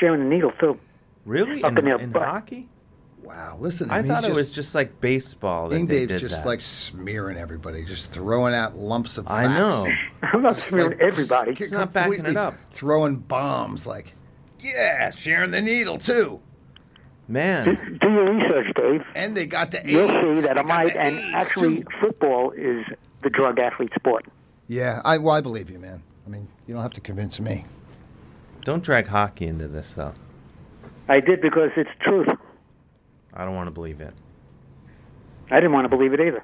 sharing the needle too.
Really?
Up
In-
in their
in
butt.
hockey?
Wow, listen.
I
mean,
thought
he's
it was just like baseball that
King
they
Dave's
did
just
that.
like smearing everybody, just throwing out lumps of.
I
facts.
know.
I'm not smearing everybody.
He's not backing it up. Throwing bombs like, yeah, sharing the needle too.
Man,
do your research, Dave.
And they got to
You'll
AIDS.
see that
They
I
got
might.
to
And
AIDS,
actually,
too.
football is the drug athlete sport.
Yeah, I well, I believe you, man. I mean, you don't have to convince me.
Don't drag hockey into this, though.
I did because it's truth.
I don't want to believe it.
I didn't want to believe it either.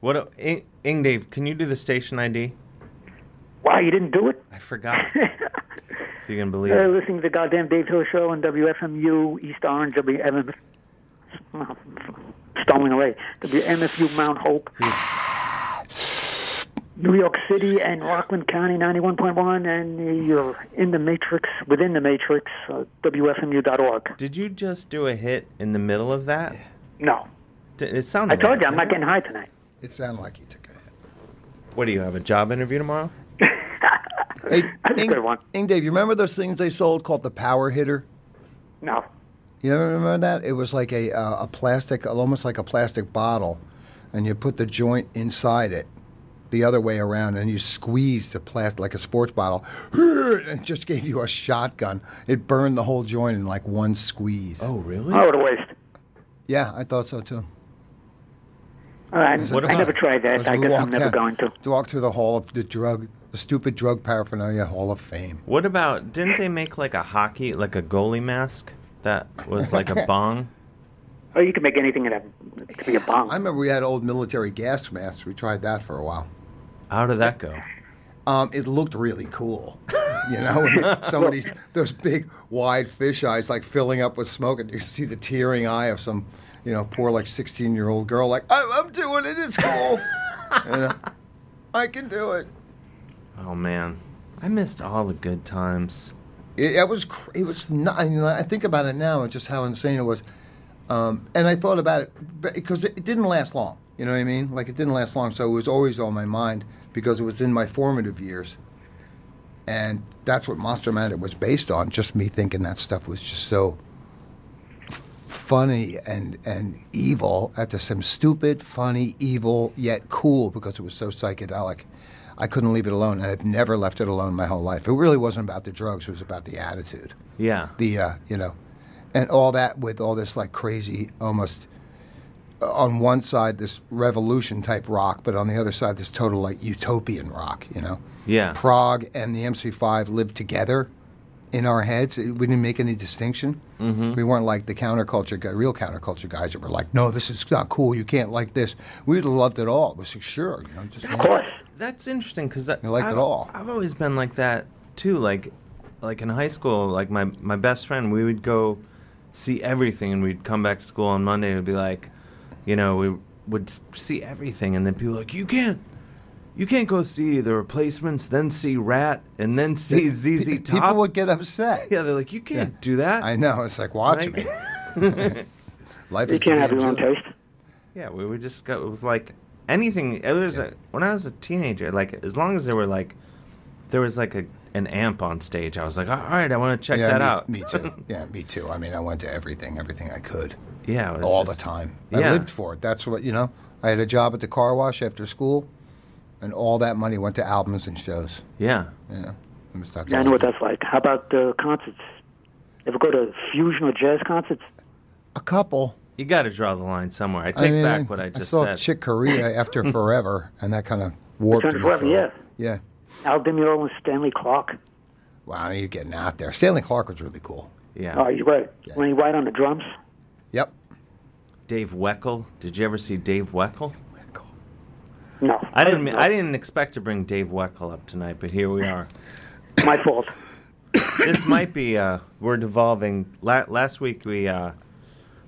What? a- Ing, Ing Dave, can you do the station ID?
Wow, you didn't do it?
I forgot. if you can believe
They're
it.
listening to the goddamn Dave Hill Show on WFMU East Orange, WFMU, stumbling away, WMFU Mount Hope, New York City, and Rockland County 91.1, and you're in the Matrix, within the Matrix, uh, WFMU.org.
Did you just do a hit in the middle of that?
No.
D- It sounded.
I told
like
you,
it,
I'm not
didn't
getting high tonight.
It sounded like you took
it? What do you have a job interview tomorrow?
Hey, Ing, Ing Dave, you remember those things they sold called the power hitter?
No.
You never remember that? It was like a uh, a plastic, almost like a plastic bottle, and you put the joint inside it, the other way around, and you squeezed the plastic like a sports bottle, and it just gave you a shotgun. It burned the whole joint in like one squeeze.
Oh, really?
Oh, what a waste.
Yeah, I thought so too.
All right,
It was
Uh, I
a-
never tried
it was
that. I
a
guess
walk
I'm never
down-
going to.
to walk through the hall of the drug, the stupid drug paraphernalia hall of fame.
What about? Didn't they make like a hockey, like a goalie mask that was like a bong?
Oh, you can make anything in a, it could be a bomb.
I remember we had old military gas masks. We tried that for a while.
How did that go?
Um, it looked really cool. You know, some of these those big wide fish eyes like filling up with smoke, and you see the tearing eye of some, you know, poor like sixteen year old girl like, I'm, I'm doing it. It's cool. you know, I can do it.
Oh man, I missed all the good times.
It, it was cr- it was not. I, mean, I think about it now and just how insane it was, um, and I thought about it because it, it didn't last long. You know what I mean? Like it didn't last long, so it was always on my mind because it was in my formative years, and that's what Monster Matter was based on. Just me thinking that stuff was just so f- funny and and evil at the same stupid, funny, evil yet cool because it was so psychedelic. I couldn't leave it alone, and I've never left it alone my whole life. It really wasn't about the drugs; it was about the attitude,
Yeah.
the uh, you know, and all that with all this like crazy, almost uh, on one side this revolution type rock, but on the other side this total like utopian rock. You know,
Yeah.
Prague and the MC5 lived together in our heads. It- We didn't make any distinction.
Mhm.
We weren't like the counterculture, guy, real counterculture guys that were like, "No, this is not cool. You can't like this." We loved it all. It was like, sure, you know, just of course.
That's interesting because
You liked
I've,
it all.
I've always been like that too. Like, like in high school, like my my best friend, we would go see everything, and we'd come back to school on Monday and be like, you know, we would s- see everything, and then people were like, you can't. You can't go see the replacements, then see Rat, and then see ZZ Top.
People would get upset.
Yeah, they're like, you can't do that.
I know. It's like, watch
Like-
me. Life
You
is
can't
a
have your own
damn joke.
taste.
Yeah, we would just go with like anything. It was a, when I was a teenager. Like as long as there were like there was like a an amp on stage, I was like, all right, I want to check
Yeah,
that
me,
out.
Me too. Yeah, me too. I mean, I went to everything, everything I could.
Yeah, it was
all
just-
the time.
Yeah.
I lived for it. That's what you know. I had a job at the car wash after school, and all that money went to albums and shows.
Yeah.
Yeah. It was- that's
Yeah, I
all
know what that's like. How about uh, concerts? Ever go to fusion or jazz concerts?
A couple.
You got to draw the line somewhere. I take
mean,
back what I just
saw
said.
Chick Corea after
Hmm.
forever, and that kind of warped
Return to
me
Forever,
for-
yeah.
Yeah.
Al Di Meola and Stanley Clark.
Wow, you're getting out there. Stanley Clark was really cool.
Yeah.
Oh, you're right. Lenny White on the drums.
Dave Weckel. Did you ever see Dave Weckel?
No.
I didn't. I didn't expect to bring Dave Weckel up tonight, but here we are.
My fault.
this might be. Uh, we're devolving. La- last week we uh,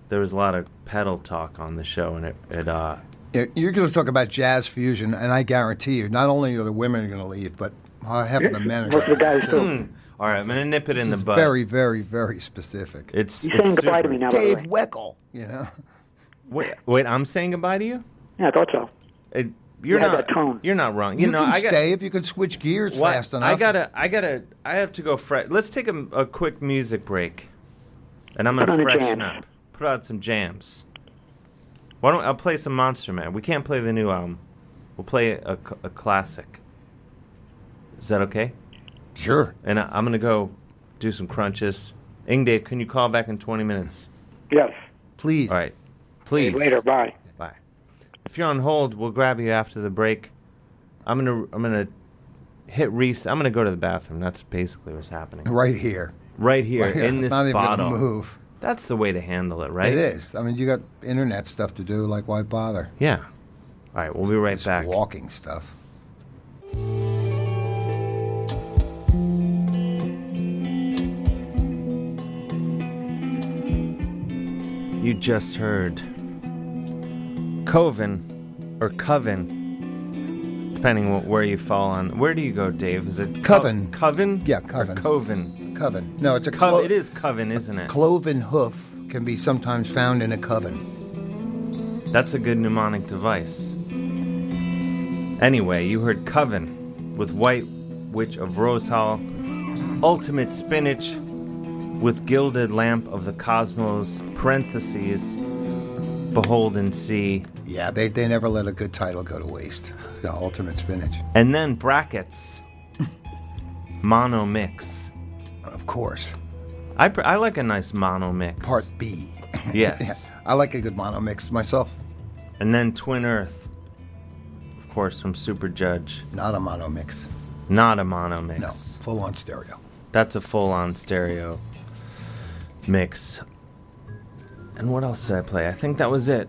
there was a lot of pedal talk on the show, and it, it uh,
Yeah, You're going to talk about jazz fusion, and I guarantee you, not only are the women going to leave, but uh, half of the men are
Most of the guys do.
Mm. All right, I'm gonna nip it in the
It's
bud.
very, very, very specific.
It's
He's
it's
saying goodbye to
super.
me now, by
Dave
the way.
Weckel, you know.
Wait, wait, I'm saying goodbye to you.
Yeah, I thought so.
It, you're
Yeah,
not.
that tone.
You're not wrong. You,
You,
know,
can
I got,
stay if you could switch gears
What?
fast enough.
I gotta. I gotta. I have to go. Fre- Let's take a, a quick music break, and I'm
Put
gonna
on the
freshen
jams.
up. Put out some jams. Why don't I'll play some Monster Man? We can't play the new album. We'll play a, cl- a classic. Is that okay?
Sure.
And I, I'm gonna go do some crunches. Ing Dave, can you call back in 20 minutes?
Yes.
Please.
All right. Please.
Later. Bye.
Bye. If you're on hold, we'll grab you after the break. I'm gonna I'm gonna hit reset. I'm gonna go to the bathroom. That's basically what's happening.
Right here.
Right here in this
Not even gonna
bottle.
move.
That's the way to handle it, right?
It is. I mean, you got internet stuff to do. Like, why bother?
Yeah. All right, we'll be right back.
Walking stuff.
You just heard Coven or Coven, depending wh- where you fall on. Where do you go, Dave? Is it Co-
Coven.
Coven?
Yeah,
Or
coven.
Coven.
Coven. No, it's a
Cov-
clo-
It is Coven, isn't it?
cloven hoof can be sometimes found in a coven.
That's a good mnemonic device. Anyway, you heard Coven with White Witch of Rose Hall, Ultimate Spinach with Gilded Lamp of the Cosmos, parentheses, Behold and See,
Yeah, they, they never let a good title go to waste. It's got ultimate spinach,
and then brackets, Mono Mix.
of course.
I, pr- I like a nice mono mix.
Part B.
Yes.
I like a good mono mix myself.
And then Twin Earth, of course, from Super Judge.
Not a mono mix.
Not a mono mix.
No, full on stereo.
That's a full on stereo mix. And what else did I play? I think that was it.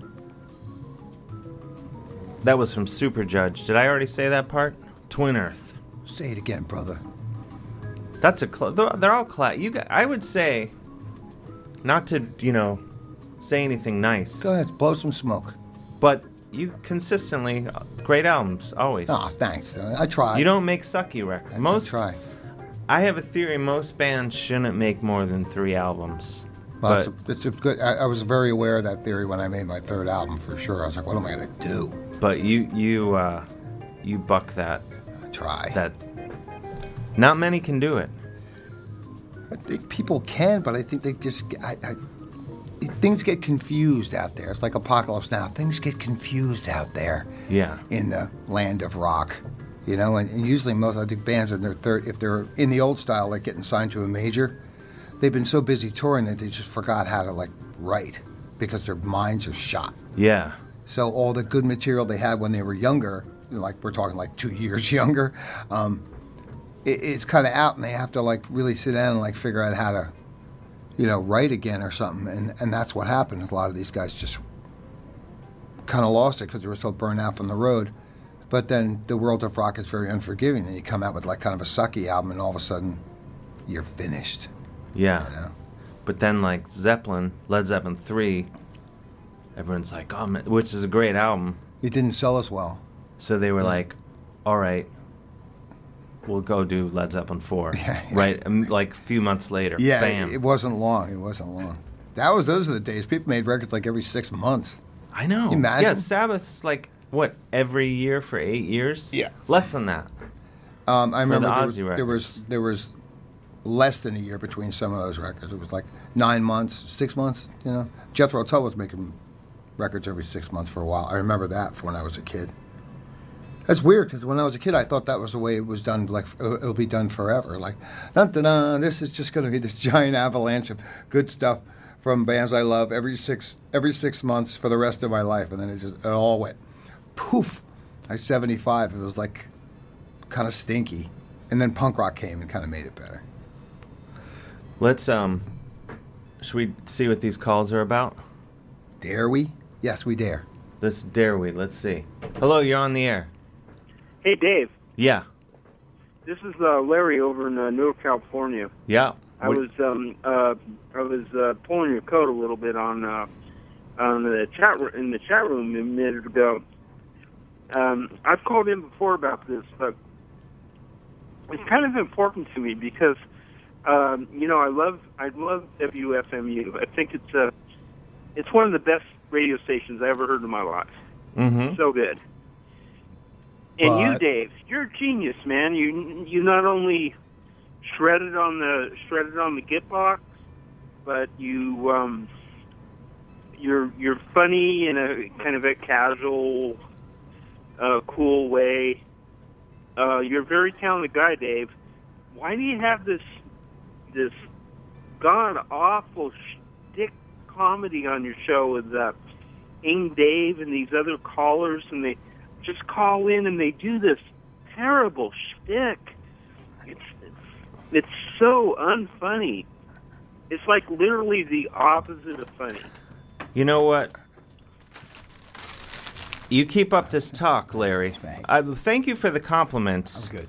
That was from Super Judge. Did I already say that part? Twin Earth.
Say it again, brother.
That's a cl- they're, they're all class. You got, I would say not to, you know, say anything nice.
Go ahead, blow some smoke.
But you consistently great albums always.
Ah, thanks. I tried.
You don't make sucky records. Most
try.
I have a theory most bands shouldn't make more than 3 albums.
Well,
but
it's, a, it's a good. I, I was very aware of that theory when I made my third album for sure. I was like, what am I going to do?
but you you uh you buck that
try.
That not many can do it.
I think people can, but I think they just get- I, I, things get confused out there. It's like apocalypse now. Things get confused out there
Yeah.
in the land of rock, you know. And, and usually, most I think bands in their third, if they're in the old style, like getting signed to a major, they've been so busy touring that they just forgot how to like write because their minds are shot.
Yeah.
So all the good material they had when they were younger, like we're talking like two years younger, um, it, it's kind of out, and they have to like really sit down and like figure out how to, you know, write again or something. And and that's what happened. is A lot of these guys just kind of lost it because they were so burnt out from the road. But then the world of rock is very unforgiving, and you come out with like kind of a sucky album, and all of a sudden, you're finished.
Yeah. But then like Zeppelin, Led Zeppelin 3 Everyone's like, oh, man, which is a great album.
It didn't sell as well.
So they were like, all right, we'll go do Led Zeppelin 4. Right? um, Like a few months later.
Yeah,
Bam.
it wasn't long. It wasn't long. That was those are the days people made records like every six months.
I know.
you imagine?
Yeah, Sabbath's like, what, every year for eight years? Yeah. Less than that.
Um, I
For the
remember there,
Ozzy
was- there was there was less than a year between some of those records. It was like nine months, six months. You know, Jethro Tull was making records every six months for a while. I remember that from when I was a kid. That's weird because when I was a kid, I thought that was the way it was done. Like f- it'll be done forever. Like, dun dun dun. This is just going to be this giant avalanche of good stuff from bands I love every six every six months for the rest of my life, and then it just it all went poof. I seventy five. It was like kind of stinky, and then punk rock came and kind of made it better.
Let's, um, should we see what these calls are about?
Dare we? Yes, we dare.
Let's dare we. Let's see. Hello, you're on the air.
Hey, Dave.
Yeah.
This is uh, Larry over in uh, Newark, California.
Yeah.
I
What-
was um, uh, I was uh, pulling your coat a little bit on uh, on the chat ro- in the chat room a minute ago. Um, I've called in before about this, but it's kind of important to me because um, you know I love I love WFMU. I think it's uh, it's one of the best radio stations I ever heard in my life.
Mm-hmm.
so good. And you,
But-
Dave, you're a genius, man. You you not only shredded on the shredded on the Gitbox, but you um, you're you're funny in a kind of a casual, uh, cool way. Uh, you're a very talented guy, Dave. Why do you have this this god awful shtick comedy on your show with uh, Aim Dave and these other callers, and they just call in and they do this terrible shtick. It's it's so unfunny. It's like literally the opposite of funny.
You know what? You keep up this talk, Larry. I, thank you for the compliments.
good.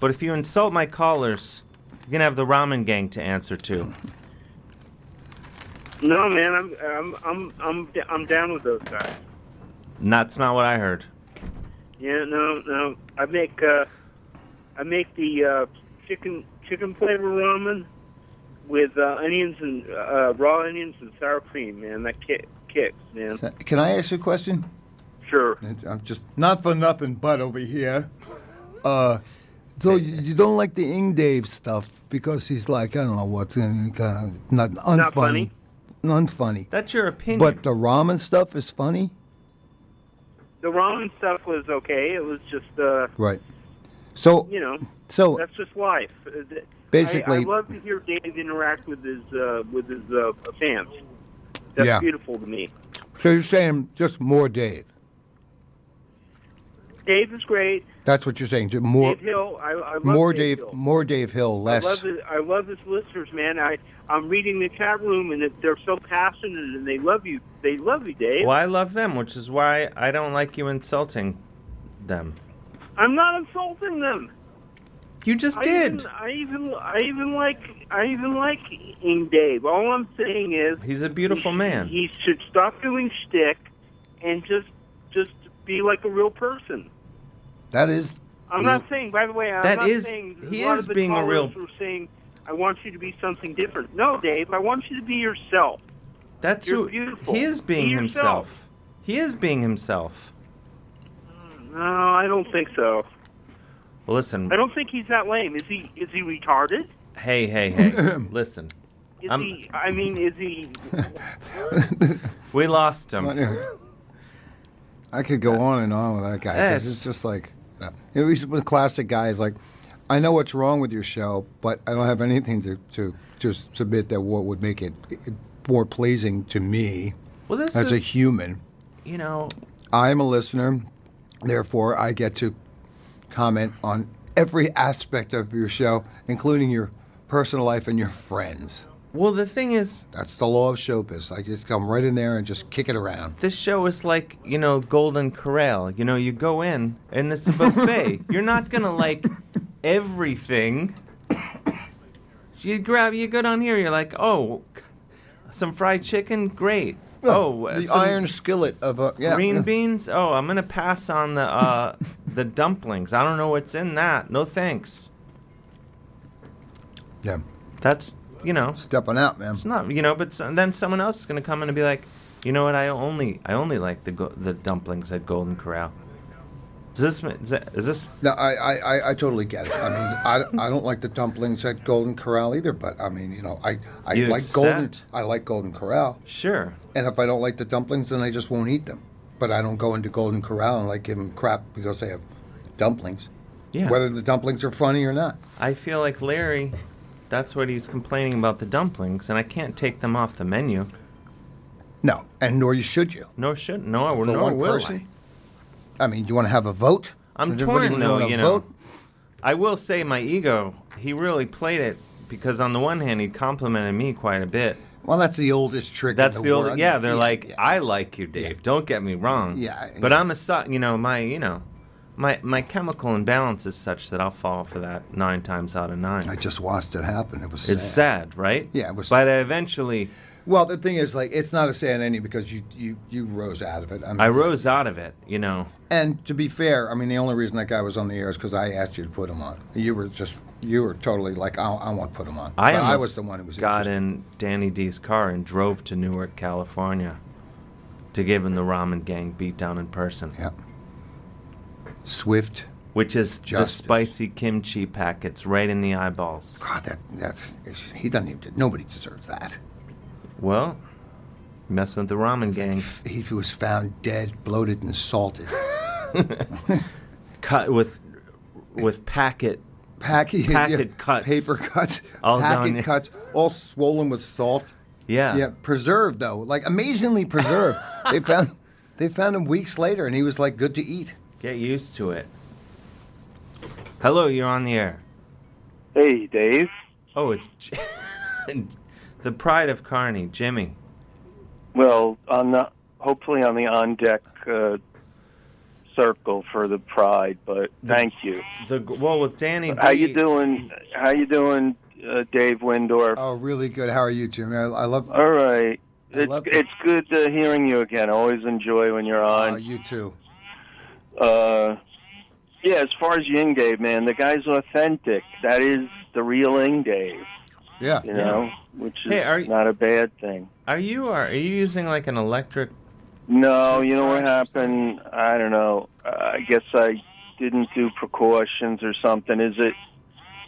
But if you insult my callers, you're gonna have the ramen gang to answer to.
No, man, I'm I'm I'm I'm, I'm down with those guys.
And that's not what I heard.
Yeah, no, no. I make uh, I make the uh, chicken chicken flavor ramen with uh, onions and uh, raw onions and sour cream. Man, that kick, kicks, man.
Can I ask you a question?
Sure.
I'm just not for nothing, but over here. Uh, so you, you don't like the Ing Dave stuff because he's like I don't know what kind of not unfunny,
Not funny.
unfunny.
That's your opinion.
But the ramen stuff is funny,
The ramen stuff was okay. It was just uh,
right? So
you know,
so
that's just life. Uh, th-
Basically-
I, I love to hear Dave interact with his uh, with his uh, fans. That's
Yeah.
beautiful to me.
so you're saying just more Dave.
Dave is great.
That's what you're saying. Just more
Dave Hill, I, I love
more
Dave
Dave,
Hill.
more Dave Hill, less
I love his, I love his listeners, man. I I'm reading the chat room and it- they're so passionate and they love you. They love you, Dave.
Well, I love them, which is why I don't like you insulting them.
I'm not insulting them.
You just
I
did.
Even, I even I even like I even like Ing Dave. All I'm saying is
He's a beautiful
he should-
man.
He should stop doing shtick and just just be like a real person.
that is
I'm not saying. By the way, I'm
That
not
is-
saying.
he
a lot
is
of the
being a real-
callers Were saying, I want you to be something different. No, Dave. I want you to be yourself.
That's
You're
who
beautiful.
he is being
Be yourself.
himself. He is being himself.
No, I don't think so.
Well, listen.
I don't think he's that lame. Is he? Is he retarded?
Hey, hey, hey. listen.
Is
I'm-
he? I mean, is he?
We lost him.
I could go on and on with that guy. 'cause
Yes.
It's just like you know, he's one of the classic guys. Like, I know what's wrong with your show, but I don't have anything to to just submit that what would make it more pleasing to me
Well, this
as a
is-
human.
You know,
I'm a listener, therefore I get to comment on every aspect of your show, including your personal life and your friends.
Well, the thing is,
that's the law of showbiz. I just come right in there and just kick it around.
this show is like you know golden corral you know you go in and it's a buffet you're not gonna like everything you grab you go down here you're like oh some fried chicken great Oh,
the
some
iron skillet of a yeah,
green
yeah.
beans. Oh, I'm gonna pass on the uh, the dumplings. I don't know what's in that. No thanks.
Yeah.
That's you know
stepping out, man.
It's not you know, but so, then someone else is gonna come in and be like, you know what? I only I only like the go- the dumplings at Golden Corral. Is this ma- is, that, is this
No, I, I, I, I totally get it. I mean, I, I don't like the dumplings at Golden Corral either, but I mean, you know, I, I
You
like golden
accept.
I like Golden Corral.
Sure.
And if I don't like the dumplings, then I just won't eat them. But I don't go into Golden Corral and like give them crap because they have dumplings.
Yeah.
Whether the dumplings are funny or not.
I feel like Larry. That's what he's complaining about the dumplings, and I can't take them off the menu.
No, and nor you should you.
Nor should no, I
For
nor
one
will
person? I mean, do you want to have a vote?
I'm
Does everybody
torn
wanna
though, you know.
vote?
I will say my ego. He really played it because on the one hand he complimented me quite a bit.
Well, that's the oldest trick. in
That's
the,
the old
world.
yeah. They're like, I like you, Dave. Don't get me wrong.
Yeah,
But I'm a su- you know my you know my my chemical imbalance is such that I'll fall for that nine times out of nine. I
just watched it happen. It was
it's
sad.
sad, right?
Yeah, it was.
But I eventually,
Well, the thing is, like, it's not a sad ending because you you you rose out of it. I, mean,
I rose out of it. You know.
And to be fair, I mean, the only reason that guy was on the air is because I asked you to put him on. You were just you were totally like, I, I want to put him on.
I,
But I
almost
was the one who was
got in Danny D's car and drove to Newark, California, to give him the Ramen Gang beatdown in person.
Yeah. Swift,
which is
justice.
the spicy kimchi packets right in the eyeballs.
God, that that's he doesn't even. Nobody deserves that.
Well, messing with the Ramen Gang.
He was found dead, bloated, and salted.
Cut with with packet.
Packet,
Packet
yeah,
cuts.
paper cuts,
All
packet
down-
cuts, all swollen with salt.
Yeah.
yeah, preserved though, like amazingly preserved. they found they found him weeks later, and he was like good to eat.
Get used to it. Hello, you're on the air.
Hey, Dave.
Oh, it's J- the pride of Carney, Jimmy.
Well, on the hopefully on the on deck uh, circle for the pride, but thank you.
The well with Danny.
How
D-
you doing? How you doing, uh, Dave Windorf?
Oh, really good. How are you, Jimmy? I, I love.
All right.
Oh. I
It's,
love
it's good uh, hearing you again. I always enjoy when you're on.
Oh, you too.
Uh, yeah, as far as Ying Dave, man, the guy's authentic. That is the real Ying Dave,
Yeah.
you know, which is
Hey, are you-
not a bad thing.
Are you are, are you using like an electric?
No, Oh, you know what happened? I don't know. Uh, I guess I didn't do precautions or something. Is it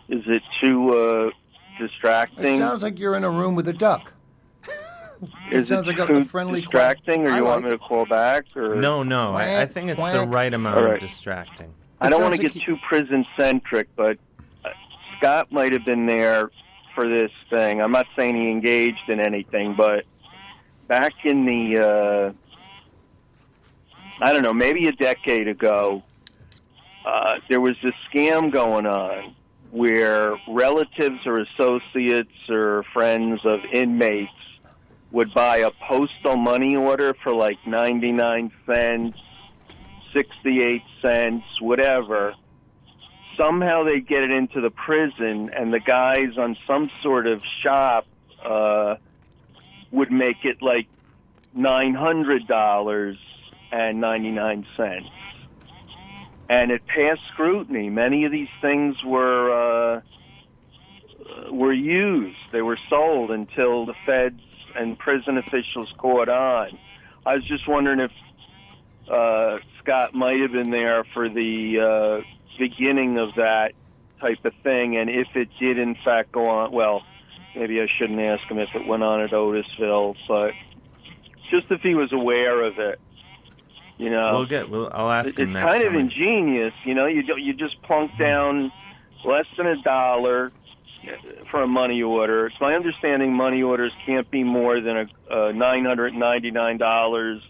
is it too uh,
It
distracting?
sounds like you're in a room with a duck.
is
sounds
it
like a-
too
a friendly que-
distracting, or
I
you
like
want me to call back? Or
No, no. I, I think it's the right amount
All right.
of distracting.
I don't want to get too prison centric, but uh, Scott might have been there for this thing. I'm not saying he engaged in anything, but back in the, uh, I don't know, maybe a decade ago, uh, there was this scam going on where relatives or associates or friends of inmates would buy a postal money order for like 99 cents 68 cents, whatever. Somehow they get it into the prison, and the guys on some sort of shop uh, would make it like $900 and 99 cents. And it passed scrutiny. Many of these things were uh, were used. They were sold until the feds and prison officials caught on. I was just wondering if uh, Scott might have been there for the uh, beginning of that type of thing, and if it did in fact go on, well, maybe I shouldn't ask him if it went on at Otisville, but just if he was aware of it, you know.
We'll get. We'll, I'll ask
It-
him
it's
next.
kind of
time.
ingenious, you know. You don't, you just plunk down less than a dollar for a money order. It's my understanding money orders can't be more than a uh, nine hundred ninety nine dollars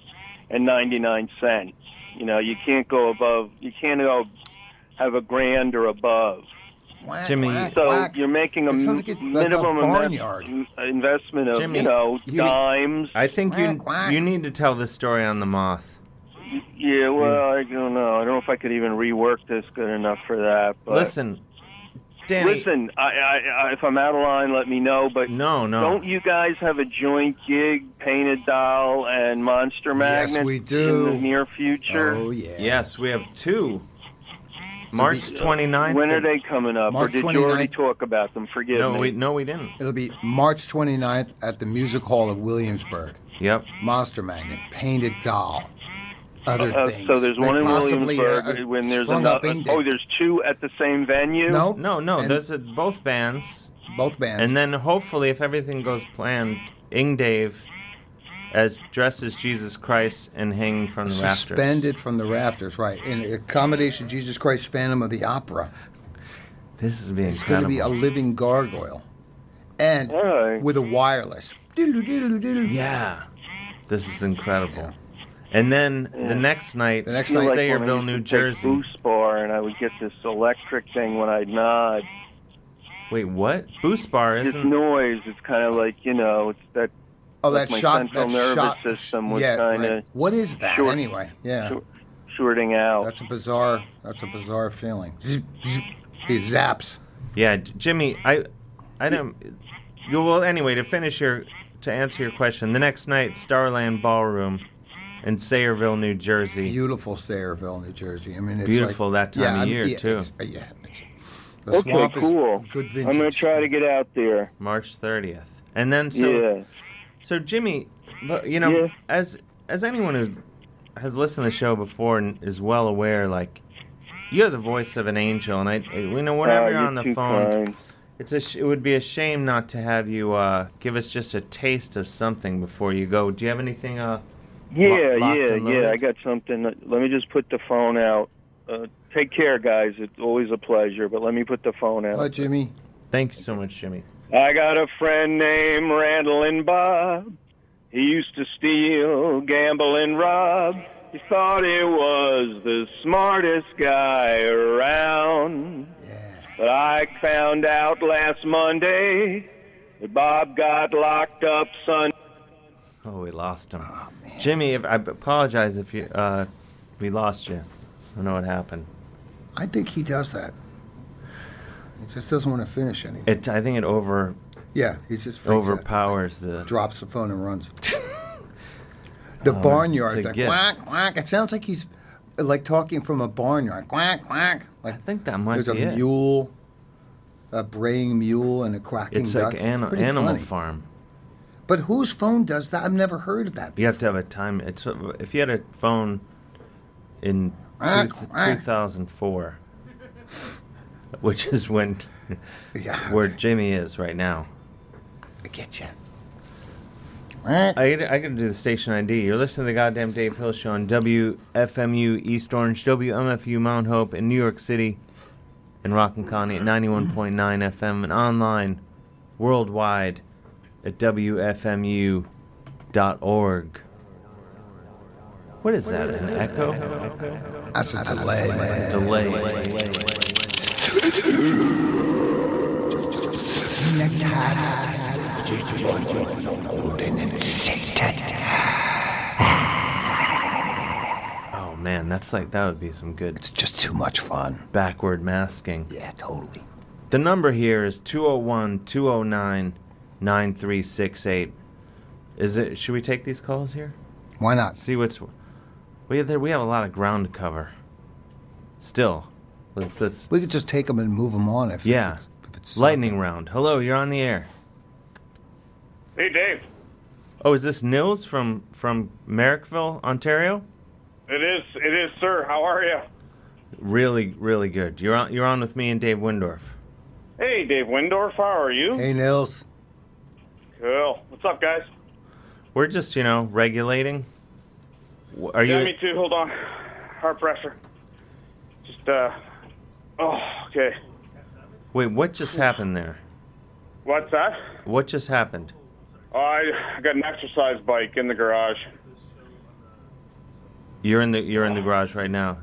and ninety nine cents. You know, you can't go above. You can't go have a grand or above.
Jimmy,
So you're making a
It sounds
m-
like it's like a
minimum
barnyard.
invest- investment of
Jimmy,
you know
you-
dimes.
I think you you need to tell the story on the moth.
Yeah, well, I don't know. I don't know if I could even rework this good enough for that. But
Listen, Danny-
Listen, I, I, I, if I'm out of line, let me know. But
no, no.
don't you guys have a joint gig, Painted Doll and Monster Magnet?
we do.
In the near future. Oh
yeah.
Yes, we have two. March 29th.
When are they coming up?
March
or did you already
29th?
talk about them? Forgive
No,
me.
we no, we didn't.
It'll be March 29th at the Music Hall of Williamsburg.
Yep.
Monster Magnet, Painted Doll, other
Uh,
things.
So there's one
They
in
possibly uh,
Williamsburg.
are- are
when there's
sprung up
another.
in there.
Oh, there's two at the same venue.
no, no. There's a, both bands.
Both bands.
And then hopefully, if everything goes planned, Ing Dave as dressed as Jesus Christ and hanging from the rafters.
Suspended from the rafters, right? In accommodation, Jesus Christ, Phantom of the Opera.
This is being
It's going to be a
incredible.
living gargoyle, and with a wireless.
Yeah. This is incredible. And then the next night,
The next night,
Sayreville, New Jersey.
Boost bar, and I would get this electric thing when I'd nod.
Wait, what? Boost bar
This
isn't.
noise. It's kind of like you know, it's that.
Oh,
like
that
my
shock-
central
that
nervous
shock-
system was
yeah,
kind of.
right. What is that anyway? Yeah.
shor- shorting out.
That's a bizarre. That's a bizarre feeling. These zaps.
Yeah, J- Jimmy, I, I don't. you- Well, anyway, to finish your, to answer your question, the next night, Starland Ballroom, in Sayreville, New Jersey.
Beautiful Sayreville, New Jersey. I mean, it's
Beautiful that
like-
time
yeah,
of
I'm-
year
yeah,
too.
it's- uh, yeah. The
Okay,
swamp is
cool.
good
I'm gonna
vintage.
try to get out there.
March 30th. And then so
Yeah.
so Jimmy, but you know,
Yeah.
as as anyone who has listened to the show before and is well aware like you have the voice of an angel and I you know whenever
Oh,
you're
you're
on the
too
phone
kind.
it's a sh- it would be a shame not to have you uh, give us just a taste of something before you go. Do you have anything uh
Yeah,
lo- locked
yeah,
and
yeah.
loaded?
I got something. Let me just put the phone out. Uh, take care, guys. It's always a pleasure. But let me put the phone out.
Hi, Jimmy.
Thank you so much, Jimmy.
I got a friend named Randall and Bob. He used to steal, gamble, and rob. He thought he was the smartest guy around. But I found out last Monday that Bob got locked up Sunday.
Oh, we lost him. Jimmy, if, I apologize if you uh, we lost you. I don't know what happened.
I think he does that. He just doesn't want to finish anything.
It I think it over
Yeah, he just freaks out.
overpowers the
drops the phone and runs. the
Oh,
barnyard
it's a
thing.
gift.
Quack, quack. It sounds like he's uh, like talking from a barnyard. Quack, quack. Like I
think that might
There's
be
a
it.
mule, a braying mule, and a quacking
It's
duck.
like an,
pretty
Animal
funny.
Farm.
But whose phone does that? I've never heard of that.
You have to have a time. It's if you had a phone in two,
Ah, ah.
2004, which is when where Jimmy is right now.
I get you.
I gotta- I gotta do the station ID. You're listening to the goddamn Dave Hill Show on WFMU East Orange, WMFU Mount Hope in New York City, and Rockin' Connie at 91.9 FM and online worldwide at WFMU.org. What is that? An echo?
That's a delay.
Delay. Oh man, that's like that would be some good. It's
just too much fun.
Backward masking.
Yeah, totally.
The number here is 201-209-9368. Is it should we take these calls here?
Why not?
See what's we have there, we have a lot of ground to cover. Still. Let's let's
We could just take them and move them on if
Yeah. Lightning round. Hello, you're on the air.
Hey, Dave.
Oh, is this Nils from from Merrickville, Ontario?
It is. It is, sir. How are you?
Really, really good. You're on. You're on with me and Dave Windorf.
Hey, Dave Windorf. How are you?
Hey, Nils.
Cool. What's up, guys?
We're just, you know, regulating. W- Are
yeah,
you?
me too. Hold on. Heart pressure. Just uh. Oh, okay.
Wait, what just happened there?
What's that?
What just happened?
Oh, I got an exercise bike in the garage.
You're in the you're in the garage right now.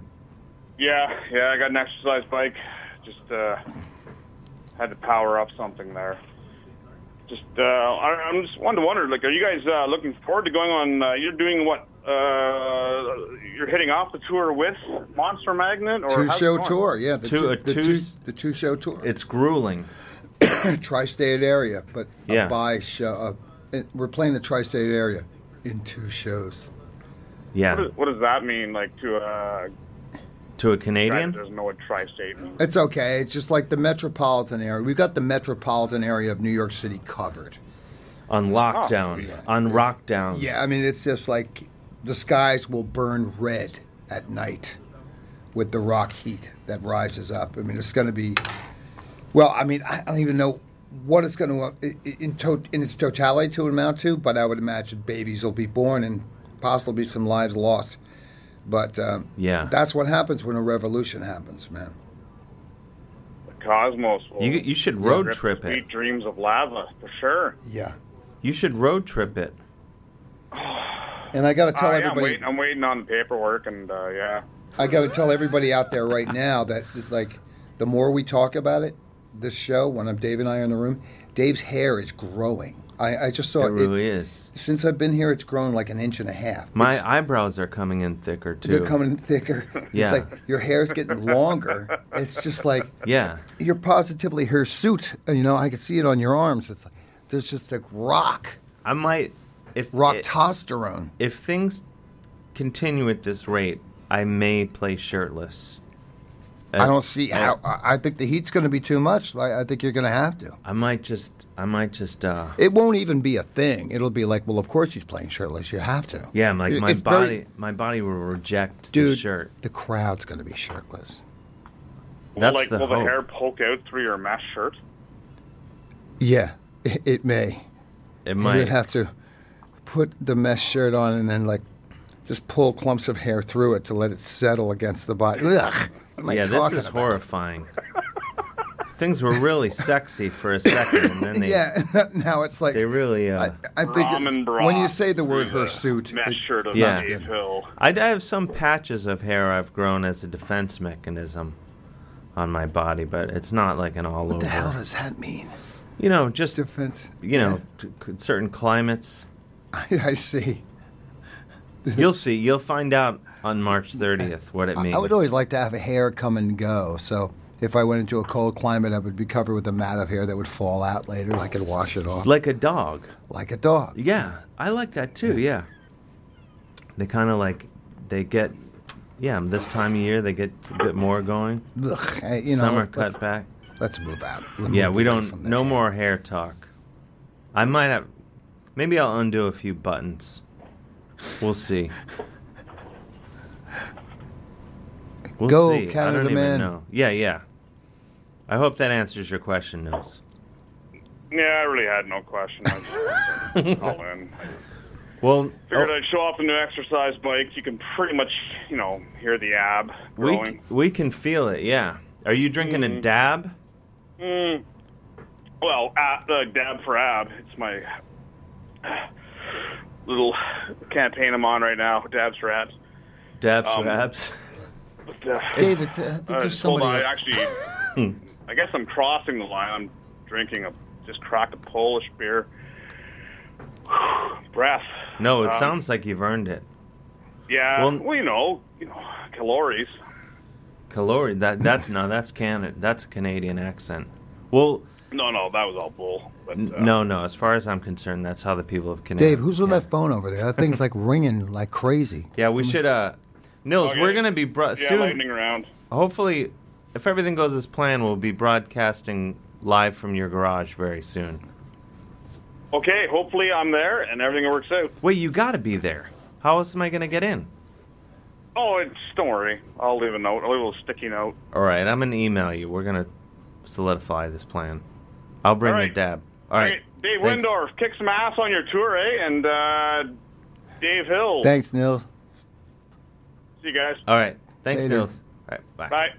Yeah, yeah. I got an exercise bike. Just uh, had to power up something there. Just uh, I, I'm just wanted to wonder, like, are you guys uh, looking forward to going on? Uh, you're doing what
uh, you're hitting off the tour with Monster Magnet, or
two
how's it
show
going?
tour, yeah. The
Two-
two,
a
the
two-
two, the two show tour.
It's grueling.
tri-state area, but
Yeah.
a by show. Uh, it- we're playing the tri-state area in two shows.
Yeah.
What, is, what does that mean, like to a
To a
guy that
Canadian?
doesn't know what tri-state means?
It's okay. It's just like the metropolitan area. We've got the metropolitan area of New York City covered.
On lockdown. On rockdown.
Yeah, I mean, it's just like the skies will burn red at night with the rock heat that rises up. I mean, it's going to be, well, I mean, I don't even know what it's going to, in, to, in its totality, to amount to, but I would imagine babies will be born and possibly some lives lost. But um,
Yeah.
that's what happens when a revolution happens, man.
The cosmos. Will
You- you should road
rip
trip it.
Sweet dreams of lava for sure.
Yeah.
You should road trip it.
And I got to tell
Uh, yeah, I'm
everybody.
waiting, I'm waiting on the paperwork, and uh, yeah.
I got to tell everybody out there right now that like the more we talk about it, this show when I'm Dave and I are in the room, Dave's hair is growing. I, I just saw
It really is.
Since I've been here, it's grown like an inch and a half.
My
It's-
eyebrows are coming in thicker too.
they're coming in thicker.
Yeah.
It's like your hair's getting longer. It's just like
Yeah.
you're positively hirsute. You know, I can see it on your arms. It's like there's just like rock.
I might if
rocktosterone.
If things continue at this rate, I may play shirtless.
I don't see
I-
how. I I think the heat's going to be too much. Like, I think you're going to have to.
I might just. I might just. uh
It won't even be a thing. It'll be like, well, of course he's playing shirtless. You have to.
Yeah, my
It-
my
it's
body
very-
my body will reject the
Dude,
shirt.
The crowd's going to be shirtless.
That's
will, like,
the
will the
hope.
hair poke out through your mesh shirt?
Yeah, it, it may.
It
You
might.
would have to put the mesh shirt on and then like just pull clumps of hair through it to let it settle against the body. Ugh. What am I
yeah, this
talking
is
about?
horrifying. Things were really sexy for a second, and then they
yeah, now it's like
they really. Uh,
I think
Ramen
it's-
broth
when you say the word
through the
hirsute,
mesh
it-
shirt of
Yeah.
Dave Hill.
I d- I have some patches of hair I've grown as a defense mechanism on my body, but it's not like an all over. What the hell
does that mean?
You know, just
defense.
You know, t- c- certain climates.
I see.
You'll see. You'll find out on March 30th what it means.
I would always like to have hair come and go. So if I went into a cold climate, I would be covered with a mat of hair that would fall out later. I could wash it off.
like a dog.
Like a dog.
Yeah, I like that too. Yeah. They kind of like they get yeah, this time of year they get a bit more going.
Ugh, I- you know,
Summer
let's-
cut back.
Let's move out.
yeah,
move
we
away
don't no more hair talk. I might have maybe I'll undo a few buttons. We'll see. We'll
Go,
see. I
Canada
don't even
man.
know. Yeah, yeah. I hope that answers your question, Nils.
Yeah, I really had no question. I was all in.
Well,
Figured I'd show off the new exercise bike. You can pretty much, you know, hear the ab
we
growing. Mm-hmm.
c- we can feel it. Yeah. Are you drinking a dab?
Mm. Well, uh, the dab for ab. It's my little campaign I'm on right now. Dabs for abs.
Dabs
Um,
for abs.
David, uh, there's
hold
somebody
on. I
else.
Hmm.
actually, I guess I'm crossing the line. I'm drinking a just cracked a Polish beer. Breath.
No, it
Um,
sounds like you've earned it.
Yeah.
Well-
Well, you know, you know, calories.
Calori. That that no, that's Canada. That's a Canadian accent. Well,
No, no, that was all bull. But
n-
uh,
no, no. As far as I'm concerned, that's how the people of Canada.
Dave, who's on that phone over there? That thing's like ringing like crazy.
Yeah, we should. uh Nils,
Okay.
we're gonna be bro-
yeah,
soon.
lightning round.
Hopefully, if everything goes as planned, we'll be broadcasting live from your garage very soon.
Okay, hopefully I'm there and everything works out.
Wait, you gotta be there. How else am I gonna get in?
Oh, it's, don't worry. I'll leave a note. I'll leave a little sticky note.
All right, I'm gonna email you. We're gonna solidify this plan. I'll bring the dab. All right.
Dave
Thanks.
Windorf, kick some ass on your tour, eh? And uh, Dave Hill.
Thanks, Nils.
See you guys.
All right. Thanks,
Later.
Nils. All right. Uh, Bye.
Bye.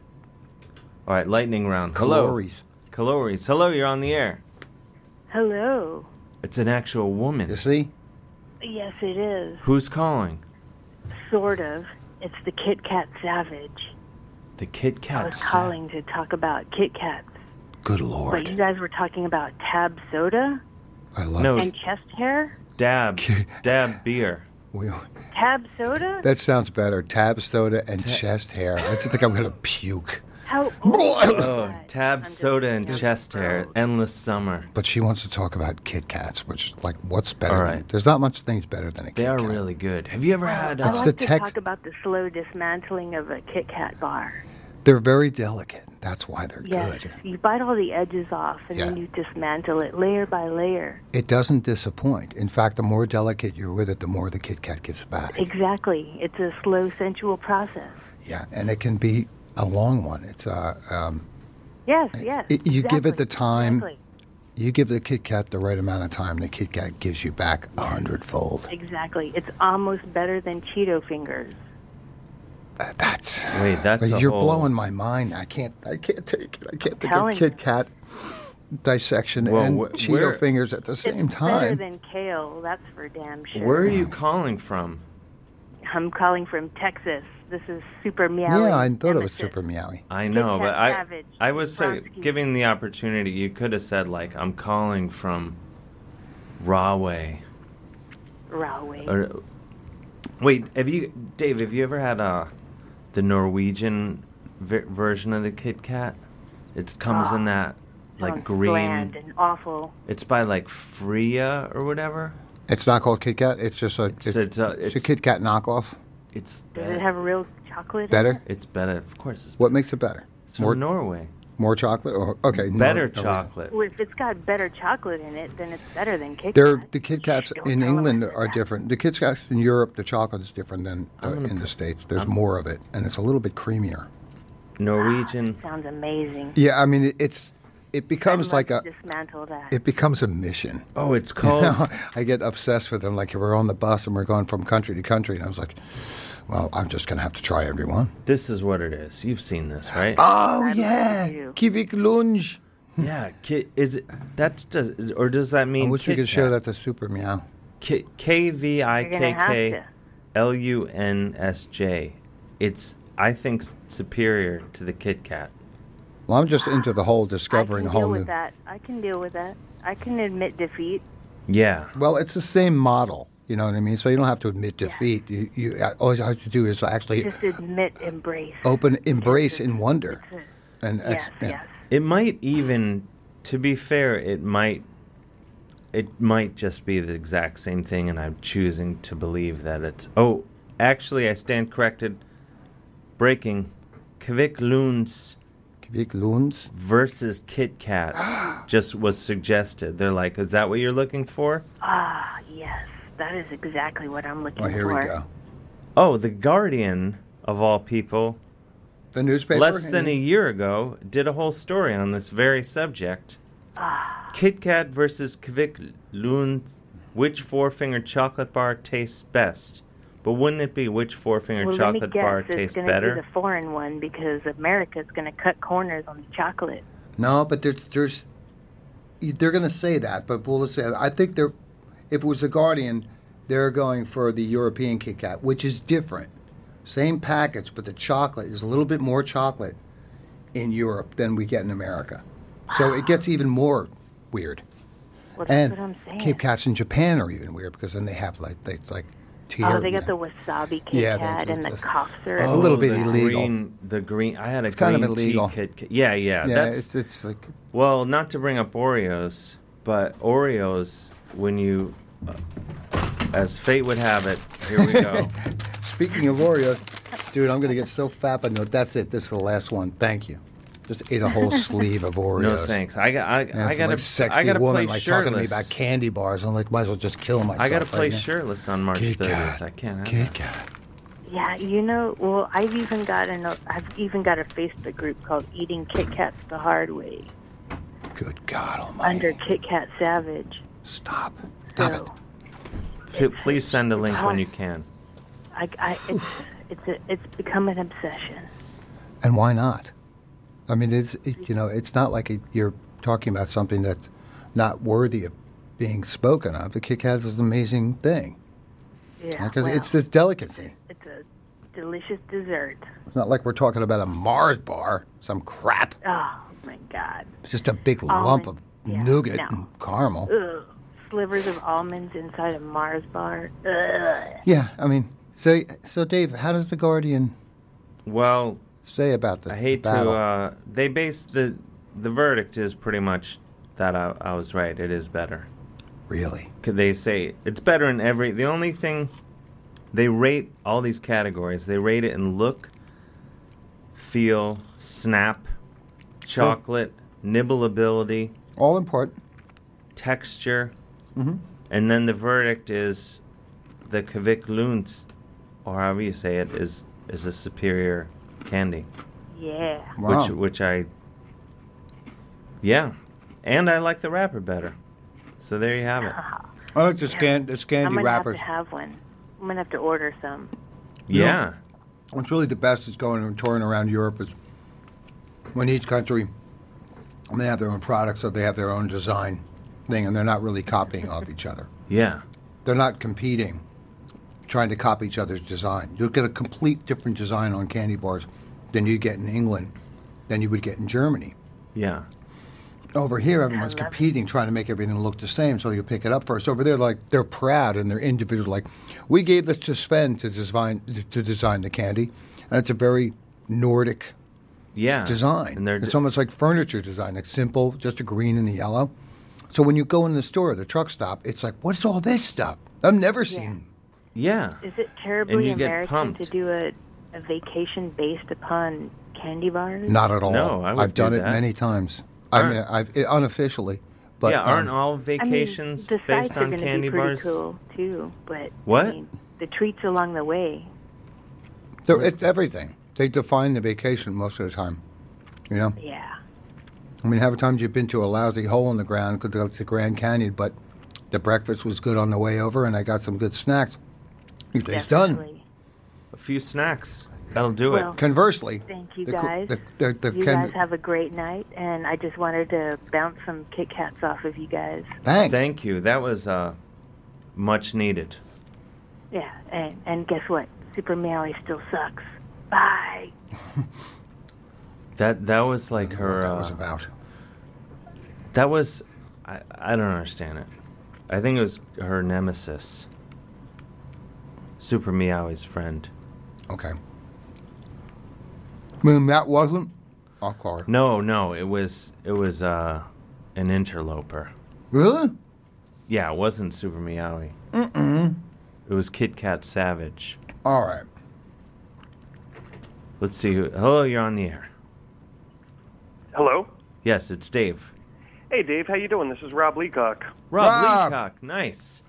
All right. Lightning round.
Calories.
Hello. Calories. Hello. You're on the air.
Hello.
It's an actual woman. You
see?
Yes, it is.
Who's calling?
Sort of. It's the Kit Kat Savage.
The Kit
I
Kat.
was
Sa-
calling to talk about Kit Kats.
Good
But you guys were talking about tab soda
I
love No.
and chest hair.
Dab. Dab beer.
We,
Tab soda?
that sounds better. Tab soda and chest hair. I just think I'm gonna puke.
How
oh, tab soda and chest hair. Endless summer.
But she wants to talk about Kit Kats, which is like what's better?
All
than-
right.
there's not much things better than a Kit
They are really good. Have you ever had? uh,
I
It's
like
the
to
text-
talk about the slow dismantling of a Kit Kat bar.
They're very delicate. That's why they're
Yes,
good.
you bite all the edges off and then
Yeah.
you dismantle it layer by layer.
It doesn't disappoint. In fact, the more delicate you're with it, the more the Kit Kat gets back.
Exactly. It's a slow, sensual process.
Yeah, and it can be a long one. It's uh, um,
Yes, yes.
it, you give it
exactly,
the time.
Exactly.
You give the Kit Kat the right amount of time. The Kit Kat gives you back a hundredfold.
Exactly. It's almost better than Cheeto fingers.
That's
Wait, that's
But
a
you're
whole-
blowing my mind. I can't. I can't take it. I can't think
telling
of Kit Kat dissection
Well,
and
wh-
Cheeto
where-
fingers at the same
Better
time.
than kale, that's for damn sure.
Where are you calling from?
I'm calling from Texas. This is Super Meow.
Yeah, I thought it was super meowy.
I know,
Kat
but I
Savage,
I was uh, giving the opportunity. You could have said like I'm calling from Rahway.
Rahway.
Or, wait, have you Dave? Have you ever had uh, the Norwegian v- version of the Kit Kat? It comes in that like
Ah, Sounds
green.
Bland and awful.
It's by like Freya or whatever.
It's not called Kit Kat. It's just a. It's,
it's a-
it's a
it's-
Kit Kat knockoff.
It's
Does it have real chocolate? in
Better.
it?
It's better, of course. It's
What makes it better?
It's from Norway.
More chocolate. Or, okay. Nor-
better
Norway.
chocolate.
Well, if it's got better chocolate in it, then it's better than Kit Kat.
They're, the Kit Kats in England are different. The Kit Kats in Europe, the chocolate is different than uh, in the States. There's more of it, and it's a little bit creamier.
Norwegian.
Sounds amazing.
Yeah, I mean, it, it's it becomes like uh, a
Dismantle that.
it becomes a mission.
Oh, it's
called. I get obsessed with them. Like we're on the bus and we're going from country to country, and I was like, well, I'm just gonna have to try everyone.
This is what it is. You've seen this, right?
Oh yeah, Kivik Lunge.
Yeah, ki- is it that's does or does that mean?
I wish we
Kit
could show
Kat?
that to Super Meow.
K K V I K
You're gonna have
K
to.
L U N S J. It's I think s- superior to the Kit Kat.
Well, I'm just into the whole discovering a
I can deal
whole
with
new.
that. I can deal with that. I can admit defeat.
Yeah.
Well, it's the same model. You know what I mean? So you don't have to admit defeat. You, you uh, all you have to do is actually
Just admit embrace.
open, embrace, and wonder. And ex- yeah.
It might even, to be fair, it might, it might just be the exact same thing, and I'm choosing to believe that it's. Oh, actually, I stand corrected. Breaking, Kvik Loons.
Kvik Loons
versus Kit Kat just was suggested. They're like, is that what you're looking for?
Ah, yes. That is exactly what I'm looking
Oh, here we
for.
go. Oh, the Guardian of all people.
The newspaper.
Less than a year ago, did a whole story on this very subject.
Ah.
Kit Kat versus Kvik Lund. Which four finger chocolate bar tastes best? But wouldn't it be which four finger
well, let me
chocolate
guess,
bar
it's
tastes
gonna
better?
Be the foreign one because America's going to cut corners on the chocolate.
No, but there's there's they're going to say that, but we'll say I think they're if it was the Guardian, they're going for the European Kit Kat, which is different. Same package, but the chocolate is a little bit more chocolate in Europe than we get in America. So it gets even more weird.
Well, that's
and
what I'm saying.
Kit Kats in Japan are even weird because then they have like they like tea.
oh, they got the wasabi Kit
Yeah, they
Kat
do
and the
this.
cough syrup.
a little bit
Oh, the
illegal.
Green, the green. I had a
It's kind of
green tea
illegal.
Kit Kat. Yeah, yeah.
Yeah,
that's,
it's it's like
Well, not to bring up Oreos, but Oreos, when you, uh, as fate would have it, here we go.
Speaking of Oreo, dude, I'm gonna get so fat. But no, that's it. This is the last one. Thank you. Just ate a whole sleeve of Oreos.
No thanks. I got. I,
And
I
some,
got
like,
to.
sexy
I got to
woman
play
like
shirtless.
talking to me about candy bars. I'm like, might as well just kill myself.
I got to
right
play
now.
shirtless on March
Kit
30th. I can't have
Kit
Yeah, you know, well, I've even got an I've even got a Facebook group called Eating Kit Kats the Hard Way.
Good God
Under Kit Kat Savage.
Stop.
P- please send a link when you can.
I, I it's it's a, it's become an obsession.
And why not? I mean, it's it, you know, it's not like it, you're talking about something that's not worthy of being spoken of. The Kit Kat is an amazing thing.
Yeah,
Because
well,
it's this delicacy.
it's a delicious dessert.
It's not like we're talking about a Mars bar, some crap.
Oh my God.
It's just a big
Almond,
lump of nougat
no.
and caramel.
Ugh, slivers of almonds inside a Mars bar. Ugh.
Yeah, I mean, so so Dave, how does the Guardian
Well,
say about this?
I hate to.
battle?
Uh, they based the the verdict is pretty much that I, I was right. It is better.
Really?
Could they say it's better in every? The only thing they rate all these categories. They rate it in look, feel, snap, chocolate, nibble ability,
all important,
texture,
Mhm.
and then the verdict is the Kvikluns, or however you say it, is is a superior candy.
Yeah.
Which which I Yeah. And I like the wrapper better. So there you have it.
I like the scan the
Uh-huh. I'm
Scandi
gonna
wrappers.
have to have one. I'm gonna have to order some.
Yeah.
What's really the best is going and touring around Europe is when each country they have their own products or they have their own design thing and they're not really copying of each other.
Yeah.
They're not competing, trying to copy each other's design. You'll get a complete different design on candy bars than you get in England, than you would get in Germany.
Yeah.
Over here, everyone's competing, trying to make everything look the same, so you pick it up first. Over there, like they're proud and they're individual. Like, we gave this to Sven to design to design the candy, and it's a very Nordic
Yeah.
design.
And they're
it's almost like furniture design. It's simple, just a green and a yellow. So when you go in the store, the truck stop, it's like, what's all this stuff? I've never seen.
Yeah.
Is it terribly
you get
American
pumped.
to do a, a vacation based upon candy bars?
Not at all.
No, I would
have done
do
it
that.
many times. I
Aren't-
mean, I've it, unofficially, but
yeah, aren't
um,
all
I mean,
vacations
the sides
based
are
on
gonna
candy
be pretty
bars?
Cool too, but
What?
I mean, the treats along the way.
they're- it's everything. They define the vacation most of the time. You know,
Yeah.
I mean, how many times you've been to a lousy hole in the ground because it's the Grand Canyon, but the breakfast was good on the way over, and I got some good snacks. Your day's done.
A few snacks. That'll do
Well,
it.
Conversely,
Thank you
the, co-
guys.
the, the, the
you
can-
guys have a great night, and I just wanted to bounce some Kit Kats off of you guys.
Thanks.
Thank you. That was uh much needed.
Yeah, and, and guess what? Super Maui still sucks. Bye.
That that was like her. that was
about.
That was, I I don't understand it. I think it was her nemesis, Super Meowie's friend.
Okay. I mean, that wasn't. I'll call her.
No, no, it was it was uh, an interloper.
Really?
Yeah, it wasn't Super Meowie.
Mm-mm.
It was Kit Kat Savage.
All right.
Let's see. Who, hello, you're on the air.
Hello.
Yes, it's Dave.
Hey, Dave. How you doing? This is Rob Leacock.
Rob, Leacock, nice.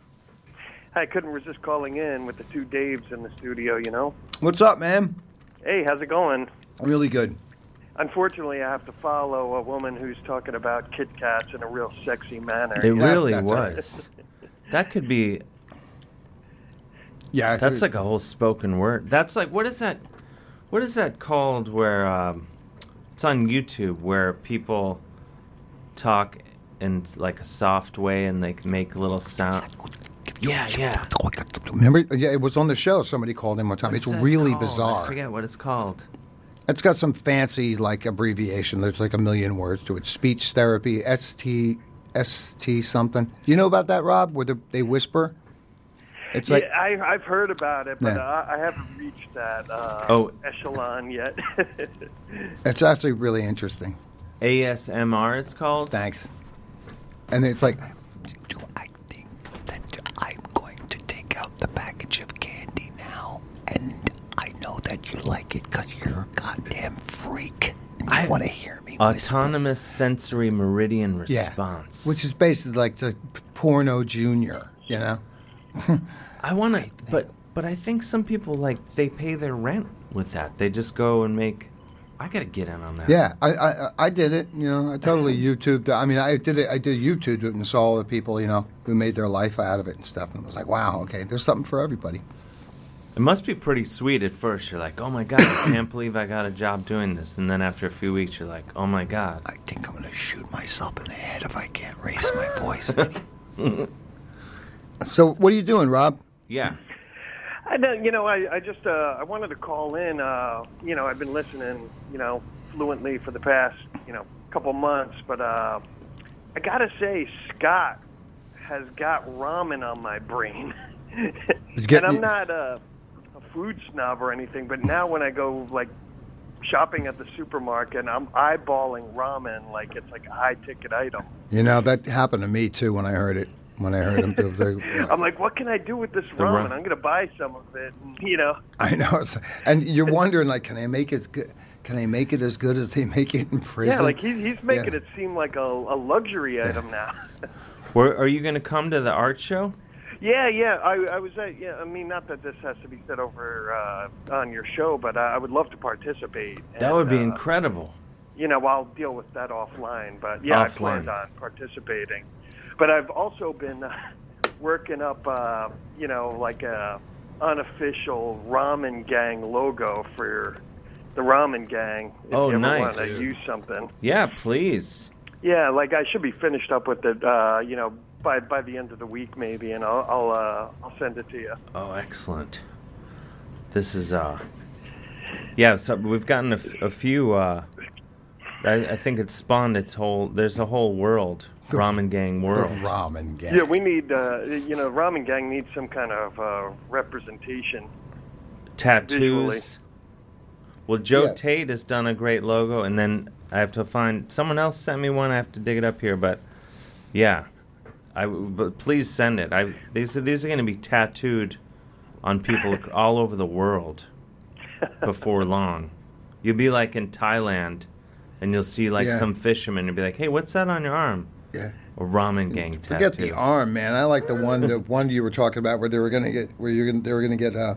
I couldn't resist calling in with the two Daves in the studio. You know.
What's up, man?
Hey, how's it going?
Really good.
Unfortunately, I have to follow a woman who's talking about Kit Kats in a real sexy manner.
It really was. That could be.
Yeah,
that's
could-
like a whole spoken word. That's like what is that? What is that called? Where um, it's on YouTube, where people talk in like a soft way and they make little sound. Yeah, yeah.
Remember? Yeah, it was on the show. Somebody called in one time.
What's
it's
that
really
called? I
bizarre.
forget what it's called.
It's got some fancy like abbreviation. There's like a million words to it. Speech therapy, ST, ST something. You know about that, Rob? Where the, they whisper. It's like
yeah, I, I've heard about it, but uh,
Yeah.
I, I haven't reached that uh,
Oh.
echelon yet.
it's actually really interesting.
ASMR. It's called.
Thanks. And it's like
Take out the package of candy now, and I know that you like it because you're a goddamn freak. And you want to hear me.
Autonomous sensory meridian
Yeah.
response.
which is basically like the porno junior. You know.
I want to, but but I think some people like they pay their rent with that. They just go and make. I gotta get in on that.
Yeah, I, I I did it. You know, I totally YouTubed. I mean, I did it. I did YouTube it and saw all the people you know who made their life out of it and stuff, and was like, wow, okay, there's something for everybody.
It must be pretty sweet at first. You're like, oh my god, I can't believe I got a job doing this. And then after a few weeks, you're like, oh my god. I think I'm gonna shoot myself in the head if I can't raise my voice.
So, what are you doing, Rob?
yeah.
I know, you know, I, I just uh, I wanted to call in. Uh, you know, I've been listening, you know, fluently for the past, you know, couple months, but uh, I gotta say, Scott has got ramen on my brain.
It's getting-
and I'm not a, a food snob or anything, but now when I go like shopping at the supermarket, I'm eyeballing ramen like it's like a high ticket item.
You know that happened to me too when I heard it. When I heard him, do the-
I'm like, what can I do with this
The ra-
ramen? I'm gonna buy some of it. and, You know,
I know, it's- and you're wondering like, can I make it? as good? Can I make it as good as they make it in prison?
yeah, like he's he's making
Yeah.
it seem like a, a luxury item now.
Where, are you going to come to the art show?
Yeah, yeah. I, I was at. Yeah, I mean, not that this has to be said over uh, on your show, but I, I would love to participate.
That would be
And, uh,
incredible.
You know, I'll deal with that offline. But yeah, I
Offline.
planned on participating. But I've also been uh, working up, uh, you know, like a unofficial ramen gang logo for the ramen gang. If
Oh,
you ever
nice.
Want to use something.
Yeah, please.
Yeah, like I should be finished up with it. Uh, you know. By, by the end of the week, maybe, and I'll I'll, uh, I'll send it to you.
Oh, excellent. This is uh, yeah. So we've gotten a, f- a few. Uh, I, I think it's spawned its whole. There's a whole world, ramen gang world.
ramen
Yeah, we need, uh, you know, Ramen Gang needs some kind of uh, representation.
tattoos.
Visually.
Well, Joe
Yeah.
Tate has done a great logo, and then I have to find someone else sent me one. I have to dig it up here, but yeah, I. w- But please send it. I these are, these are going to be tattooed on people ac- all over the world before long. You'll be like in Thailand, and you'll see like
Yeah.
some fisherman and be like, "Hey, what's that on your arm?"
Yeah.
A ramen gang
Forget
tattoo.
the arm, man. I like the one the one you were talking about where they were gonna get where you're gonna, they were gonna get uh,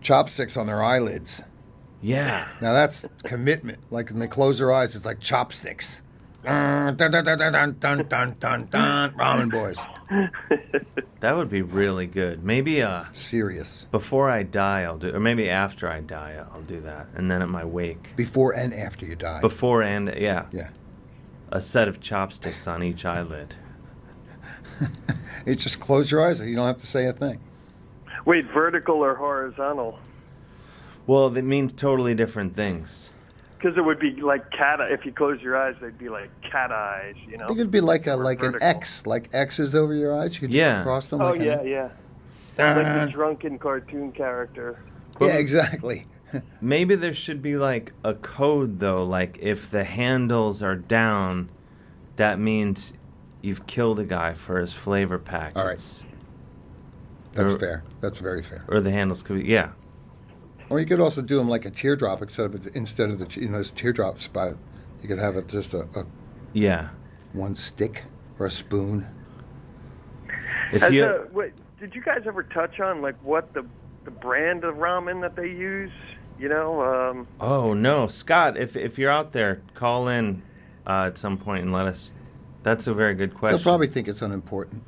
chopsticks on their eyelids.
Yeah.
Now that's commitment. Like when they close their eyes, it's like chopsticks. Dun, dun, dun, dun, dun, dun, dun, dun, dun, ramen boys.
That would be really good. Maybe uh
serious.
Before I die, I'll do, or maybe after I die, I'll do that, and then at my wake.
Before and after you die.
Before and yeah.
Yeah.
A set of chopsticks on each eyelid.
It's just close your eyes. You don't have to say a thing.
Wait, vertical or horizontal?
Well, they mean totally different things.
Because it would be like cat. If you close your eyes, they'd be like cat eyes. You know.
I think it'd be like a
Or
like an
vertical.
X, like X's over your eyes. You could
Yeah.
just cross them.
Oh
like an
yeah,
X.
yeah. like
Dun.
the drunken cartoon character.
Yeah, exactly.
Maybe there should be like a code though, like if the handles are down, that means you've killed a guy for his flavor packets. All right.
That's fair. That's very fair.
Or the handles could be yeah.
Or you could also do them like a teardrop instead of instead of the you know this teardrop spot. You could have it just a, a
Yeah.
one stick or a spoon.
As a- Uh, wait, did you guys ever touch on like what the the brand of ramen that they use? You know, um,
Oh no, Scott! If if you're out there, call in uh, at some point and let us. That's a very good
They'll
question.
probably think it's unimportant.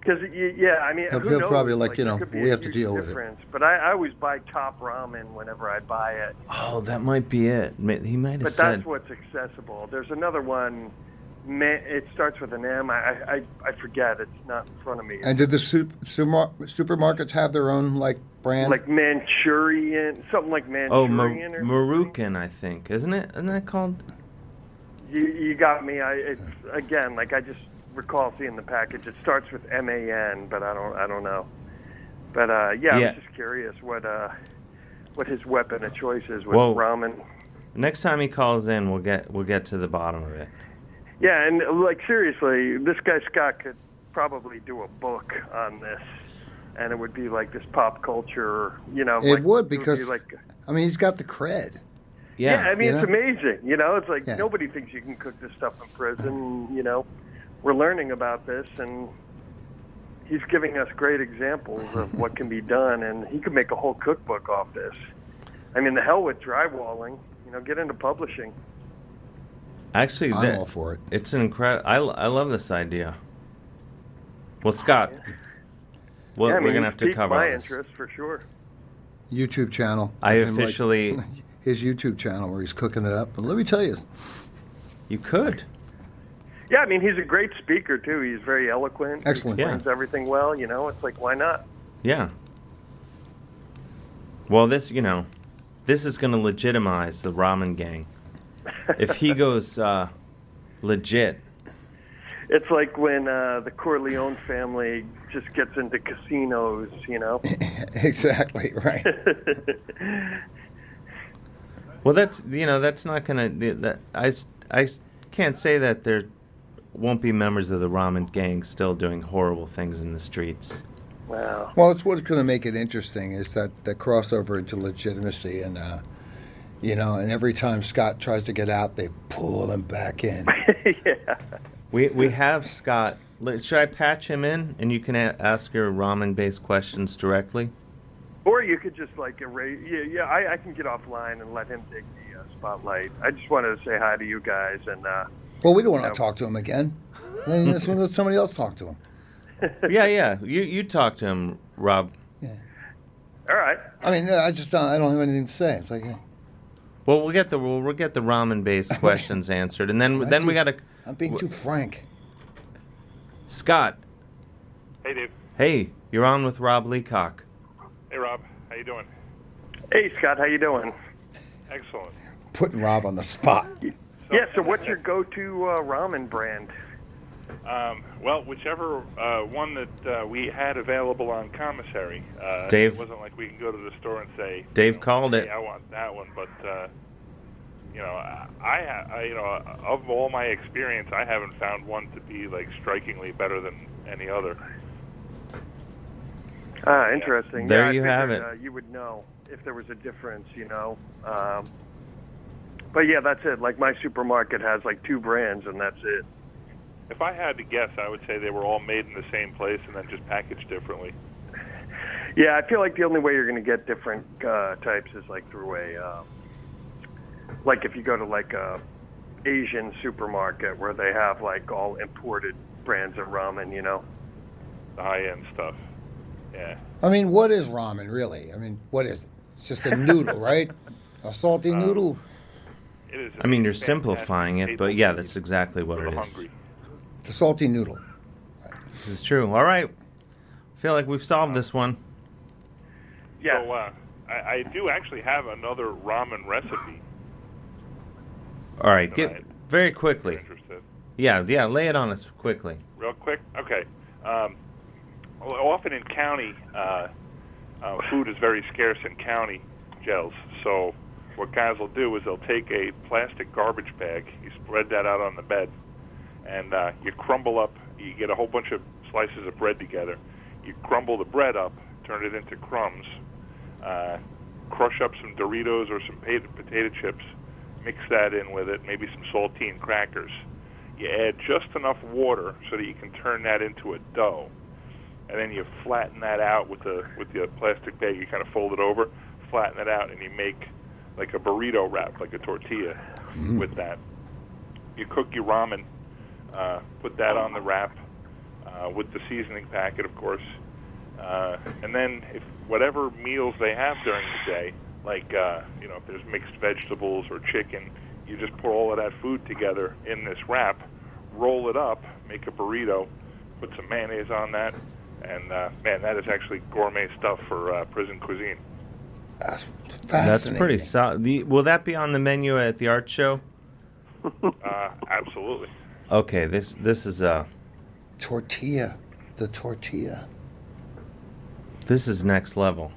Because yeah, I mean,
He'll-
who
he'll
knows?
probably, like, you
there
know,
could be
we
a
have to
huge
deal with it.
difference. But I, I always buy top ramen whenever I buy it.
Oh, that might be it. Ma- He might have
But
said.
that's what's accessible. There's another one. ma- It starts with an M. I I, I forget. It's not in front of me.
And did the soup, super, supermarkets have their own like brand?
like Manchurian, something like
oh,
Manchurian.
Mar-
or,
Marucan, I think, isn't it? Isn't that called?
you you got me. I it's again like I just recall seeing the package. It starts with M A N, but I don't I don't know. But uh, yeah, I
Yeah.
was just curious what uh what his weapon of choice is with
Whoa.
ramen.
Next time he calls in, we'll get we'll get to the bottom of it.
Yeah, and like seriously, this guy Scott could probably do a book on this, and it would be like this pop culture, you know.
it
like,
would
be
because
like,
I mean he's got the cred.
yeah, I mean
You
it's
know?
amazing. You know, it's like
Yeah.
nobody thinks you can cook this stuff in prison. You know, we're learning about this, and he's giving us great examples of what can be done, and he could make a whole cookbook off this. I mean, the hell with drywalling. You know, get into publishing.
Actually,
I'm
that-
all for it.
It's an incredible. I, I love this idea. Well, Scott, well,
yeah, I mean,
we're gonna
he's
have to
piqued
cover
my
all this.
interest for sure.
YouTube channel.
I
Him, like,
officially-
his YouTube channel where he's cooking it up. But let me tell you,
You could.
Yeah, I mean, he's a great speaker too. He's very eloquent.
Excellent.
He
Yeah.
explains everything well. You know, it's like why not?
Yeah. Well, this, you know, this is going to legitimize the ramen gang. If he goes uh, legit,
It's like when uh, the Corleone family just gets into casinos, you know.
exactly right.
Well, that's you know that's not gonna that I s- I s- can't say that there won't be members of the ramen gang still doing horrible things in the streets.
Wow.
Well, that's what's going to make it interesting is that the crossover into legitimacy and, uh, you know, and every time Scott tries to get out, they pull him back in.
We we have Scott. Let- Should I patch him in, and you can a- ask your ramen-based questions directly?
Or you could just like erase. Yeah, yeah. I, I can get offline and let him take the uh, spotlight. I just wanted to say hi to you guys and. Uh,
Well, we don't want to talk to him again. Then let's let somebody else talk to him.
yeah, yeah. You you talk to him, Rob.
All right.
I mean, I just don't, I don't have anything to say. It's like, eh,
Well, we'll get the we'll, we'll get the ramen-based questions answered, and then
I'm
then we
too-
got to
I'm being too frank.
Scott.
Hey, Dave.
Hey, you're on with Rob Leacock.
Hey, Rob. How you doing?
Hey, Scott. How you doing?
Excellent.
Putting Rob on the spot.
yeah. So, what's your go-to uh, ramen brand?
Um, well, whichever uh, one that uh, we had available on commissary. Uh,
Dave.
It wasn't like we can go to the store and say.
Dave
you know,
called
hey,
it.
I want that one, but uh, you know, I, I, ha- I, you know, of all my experience, I haven't found one to be like strikingly better than any other.
Ah, interesting.
There
Yeah, I
you have
figured, Uh, you would know if there was a difference, you know. Um, but yeah, that's it. Like my supermarket has like two brands, and that's it.
If I had to guess, I would say they were all made in the same place and then just packaged differently.
Yeah, I feel like the only way you're going to get different uh, types is like through a, um, like if you go to like a Asian supermarket where they have like all imported brands of ramen, you know,
the high end stuff. Yeah.
I mean, what is ramen really? I mean, what is it? It's just a noodle, right? A salty
Uh,
noodle.
It is.
I mean, you're simplifying it, but yeah, that's exactly what it is.
It's a salty noodle.
This is true. All right. Feel like we've solved this one.
Yeah. So, uh, I, I do actually have another ramen recipe.
All right, get very quickly.
Interested.
Yeah, yeah, lay it on us quickly.
Real quick. Okay. Um, well, often in county, uh, uh, food is very scarce in county jails. So what guys will do is they'll take a plastic garbage bag, you spread that out on the bed, and uh, you crumble up. You get a whole bunch of slices of bread together. You crumble the bread up, turn it into crumbs, uh, crush up some Doritos or some pota- potato chips, mix that in with it, maybe some saltine crackers. You add just enough water so that you can turn that into a dough, and then you flatten that out with the with the plastic bag. You kind of fold it over, flatten it out, and you make like a burrito wrap, like a tortilla with that. You cook your ramen, uh, put that on the wrap uh, with the seasoning packet, of course, uh, and then if whatever meals they have during the day, like uh, you know if there's mixed vegetables or chicken, you just put all of that food together in this wrap, roll it up, make a burrito, put some mayonnaise on that, and uh, man, that is actually gourmet stuff for uh, prison cuisine.
That's pretty solid. Will that be on the menu at the art show?
uh, absolutely.
Okay, this this is uh
Tortilla. The tortilla.
this is next level.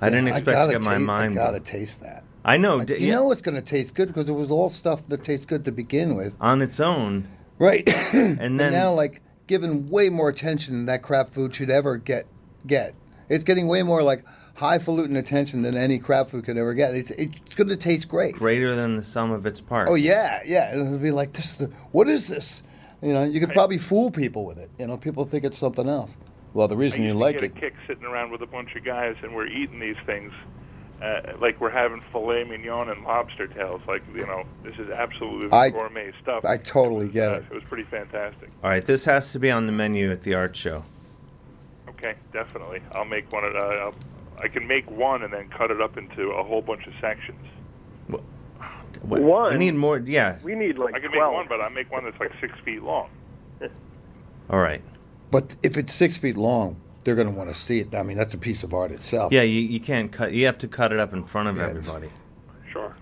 I didn't
Yeah,
expect
gotta
to get my
ta-
mind.
I gotta taste that.
I know.
Like,
d-
you
yeah,
know it's gonna taste good because it was all stuff that tastes good to begin with,
on its own.
right?
and then
now, like, given way more attention than that crap food should ever get. Get it's getting way more like highfalutin attention than any crap food could ever get. It's it's gonna taste great.
greater than the sum of its parts.
Oh yeah, yeah. It'll be like this. Is the, what is this? You know, you could probably fool people with it. You know, people think it's something else. Well, the reason
I
you
used to
like
get
it,
a kick sitting around with a bunch of guys, and we're eating these things uh, like we're having filet mignon and lobster tails. Like you know, this is absolutely
I-
gourmet stuff. Uh,
I totally get it.
It was pretty fantastic.
All right, this has to be on the menu at the art show.
Okay, definitely. I'll make one. Of, uh, I'll, I can make one and then cut it up into a whole bunch of sections.
What- We
One?
need more. Yeah.
We need like I can make one, but I make one that's like six feet long.
All right.
but if it's six feet long, they're going to want to see it. I mean, that's a piece of art itself.
Yeah, you, you can't cut. You have to cut it up in front of everybody.
Sure.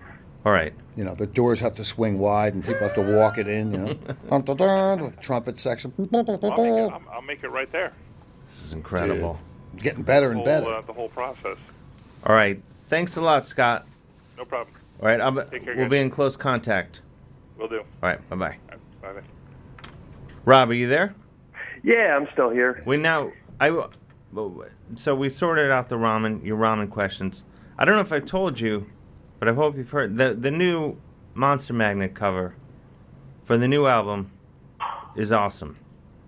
All right.
You know, the doors have to swing wide and people have to walk it in, you know. Dun, dun, dun, with trumpet section.
I'll make, it, I'll, I'll make it right there.
This is incredible.
It's getting better and
Whole,
better.
Uh, the whole process.
All right. Thanks a lot, Scott.
No problem.
All right. I'm,
Take care,
we'll
guys.
be in close contact.
Will do.
All right. Bye bye.
Bye.
Rob, are you there?
Yeah, I'm still here.
We now I w- so we sorted out the ramen your ramen questions. I don't know if I told you, but I hope you've heard the the new Monster Magnet cover for the new album is awesome.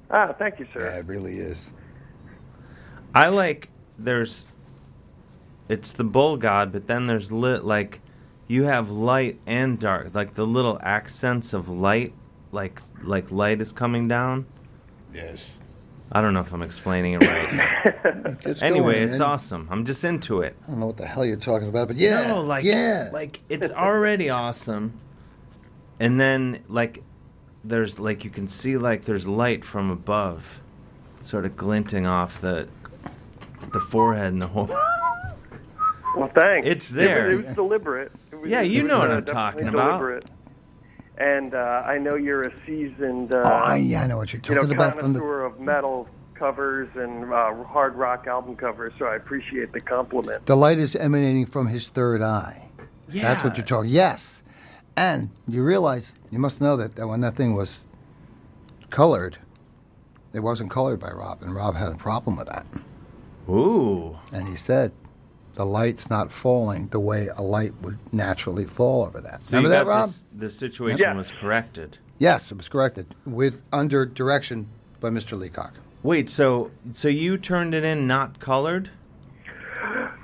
Ah, thank you, sir.
Yeah, it really is.
I like there's it's the bull god, but then there's lit like you have light and dark, like the little accents of light, like like light is coming down.
Yes.
I don't know if I'm explaining it right.
It's
anyway,
going,
it's
man.
awesome. I'm just into it.
I don't know what the hell you're talking about, but yeah.
No, like
yeah.
like it's already awesome. And then like there's like you can see like there's light from above sort of glinting off the the forehead and the whole
Well, thanks.
It's
It was-
there.
It was, deliberate. It was,
Yeah, you
it was,
know what
uh,
I'm
definitely
talking about.
Deliberate. And uh, I know you're a seasoned. Uh,
Oh, I- yeah, I know what you're
you know,
talking about from the-
connoisseur of metal covers and uh, hard rock album covers, so I appreciate the compliment.
The light is emanating from his third eye. That's what you're talking. Yes. And you realize you must know that, that when that thing was colored, it wasn't colored by Rob, and Rob had a problem with that.
Ooh.
And he said the light's not falling the way a light would naturally fall over that.
So
Remember
you
that,
got
Rob?
this the situation
Yeah.
was corrected.
Yes, it was corrected with under direction by Mr. Leacock.
Wait, so so you turned it in not colored?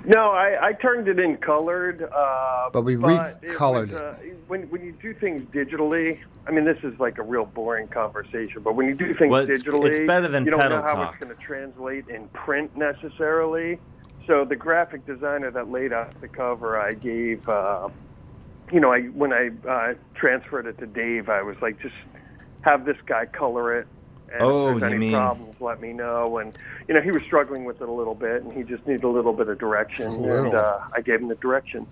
No, I, I turned it in colored. Uh,
But we
it
recolored
was, uh, when, when you do things digitally, I mean, this is like a real boring conversation, but when you do things
Well, it's-
digitally,
it's better than
you don't
pedal
know how
talk.
it's going to translate in print necessarily. So the graphic designer that laid out the cover, I gave, uh, you know, I when I uh, transferred it to Dave, I was like, just have this guy color it. And
Oh,
if
you
there's any
mean-
problems, let me know. And you know, he was struggling with it a little bit, and he just needed a little bit of direction.
Cool.
And uh, I gave him the direction.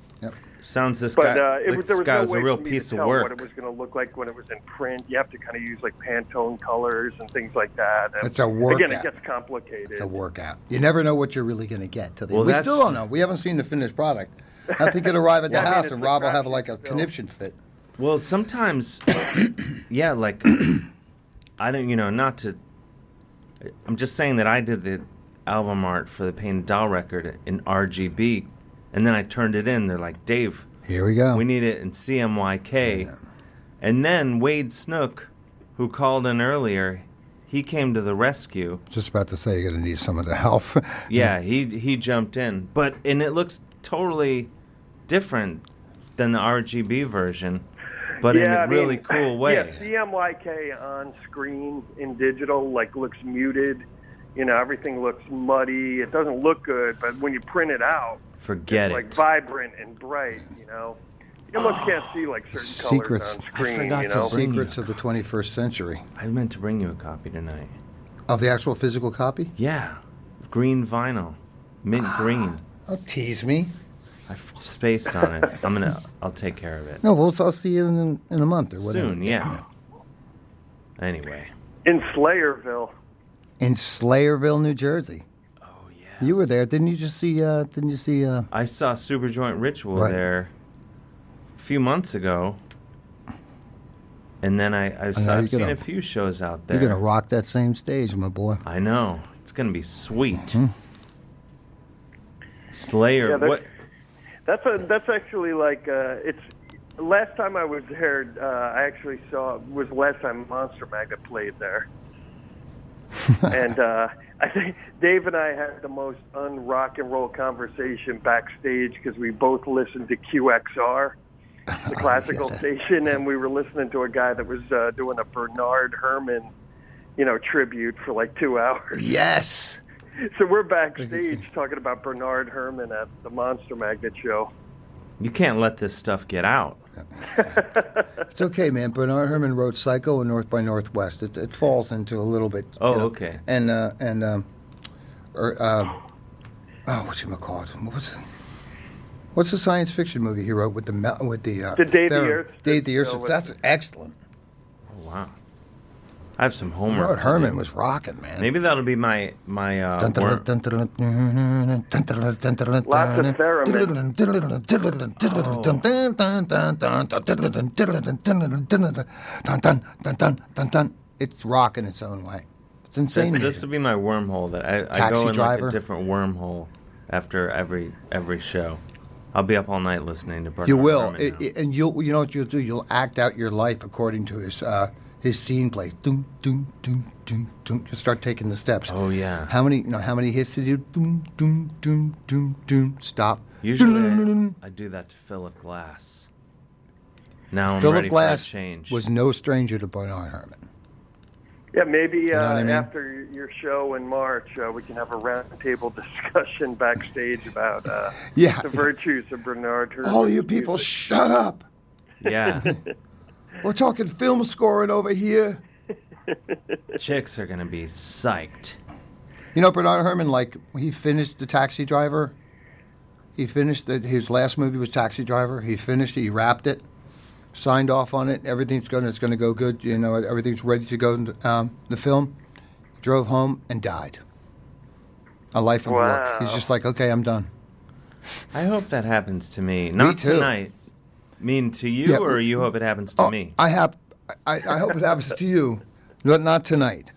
Sounds this
but
guy
uh, it
like
was, there
this
was
guy
no
was
way
a real
for me
piece
to
of
tell
work.
what it was going to look like when it was in print. You have to kind of use like Pantone colors and things like that. And
It's a
Again,
workout.
it gets complicated.
It's a workout. You never know what you're really going to get till the
Well,
We
that's-
still don't know. We haven't seen the finished product. I think it'll arrive at the
Yeah, I mean,
house
it's
and
a
Rob will have like a conniption fit.
Well, sometimes, yeah, like I don't, you know, not to. I'm just saying that I did the album art for the Painted Doll record in RGB, and then I turned it in. They're like, Dave,
here we go.
We need it in CMYK, and then Wade Snook, who called in earlier, he came to the rescue.
Just about to say you're going to need some of the help.
Yeah, he he jumped in, but and it looks totally different than the RGB version, but in a
Yeah, I mean,
really cool way.
Yeah, CMYK on screen in digital like looks muted. You know, everything looks muddy. It doesn't look good, but when you print it out,
Forget
it's
it.
like vibrant and bright. You know, you almost can't see like certain
Secrets.
colors on screen. you know?
Secrets of the 21st century.
I meant to bring you a copy tonight.
Of the actual physical copy?
Yeah, green vinyl, mint green.
Oh, tease me.
I f- spaced on it. I'm gonna. I'll take care of it
No, we'll I'll see you in, in a month or whatever.
soon. Yeah. Anyway,
In Slayerville.
In Slayerville, New Jersey. Oh yeah. You were there, didn't you? Just see? Uh, didn't you see? Uh,
I saw Superjoint Ritual
Right.
there a few months ago, and then I, I
know,
saw,
you're
I've seen
gonna-
a few shows out there.
you're gonna rock that same stage, my boy.
I know. It's gonna be sweet.
Mm-hmm.
Slayer.
Yeah, that's-
what?
That's a, that's actually like uh, it's. Last time I was there, uh, I actually saw was the last time Monster Magnet played there, and uh, I think Dave and I had the most un rock and roll conversation backstage because we both listened to QXR, the classical station, and we were listening to a guy that was uh, doing a Bernard Herman, you know, tribute for like two hours.
Yes.
So we're backstage talking about Bernard Herman at the Monster Magnet show.
You can't let this stuff get out.
It's okay, man. Bernard Herman wrote Psycho and North by Northwest. It, it falls into a little bit.
Oh, okay.
And uh, and um, or um, oh, what you call it? What was it? What's the science fiction movie he wrote with the mel- with the uh,
The Day the
ther-
Earth
Day the Earth.
Stood
Stood- That's excellent.
Oh, wow. I have some homework.
Lord Herman was rocking, man.
Maybe that'll be my my uh,
Dun, dun,
worm-
dun, dun, dun, dun, dun, dun, dun,
Lots of
dun,
theremin.
dun, dun, dun, dun, dun, dun, dun, dun, dun, dun, dun, dun, dun, dun, dun, dun, dun, dun, dun, dun, dun. It's rocking its own way. It's insane.
This, this would be my wormhole that I, I
Taxi
go in like
driver.
a different wormhole after every every show. I'll be up all night listening to Bernard
You will,
Herrmann.
It- it- and you'll. You know what you'll do? You'll act out your life according to his uh, his scene play. Doom, doom, doom, doom, doom. Just start taking the steps.
Oh yeah.
How many? You know how many hits did you? Doom, doom, doom, doom, doom. Stop.
Usually I, I do that to fill a glass. Now I'm
Philip
ready
Glass
for a change.
was no stranger to Bernard Herman.
Yeah, maybe uh,
know what I mean?
after your show in March, uh, we can have a roundtable discussion backstage about uh,
Yeah.
the virtues of Bernard. Herrmann.
All you people, shut up!
Yeah,
We're talking film scoring over here.
chicks are gonna be psyched.
You know, Bernard Herman, like he finished the Taxi Driver. He finished the, his last movie was Taxi Driver. He finished it. He wrapped it, signed off on it. Everything's going. It's going to go good. You know, everything's ready to go. in the- Um, the film drove home and died. A life of work. He's
Wow.
just like, okay, I'm done.
I hope that happens to me. Not
too.
tonight. Mean to you,
Yeah, Oh,
or
w-
you hope it happens to me?
I have. I, I hope it happens to you, but not tonight.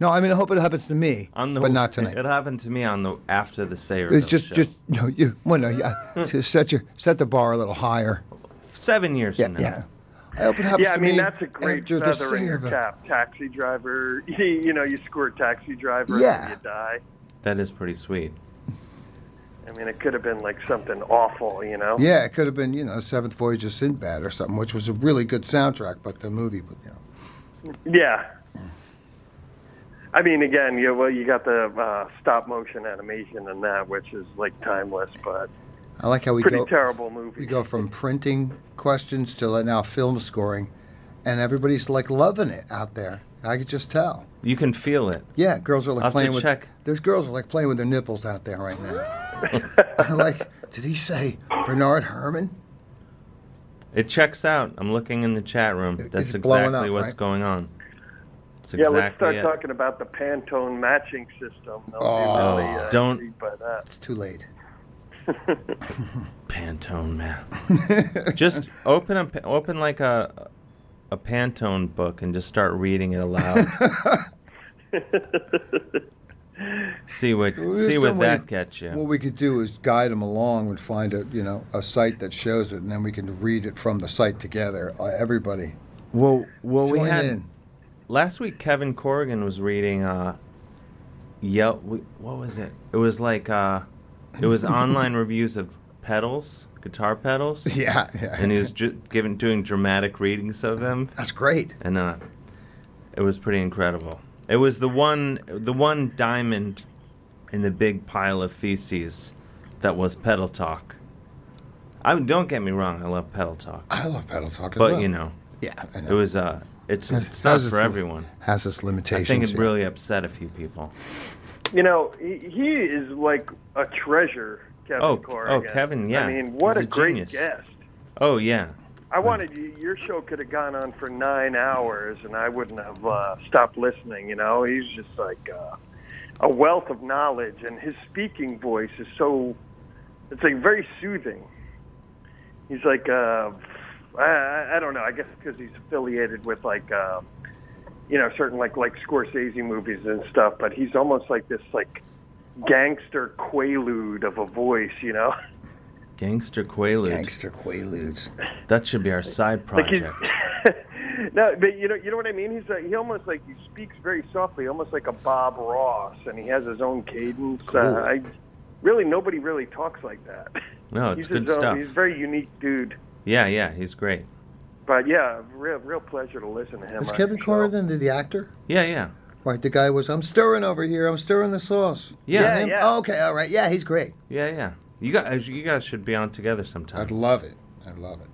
No, I mean I hope it happens to me,
On the,
but not tonight.
It happened to me on the after the Sayer.
It's just,
show.
just no. You well, no. Yeah, just set your set the bar a little higher.
seven years
Yeah,
from now.
yeah. I hope it happens
yeah, I
to
mean
me
that's a great
after the
feather in your
Sayer.
cap. Taxi driver, you know, you score taxi driver,
Yeah.
and you die.
That is pretty sweet.
I mean, it could have been like something awful, you know.
Yeah, it could have been you know Seventh Voyage of Sinbad or something, which was a really good soundtrack, but the movie, was, you know,
Yeah. I mean, again, you well, you got the uh, stop motion animation and that, which is like timeless, but
I like how we
pretty
go.
terrible movie.
We go from printing questions to now film scoring, and everybody's like loving it out there. I could just tell.
You can feel it.
Yeah, girls are
I'll
like
have to
playing with.
check.
There's girls are like playing with their nipples out there right now. I'm like, did he say Bernard Herman?
It checks out. I'm looking in the chat room. That's
it's blowing
exactly
up,
what's
right?
going on. It's
yeah,
exactly
let's start
it.
talking about the Pantone matching system. They'll be
Oh,
really, uh,
don't-
intrigued by that.
It's too late.
Pantone map. just open a open like a a Pantone book and just start reading it aloud. see what see what
Somebody-
that gets you.
What we could do is guide them along and find a you know a site that shows it, and then we can read it from the site together. Uh, everybody.
Well, well, we
Join
had
in.
last week. Kevin Corrigan was reading. Uh, Yelp. What was it? It was like uh, it was online reviews of pedals, guitar pedals.
Yeah, yeah.
And he was ju- given doing dramatic readings of them.
That's great.
And uh, it was pretty incredible. It was the one, the one diamond in the big pile of feces that was pedal talk. I don't get me wrong. I love pedal talk.
I love pedal talk, as
but
well.
you know,
Yeah, I know.
it was. Uh, it's
Has-
it's not
has
for
its-
everyone.
Has its
I
limitations.
think it
yeah.
really upset a few people.
You know, he, he is like a treasure, Kevin
Oh,
Corrigan.
oh, Kevin, yeah.
I mean, what
He's
a,
a
great
genius.
guest.
Oh yeah.
I wanted you, your show could have gone on for nine hours, and I wouldn't have uh, stopped listening. You know, he's just like uh, a wealth of knowledge, and his speaking voice is so—it's like very soothing. He's like uh, I- I, I don't know. I guess because he's affiliated with like uh, you know certain like like Scorsese movies and stuff, but he's almost like this like gangster quaalude of a voice. You know,
Gangster Quaaludes.
Gangster Quaaludes.
That should be our side
Like he's-
project.
No, but you know, you know what I mean. He's uh he almost like he speaks very softly, almost like a Bob Ross, and he has his own cadence.
Cool.
Uh, I really nobody really talks like that.
No, it's
he's
good
his own,
stuff.
He's a very unique dude.
Yeah, yeah, he's great.
But yeah, real real pleasure to listen to him.
Is
on
Kevin
your show.
Corrigan the, the actor?
Yeah, yeah.
Right, the guy was. I'm stirring over here. I'm stirring the sauce.
Yeah. Yeah,
him?
yeah.
Oh, okay, all right. Yeah, he's great.
Yeah, yeah. You guys, you guys should be on together sometime. I'd
love it. I love it.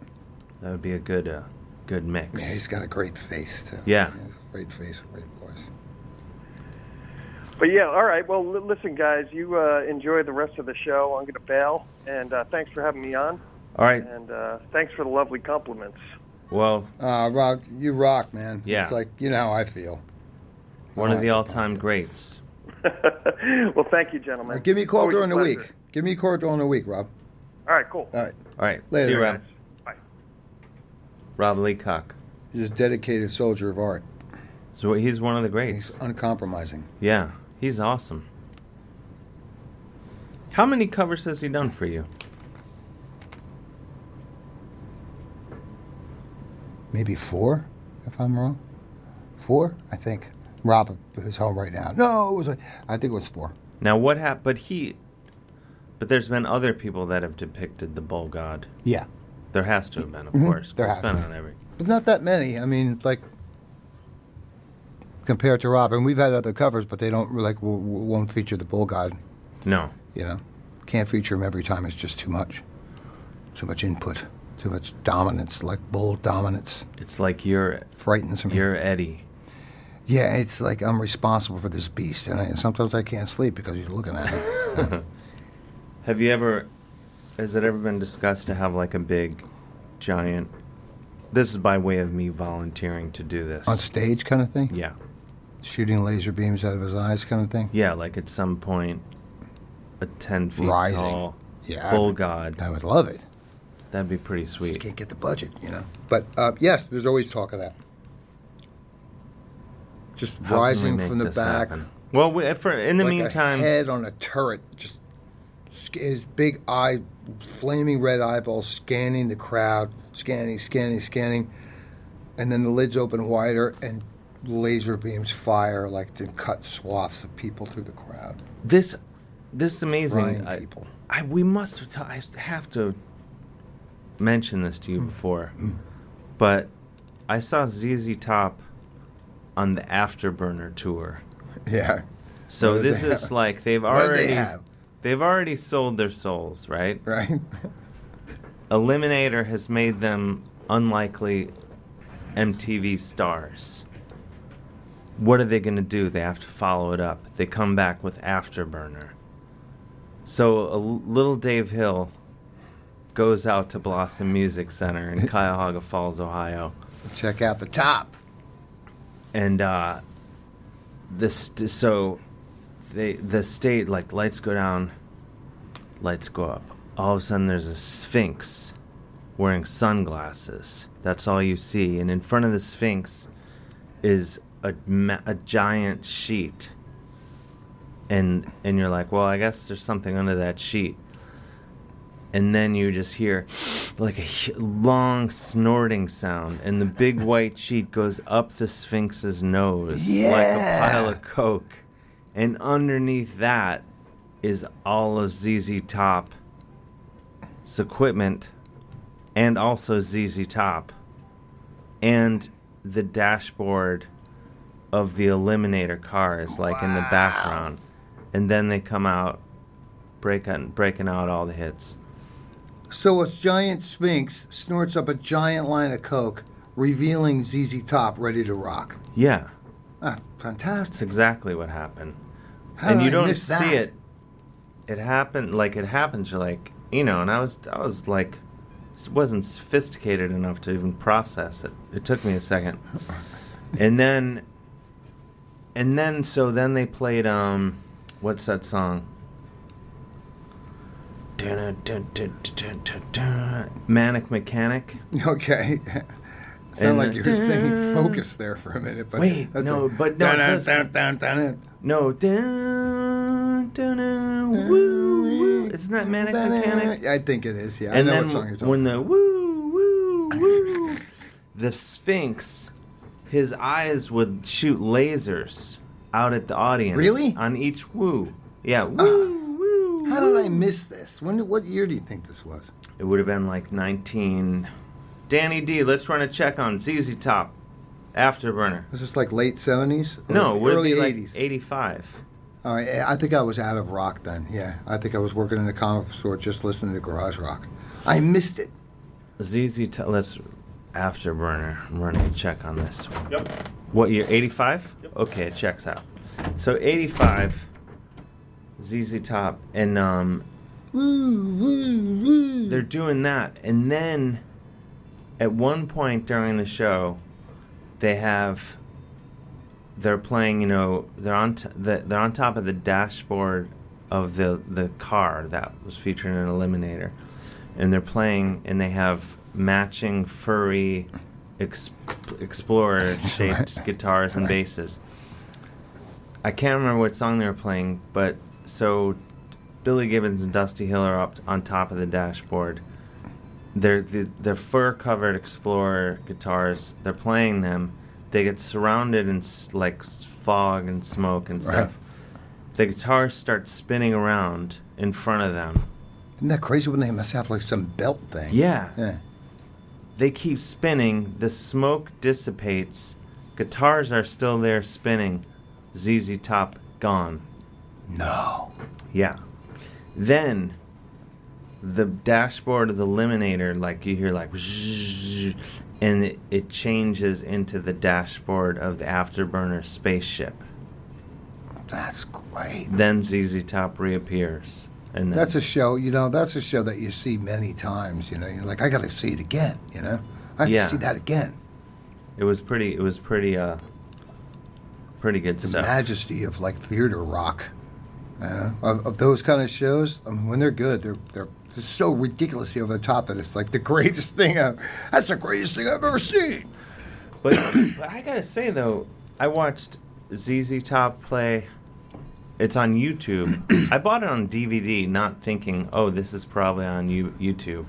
That would be a good, uh, good mix.
Yeah, he's got a great face too.
Yeah.
He has a great face, a great voice.
But yeah, all right. Well, l- listen, guys, you uh, enjoy the rest of the show. I'm going to bail, and uh, thanks for having me on.
All right.
And uh, thanks for the lovely compliments.
Well,
Uh, Rob, you rock, man.
Yeah.
It's like, you know how I feel.
one of the all-time greats.
well, thank you, gentlemen.
Give me a call
Always a
during the
pleasure.
week. Give me a call during the week, Rob.
All right, cool.
All right.
All right.
Later.
See you, Rob.
Bye.
Rob Leacock.
He's a dedicated soldier of art.
So he's one of the greats.
Uncompromising.
Yeah, he's awesome. How many covers has he done for you?
Maybe four, if I'm wrong. Four, I think. Rob is home right now. No, it was. A, I think it was four.
Now what happened? But he, but there's been other people that have depicted the bull god.
Yeah.
There has to have been, of
Mhm,
course.
there
It's
has
been
been.
on every.
But not that many. I mean, like compared to Rob, and we've had other covers, but they don't like w- w- won't feature the bull god.
No.
You know, can't feature him every time. It's just too much. Too much input. Too much dominance. Like bull dominance.
It's like you're
frightens me.
You're Eddie.
Yeah, it's like I'm responsible for this beast, and I, sometimes I can't sleep because he's looking at me.
have you ever? Has it ever been discussed to have like a big, giant? This is by way of me volunteering to do this
on stage, kind of thing.
Yeah.
Shooting laser beams out of his eyes, kind of thing.
Yeah, like at some point, a ten feet
Rising.
tall
Yeah, I
bull
would-
god.
I would love it.
That'd be pretty sweet.
can't get the budget, you know. But uh, yes, there's always talk of that. Just
How can we
rising
make
from the
this
back.
happen? Well, we, for, in the
like a
meantime,
head on a turret, just sc- his big eye, flaming red eyeballs, scanning the crowd, scanning, scanning, scanning, and then the lids open wider and laser beams fire like to cut swaths of people through the crowd.
this this is
Frying
amazing. I, I we must ta- I have to mention this
Mm.
to you before, but I saw ZZ Top on the Afterburner tour.
Yeah.
So
What did
this
they
is
have?
like they've
What did
already
they
they
have?
have already sold their souls, right?
Right.
Eliminator has made them unlikely MTV stars. What are they going to do? They have to follow it up. They come back with Afterburner. So a l- little Dave Hill goes out to Blossom Music Center in Cuyahoga Falls, Ohio.
Check out the top.
And uh, this so they the state like lights go down, lights go up. All of a sudden, there's a sphinx wearing sunglasses. That's all you see, and in front of the sphinx is a ma- a giant sheet. And and you're like, well, I guess there's something under that sheet. And then you just hear like a h- long snorting sound, and the big white sheet goes up the Sphinx's nose like a
Yeah.
pile of coke. And underneath that is all of ZZ Top's equipment and also ZZ Top and the dashboard of the Eliminator car is like in the background, and then they come out, break out, breaking out all the hits.
So a giant sphinx snorts up a giant line of coke, revealing ZZ Top ready to rock.
Yeah,
Ah, fantastic.
that's exactly what happened.
How
and
did
you
I
don't
miss
see
that?
it. It happened like it happens. You're like you know, and I was I was like, s- wasn't sophisticated enough to even process it. It took me a second, and then, and then so then they played um, what's that song? Manic Mechanic.
Okay. Sound
And
like
the-
you were saying focus there for a minute, but
Wait,
that's
no,
a-
but no, it
Dun, dun,
does-
dun, dun, dun, dun.
No, dun, dun, dun, woo, woo. Isn't that Manic Mechanic?
I think it is. Yeah, I
and
know
then
what song you're talking.
when the woo, woo, woo, the Sphinx, his eyes would shoot lasers out at the audience.
Really?
On each woo. Yeah,
about.
woo.
Ah, How did I miss this? When? What year do you think this was?
It would have been like 19. Danny D, let's run a check on ZZ Top. Afterburner.
Was this like late seventies?
No, it would
early
be like
eighties.
85.
All right, I think I was out of rock then. Yeah, I think I was working in a comic store just listening to garage rock. I missed it.
ZZ Top, let's afterburner. I'm running a check on this.
Yep.
What year? 85? Okay, it checks out. So 85, ZZ Top, and um,
Woo, woo, woo.
they're doing that. And then at one point during the show, they have they're playing, you know, they're on t- the, they're on top of the dashboard of the the car that was featured in Eliminator. And they're playing and they have matching furry ex- explorer shaped guitars and basses. I can't remember what song they were playing, but so Billy Gibbons and Dusty Hill are up on top of the dashboard. They're the their fur covered Explorer guitars. They're playing them. They get surrounded in s- like s- fog and smoke and stuff.
Right.
The guitars start spinning around in front of them.
Isn't that crazy when they must have like some belt thing?
Yeah. They keep spinning. The smoke dissipates. Guitars are still there spinning. ZZ Top gone.
No.
Yeah. Then the dashboard of the Eliminator, like you hear like, zzzz, and it, it changes into the dashboard of the Afterburner spaceship.
That's great.
Then ZZ Top reappears. And then,
That's a show, you know, that's a show that you see many times, you know. You're like, I got to see it again, you know. I have
Yeah.
to see that again.
it was pretty. It was pretty. Uh, pretty good
The
stuff.
majesty of like theater rock, you know, of, of those kind of shows. I mean, when they're good, they're they're just so ridiculously over the top that it's like the greatest thing. I've, that's the greatest thing I've ever seen.
But but I gotta say though, I watched ZZ Top play. It's on YouTube. I bought it on DVD, not thinking, oh, this is probably on you, YouTube.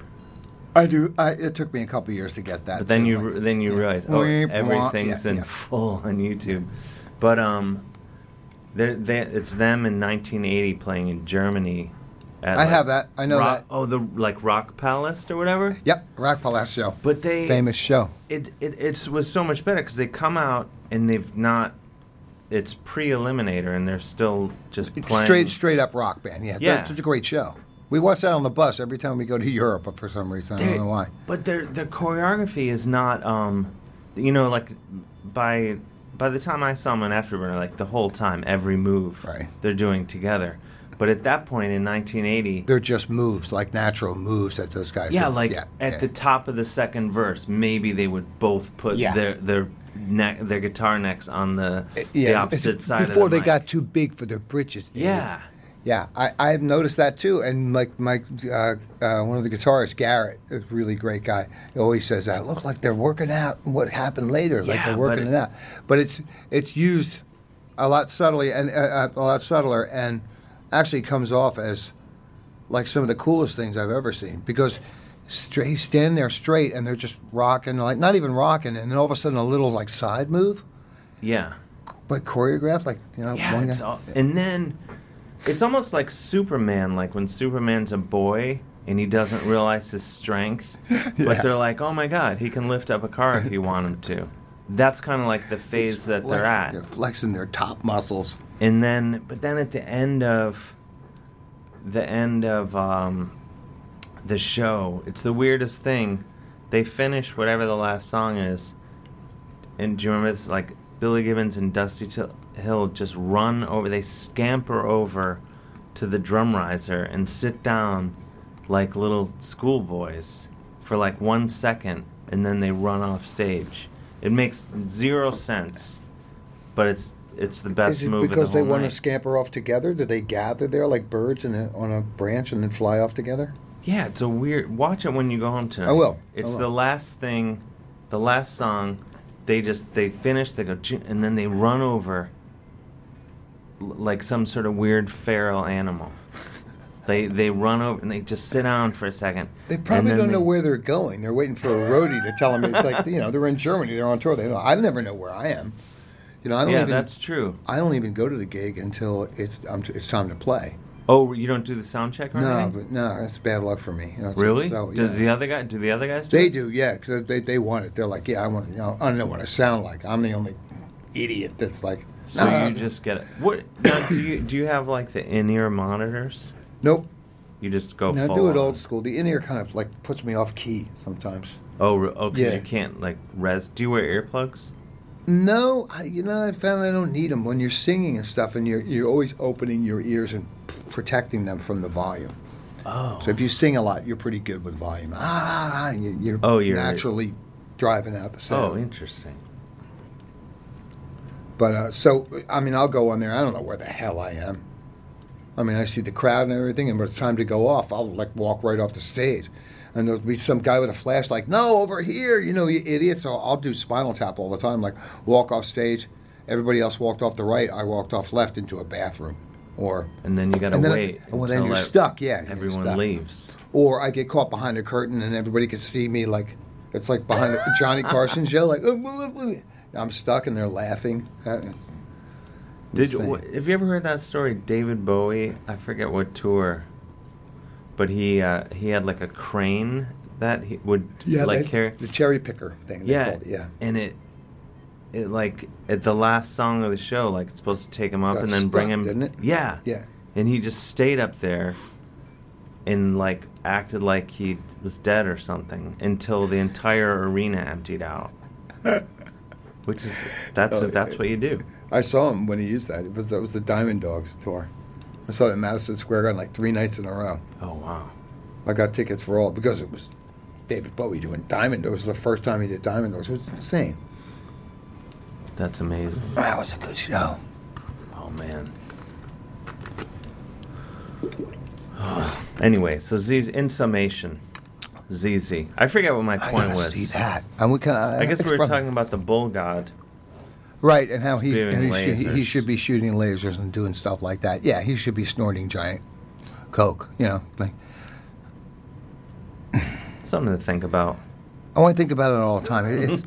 I do. I, it took me a couple years to get that.
But then
too,
you
like-
re- then you
yeah.
realize, oh,
Weep, wah,
everything's
yeah,
in
yeah.
full on YouTube. But um, they're, they it's them in 1980 playing in Germany. At
I have that. I know
Rock-
that.
Oh, the like Rock Palace or whatever.
Yep, Rock Palace show.
But they
famous show.
it it it's, was so much better because they come out and they've not. It's pre-eliminator and they're still just playing.
Straight straight up rock band. Yeah,
Yeah.
It's such a great show. We watch that on the bus every time we go to Europe but for some reason. I don't
They-
know why.
But their their choreography is not, um, you know, like by by the time I saw them on Afterburner, like the whole time, every move they're doing together. But at that point in 1980,
They're just moves, like natural moves that those guys
yeah,
have-
like at
yeah.
the top of the second verse, maybe they would both put
Yeah.
their their neck their guitar necks on the the opposite
it's-
side of the
Before they
mic.
got too big for their britches. David.
Yeah.
Yeah, I, I've noticed that too. And like my uh, uh, one of the guitarists, Garrett, is a really great guy. He always says that look like they're working out what happened later, like
Yeah,
they're
but
working
it-
it out. But it's it's used a lot subtly and uh, uh, a lot subtler, and actually comes off as like some of the coolest things I've ever seen because straight standing there straight and they're just rocking like not even rocking and then all of a sudden a little like side move
yeah.
but choreographed like you know
Yeah,
one
it's
guy-
all, and then it's almost like Superman, like when Superman's a boy and he doesn't realize his strength, but
Yeah.
they're like, "Oh my God, he can lift up a car if you want him to." That's kind of like the phase
It's
that they're
flexing-
at.
They're flexing their top muscles.
And then, but then at the end of the end of um, the show, it's the weirdest thing. They finish whatever the last song is, and do you remember this? Like Billy Gibbons and Dusty Til- Hill just run over. They scamper over to the drum riser and sit down like little schoolboys for like one second, and then they run off stage. It makes zero sense, but it's it's the best
Is it
move. of the
because they
whole
want
night.
to scamper off together? Do they gather there like birds in a, on a branch and then fly off together?
Yeah, it's a weird. Watch it when you go home tonight.
I will. I
It's
will.
the last thing, the last song. They just they finish. They go "Choo," and then they run over. l- Like some sort of weird feral animal. They they run over and they just sit down for a second.
They probably
and then
don't
they-
know where they're going. They're waiting for a roadie to tell them. It's like you know they're in Germany. They're on tour. They don't, I never know where I am. You know I don't
yeah,
even.
that's true.
I don't even go to the gig until it's i it's time to play.
Oh, you don't do the sound check or
No,
anything?
but no, that's bad luck for me. You know, it's-
really?
so,
Does
yeah.
the other guy? Do the other guys? Do
They
it?
do, yeah, because they, they want it. They're like, yeah, I want. You know, I don't know what I sound like. I'm the only idiot that's like.
So
"No, no,
you just get it. What now, do you do? You have like the in ear monitors?
Nope.
You just go.
No, I
Oh, full
do it
on?
old school. The in ear kind of like puts me off key sometimes.
Oh, re- oh, 'cause
Yeah.
you can't like res. Do you wear earplugs?
No, I, you know, I found I don't need them when you're singing and stuff, and you're you're always opening your ears and p- protecting them from the volume.
Oh.
So if you sing a lot, you're pretty good with volume. Ah, and you- you're
Oh, you're-
naturally driving out the sound.
Oh, interesting.
But uh, so I mean, I'll go on there. I don't know where the hell I am. I mean, I see the crowd and everything, and when it's time to go off, I'll like walk right off the stage, and there'll be some guy with a flash like, "No, over here!" You know, you idiot. So I'll do Spinal Tap all the time, like walk off stage. Everybody else walked off the right. I walked off left into a bathroom, or
And then you got to
And then-
wait.
well, then
until
you're
ev-
stuck, yeah, you're
Everyone
stuck.
leaves.
or I get caught behind a curtain and everybody can see me like it's like behind a, Johnny Carson's show. Like I'm stuck, and they're laughing. Uh,
Did
Insane.
wh- have you ever heard that story? David Bowie, I forget what tour, but he uh, he had like a crane that he would
Yeah,
like
they-
carry.
the cherry picker thing. They
yeah,
called it, yeah.
and it it like at the last song of the show, like it's supposed to take him up
Got
and then bring
stuck,
him.
didn't it?
Yeah,
Yeah.
and he just stayed up there and like acted like he was dead or something until the entire arena emptied out. Which is that's
Oh,
that's
yeah.
what you do.
I saw him when he used that. It was that was the Diamond Dogs tour. I saw it in Madison Square Garden like three nights in a row.
Oh wow!
I got tickets for all because it was David Bowie doing Diamond. It was the first time he did Diamond Dogs. It was insane.
That's amazing.
That was a good show.
Oh man. Anyway, so Z's in summation, ZZ. I forget what my point
gotta
was.
see that. And we kinda-
I guess we were
it's prob-
talking about the bull god.
Right, and how he
Spewing
and he, should, he- he
lasers.
should be shooting lasers and doing stuff like that. Yeah, he should be snorting giant coke. You know, like
Something to think about.
Oh, I think about it all the time. It- It's,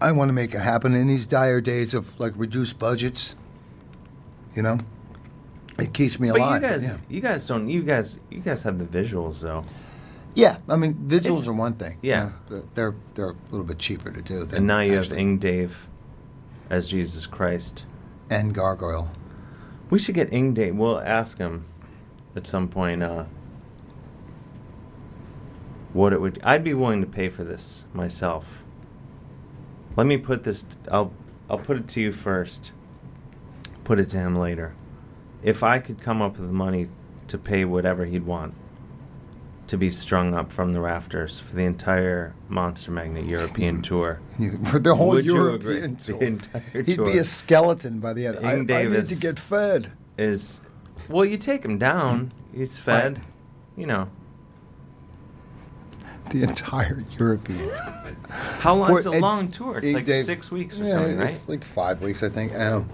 I want to make it happen in these dire days of like reduced budgets. You know, it keeps me
but
alive.
you guys,
yeah.
you guys don't. You guys, you guys have the visuals though.
yeah, I mean, vigils are one thing. you
yeah.
know, they're they're a little bit cheaper to do. Than
and now you
actually-
have Ing Dave as Jesus Christ
and Gargoyle.
We should get Ing Dave. We'll ask him at some point. Uh, what it would? I'd be willing to pay for this myself. Let me put this. I'll I'll put it to you first. Put it to him later. If I could come up with the money to pay whatever he'd want to be strung up from the rafters for the entire Monster Magnet European tour,
You- Hmm. for the whole
Would you agree?
European
The
tour,
entire
he'd be
tour.
a skeleton by the end. I, I
Ing
need to
Davis.
get fed.
is well, you take him down. He's fed. You know.
The entire European. tour.
How long?
Boy,
it's a
Ed-
long tour. It's
Ing
like
Dave-
six weeks or
yeah,
something, right?
It's like five weeks, I think. Um,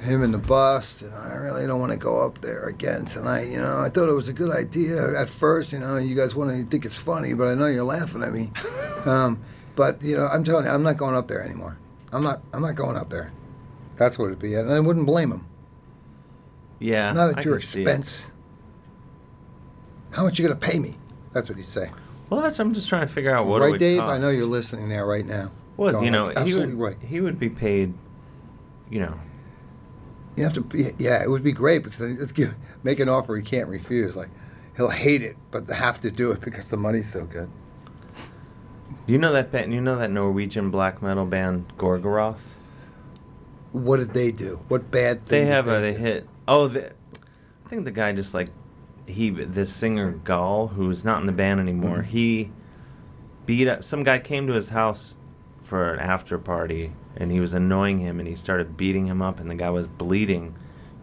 him and the bus, and I really don't want to go up there again tonight. You know, I thought it was a good idea at first. You know, you guys want to think it's funny, but I know you're laughing at me. Um, but you know, I'm telling you, I'm not going up there anymore. I'm not. I'm not going up there. That's what it'd be, and I wouldn't blame him.
Yeah.
not
I
at your
can see it.
expense. How much you gonna pay me? That's what he'd say.
Well, that's, I'm just trying to figure out what it
right,
would
Dave? I
cost.
know you're listening there right now.
Well,
Going,
you know, he
absolutely
would,
right.
he would be paid. You know,
You have to, be, yeah, it would be great because then it's give, make an offer he can't refuse. Like he'll hate it, but have to do it because the money's so good.
you know that band, you know that Norwegian black metal band Gorgoroth.
What did they do? What bad thing?
They
did
have a they hit. Oh, the, I think the guy just like he this singer Gall, who's not in the band anymore.
Mhm.
He beat up some guy came to his house for an after party, and he was annoying him, and he started beating him up, and the guy was bleeding,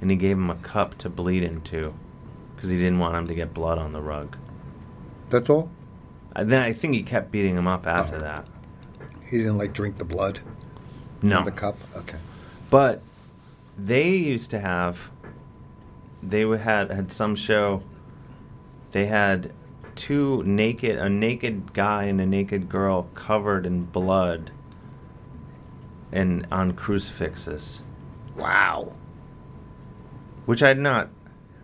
and he gave him a cup to bleed into, because he didn't want him to get blood on the rug.
That's all.
And then I think he kept beating him up after that.
He didn't like drink the blood.
No.
from the cup. Okay.
But they used to have they w- had had some show they had two naked a naked guy and a naked girl covered in blood and on crucifixes.
Wow.
Which I'm not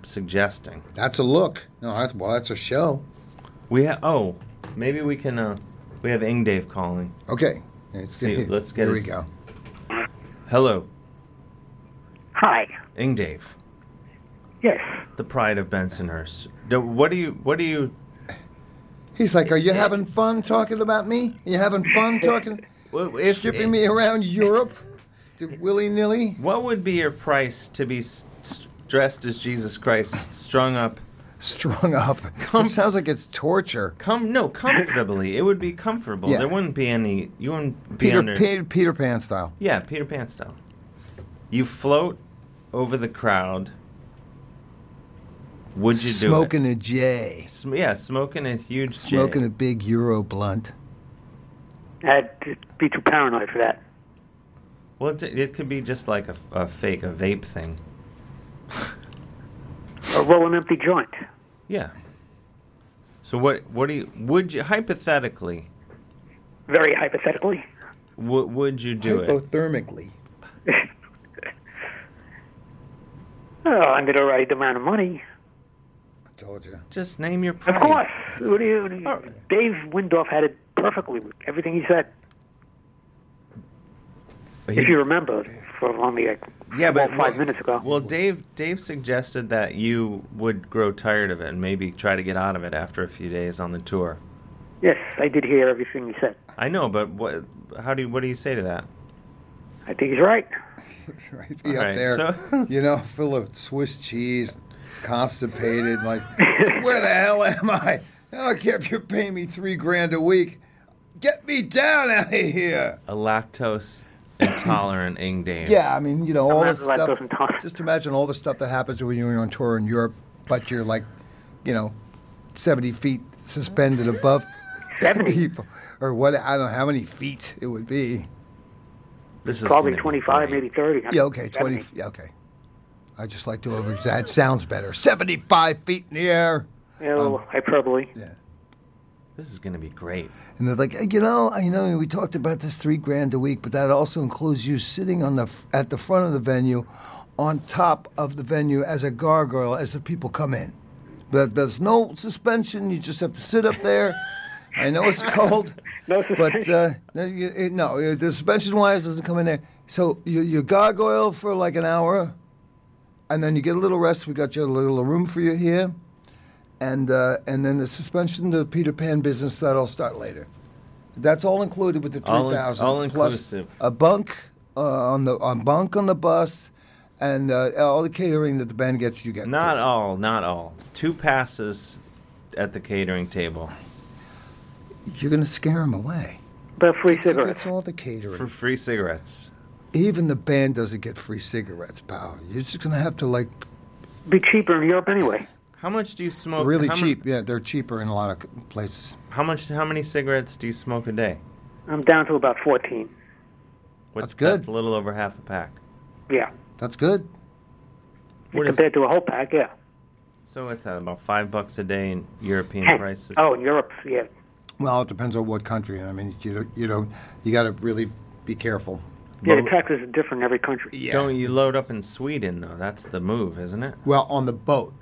suggesting.
That's a look. No, that's well, that's a show.
We ha- oh, maybe we can uh we have Ing Dave calling.
Okay. It's-
See, let's get
here we
his-
go.
Hello,
Hi.
Ing Dave.
Yes.
The pride of Bensonhurst. Do- What do you what do you
He's like, "Are you having fun talking about me? Are you having fun talking?"
Well, if-
shipping me around Europe willy nilly.
What would be your price to be s- s- dressed as Jesus Christ, strung up?
Strung up. it sounds like it's torture.
Come no comfortably. it would be comfortable.
Yeah.
There wouldn't be any. You wouldn't be
Peter,
under.
Peter Peter Pan style.
Yeah, Peter Pan style. You float over the crowd. Would you do it?
Smoking a J.
Sm- yeah, smoking a huge J.
Smoking a big Euro blunt.
I'd be too paranoid for that.
Well, it, it could be just like a, a fake, a vape thing.
Or roll an empty joint.
Yeah. So what? What do you? Would you hypothetically?
Very hypothetically.
W- would you do it?
Hypothermically.
Oh, under the right amount of money.
I told you.
Just name your
Of course. What do you, what do you- Dave Windorf had it perfectly. with Everything he said. if you remember, from only like
Yeah, but
about five minutes ago.
Well, Dave Dave suggested that you would grow tired of it and maybe try to get out of it after a few days on the tour.
Yes, I did hear everything he said.
I know, but what? How do you? What do you say to that?
I think he's right.
right, be
All
up
right,
there.
so-
you know, full of Swiss cheese, constipated. Like, where the hell am I? I don't care if you're paying me three grand a week. Get me down out of here.
A lactose intolerant Ing Dave.
Yeah, I mean, you know, all the
Imagine that
stuff. Just imagine all the stuff that happens when you're on tour in Europe, but you're like, you know, 70 feet suspended above people, or what? I don't know how many feet it would be.
This
Probably 25, maybe 30.
Yeah, okay, 20.
Seventy.
Yeah, okay. I just like to over that sounds better. 75 feet in the air. Um,
Yeah, well, hyperbole.
Yeah.
This is gonna be great.
And they're like, you know, I know we talked about this three grand a week, but that also includes you sitting on the f- at the front of the venue, on top of the venue as a gargoyle as the people come in. But there's no suspension. You just have to sit up there. I know it's cold, but uh, no, you- it- no, uh, the suspension wires doesn't come in there. So you, you gargoyle for like an hour, and then you get a little rest. We got your little room for you here and uh, and then the suspension to the Peter Pan business that'll start later. That's all included with the
All
three
in-
thousand.
all inclusive.
A bunk uh, on the on bunk on the bus, and uh, all the catering that the band gets, you get.
Not all, not all. Two passes at the catering table
You're gonna scare them away.
But free
cigarettes. all the catering.
for free cigarettes.
Even the band doesn't get free cigarettes, pal. You're just gonna have to like
be cheaper in Europe anyway.
How much do you smoke?
Really
how mu-
cheap. yeah, they're cheaper in a lot of c- places.
how much? How many cigarettes do you smoke a day?
I'm down to about 14.
What's That's good. a little over half a pack.
Yeah.
That's good.
What is-
compared to a whole pack, yeah.
So what's that? About five bucks a day in European
Ten.
prices.
Oh, in Europe, yeah.
Well, it depends on what country. I mean, you don't, you don't, you got to really be careful.
Yeah, the taxes are different in every country.
Don't you load up in Sweden though? That's the move, isn't it?
Well, on the boat.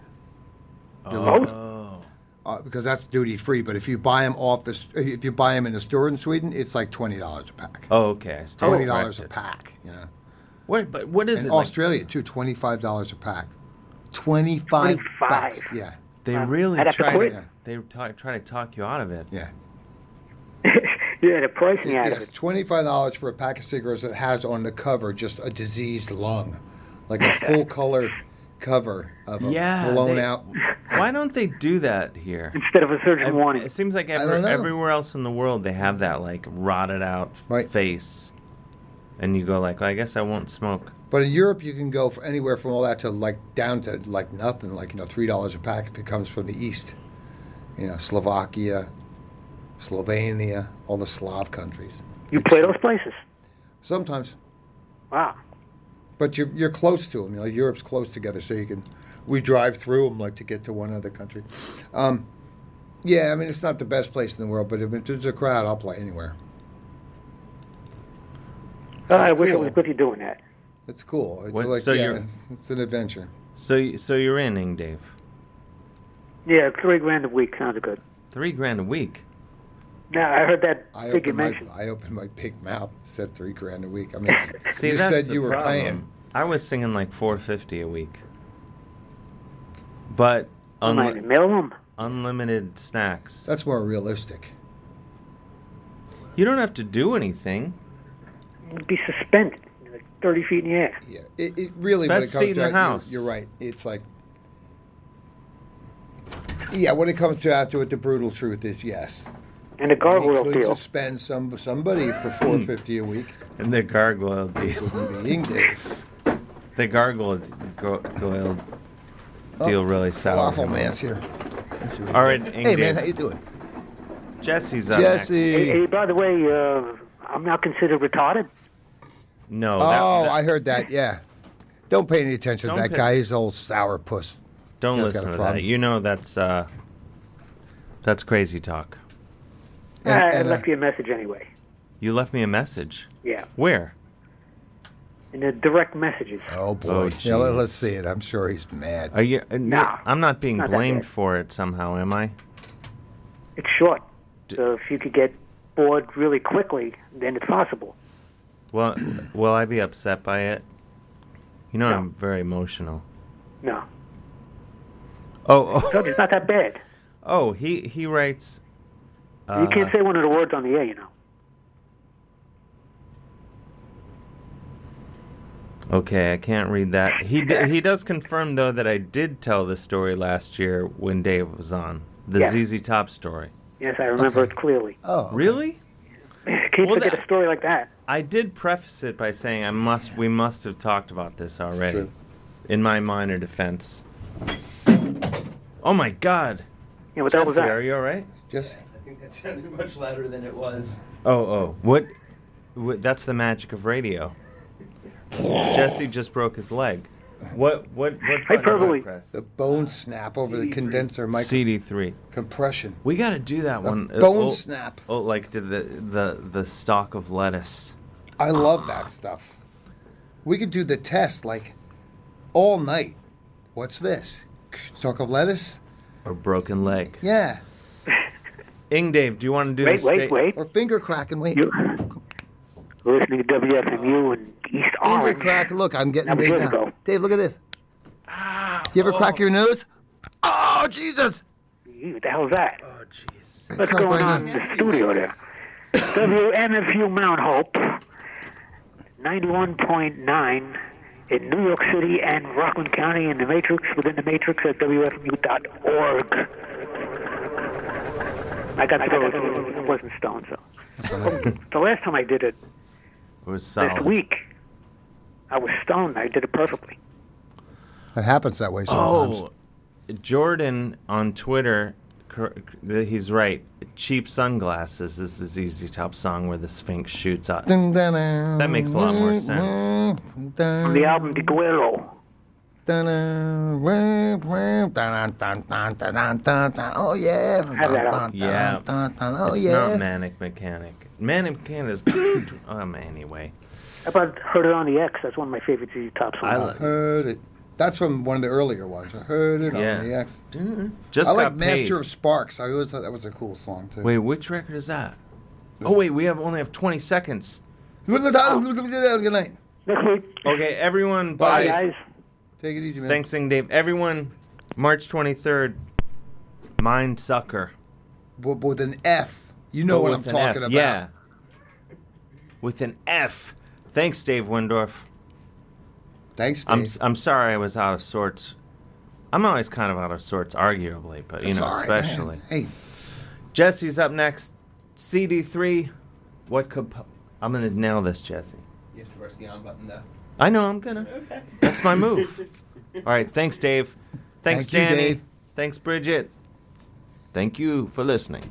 You load up.
Oh.
Uh, because that's duty free. But if you buy them off the, s- if you buy them in a store in Sweden, it's like twenty dollars a pack.
Oh, okay. I still
Twenty dollars a
corrected.
pack. You know.
What? But what is
in
it? like-
Australia too? Twenty five dollars a pack. Twenty five. Bucks. Yeah.
They
Uh,
really
I'd have to
try
quit.
to. They ta- try to talk you out of it.
Yeah.
Yeah, the pricing out of
Yes,
it.
twenty five dollars for a pack of cigarettes that has on the cover just a diseased lung, like a full color cover of a
Yeah,
blown
they-
out.
Why don't they do that here?
Instead of a surgeon
warning. It seems like every,
don't know.
everywhere else in the world they have that like rotted out face, and you go like, I guess I won't smoke.
But in Europe, you can go for anywhere from all that to like down to like nothing, like you know three dollars a pack if it comes from the east, you know Slovakia, Slovenia, all the Slav countries.
You play those places?
Sometimes,
Wow.
but you're you're close to them. You know Europe's close together, so you can we drive through them like to get to one other country. Um, yeah, I mean it's not the best place in the world, but if there's a crowd, I'll play anywhere.
Uh, I wish it was good you doing that.
It's cool. It's
What-
like
so
yeah,
you're-
it's- it's an adventure.
So y- so you're in, Ing Dave.
Yeah, three grand a week sounds good.
Three grand a week.
No, I heard that
I
figure
opened, my,
mentioned.
I opened my big mouth. Said three grand a week. I mean,
See,
you
that's
said
the
you were
problem.
paying.
I was singing like four fifty a week, but
Well,
unli-
maybe
unlimited snacks.
That's more realistic.
You don't have to do anything.
You'd be suspended, like thirty feet in the air.
Yeah, it, it really when it
Best
comes
seat
to that,
in the
you're-
house.
You're, right. It's like, yeah, when it comes to out to it, the brutal truth is yes.
And a gargoyle
you could
deal.
suspend some somebody for four fifty a week.
Hmm. And the gargoyle deal.
Being dead.
The gargoyle d- gargoyle deal really sour.
Oh, Waffle man's here.
All right,
Hey man,
Ingrid.
how you doing?
Jesse's
uh,
up
Jesse.
next.
Hey, hey, by the way, uh, I'm not considered retarded.
No.
Oh,
that-
I heard that. Yeah. Don't pay any attention
Don't
to that
pay-
guy. He's an old sourpuss.
Don't
He's got
listen
a
to that.
problem.
You know that's uh, that's crazy talk.
I- I
and, uh,
left you a message anyway.
You left me a message.
Yeah,
Where?
in the direct messages.
Oh
Oh,
boy. yeah, let,
jeez.
us see it. I'm sure he's mad.
Are you? Uh,
Nah,
I'm not being
not that
blamed
bad.
for it somehow, am I?
It's short, so if you could get bored really quickly, then it's possible.
Well, will I be upset by it? You know, I'm very emotional.
No,
Oh, oh,
so it's not that bad.
oh he he writes. Uh,
you can't say one of the words on the air, you know.
Okay, I can't read that. He d- he does confirm though that I did tell the story last year when Dave was on the
Yeah.
ZZ Top story.
Yes, I remember it clearly.
Oh,
really?
Can't
Well,
forget
that-
a story like that.
I did preface it by saying I must. We must have talked about this already. In my minor defense. Oh my God.
Yeah, what the hell was
Jesse,
that?
Are you all right?
Yes.
I think that sounded much louder than it was.
Oh oh. What? what that's the magic of radio. Jesse just broke his leg. What? What? What?
Hyperbole. The bone snap over the condenser mic
CD three.
compression.
We got to do that one. uh,
bone
oh,
snap.
Oh, like the, the the the stalk of lettuce.
I love that stuff. We could do the test like all night. What's this? Stalk of lettuce?
Or broken leg.
Yeah.
Ing Dave, do you want to do
Wait,
this?
wait, wait.
Or finger cracking. Wait.
We're listening to WFMU and East
Finger
Orange.
crack. Look, I'm getting
That was
big
years
now.
ago.
Dave, look at this.
Ah,
You ever crack your nose? Oh, Jesus!
Gee, What the hell's that? Oh,
jeez.
What's
Crack
going
right
on in
now.
the studio there? WMFU Mount Hope, 91.9 in New York City and Rockland County in the Matrix, within the Matrix at WFMU.org. I got those. It wasn't Stone, so. the last time I did it,
It was
this
solid.
week, I was stoned. I did it perfectly.
It happens that way sometimes.
Oh, Jordan on Twitter, cor- th- he's right. Cheap sunglasses is the ZZ Top song where the Sphinx shoots up.
That
makes a lot more sense.
From
the album De Guerro.
Oh yeah.
Have that on.
Yeah.
Oh
it's
yeah.
not Manic Mechanic. Manic Mechanic is. um, anyway.
How about Heard It on the X? That's one of my favorite ZZ Top songs.
I heard it. That's from one of the earlier ones. I heard it
Yeah.
on the X.
Just
I like
got paid.
Master of Sparks. I always thought that was a cool song too.
Wait, which record is that? Oh, wait, we have only have 20 seconds.
Good night.
Okay, everyone,
Bye,
bye.
guys. Take it easy, man.
Thanks, Sing Dave. Everyone, March 23rd, Mind Sucker.
But with an F. You know
But
what
with an
I'm
F,
talking about.
Yeah. With an F. Thanks, Dave Windorf.
Thanks,
I'm, I'm sorry I was out of sorts. I'm always kind of out of sorts, arguably, but, you
It's
know,
all right, man.
especially.
Hey.
Jesse's up next. CD3. What could. Po- I'm going to nail this, Jesse.
You have to press the on button though.
I know I'm gonna. That's my move. All right, thanks, Dave. Thanks,
Thank you,
Danny.
Dave.
Thanks, Bridget. Thank you for listening.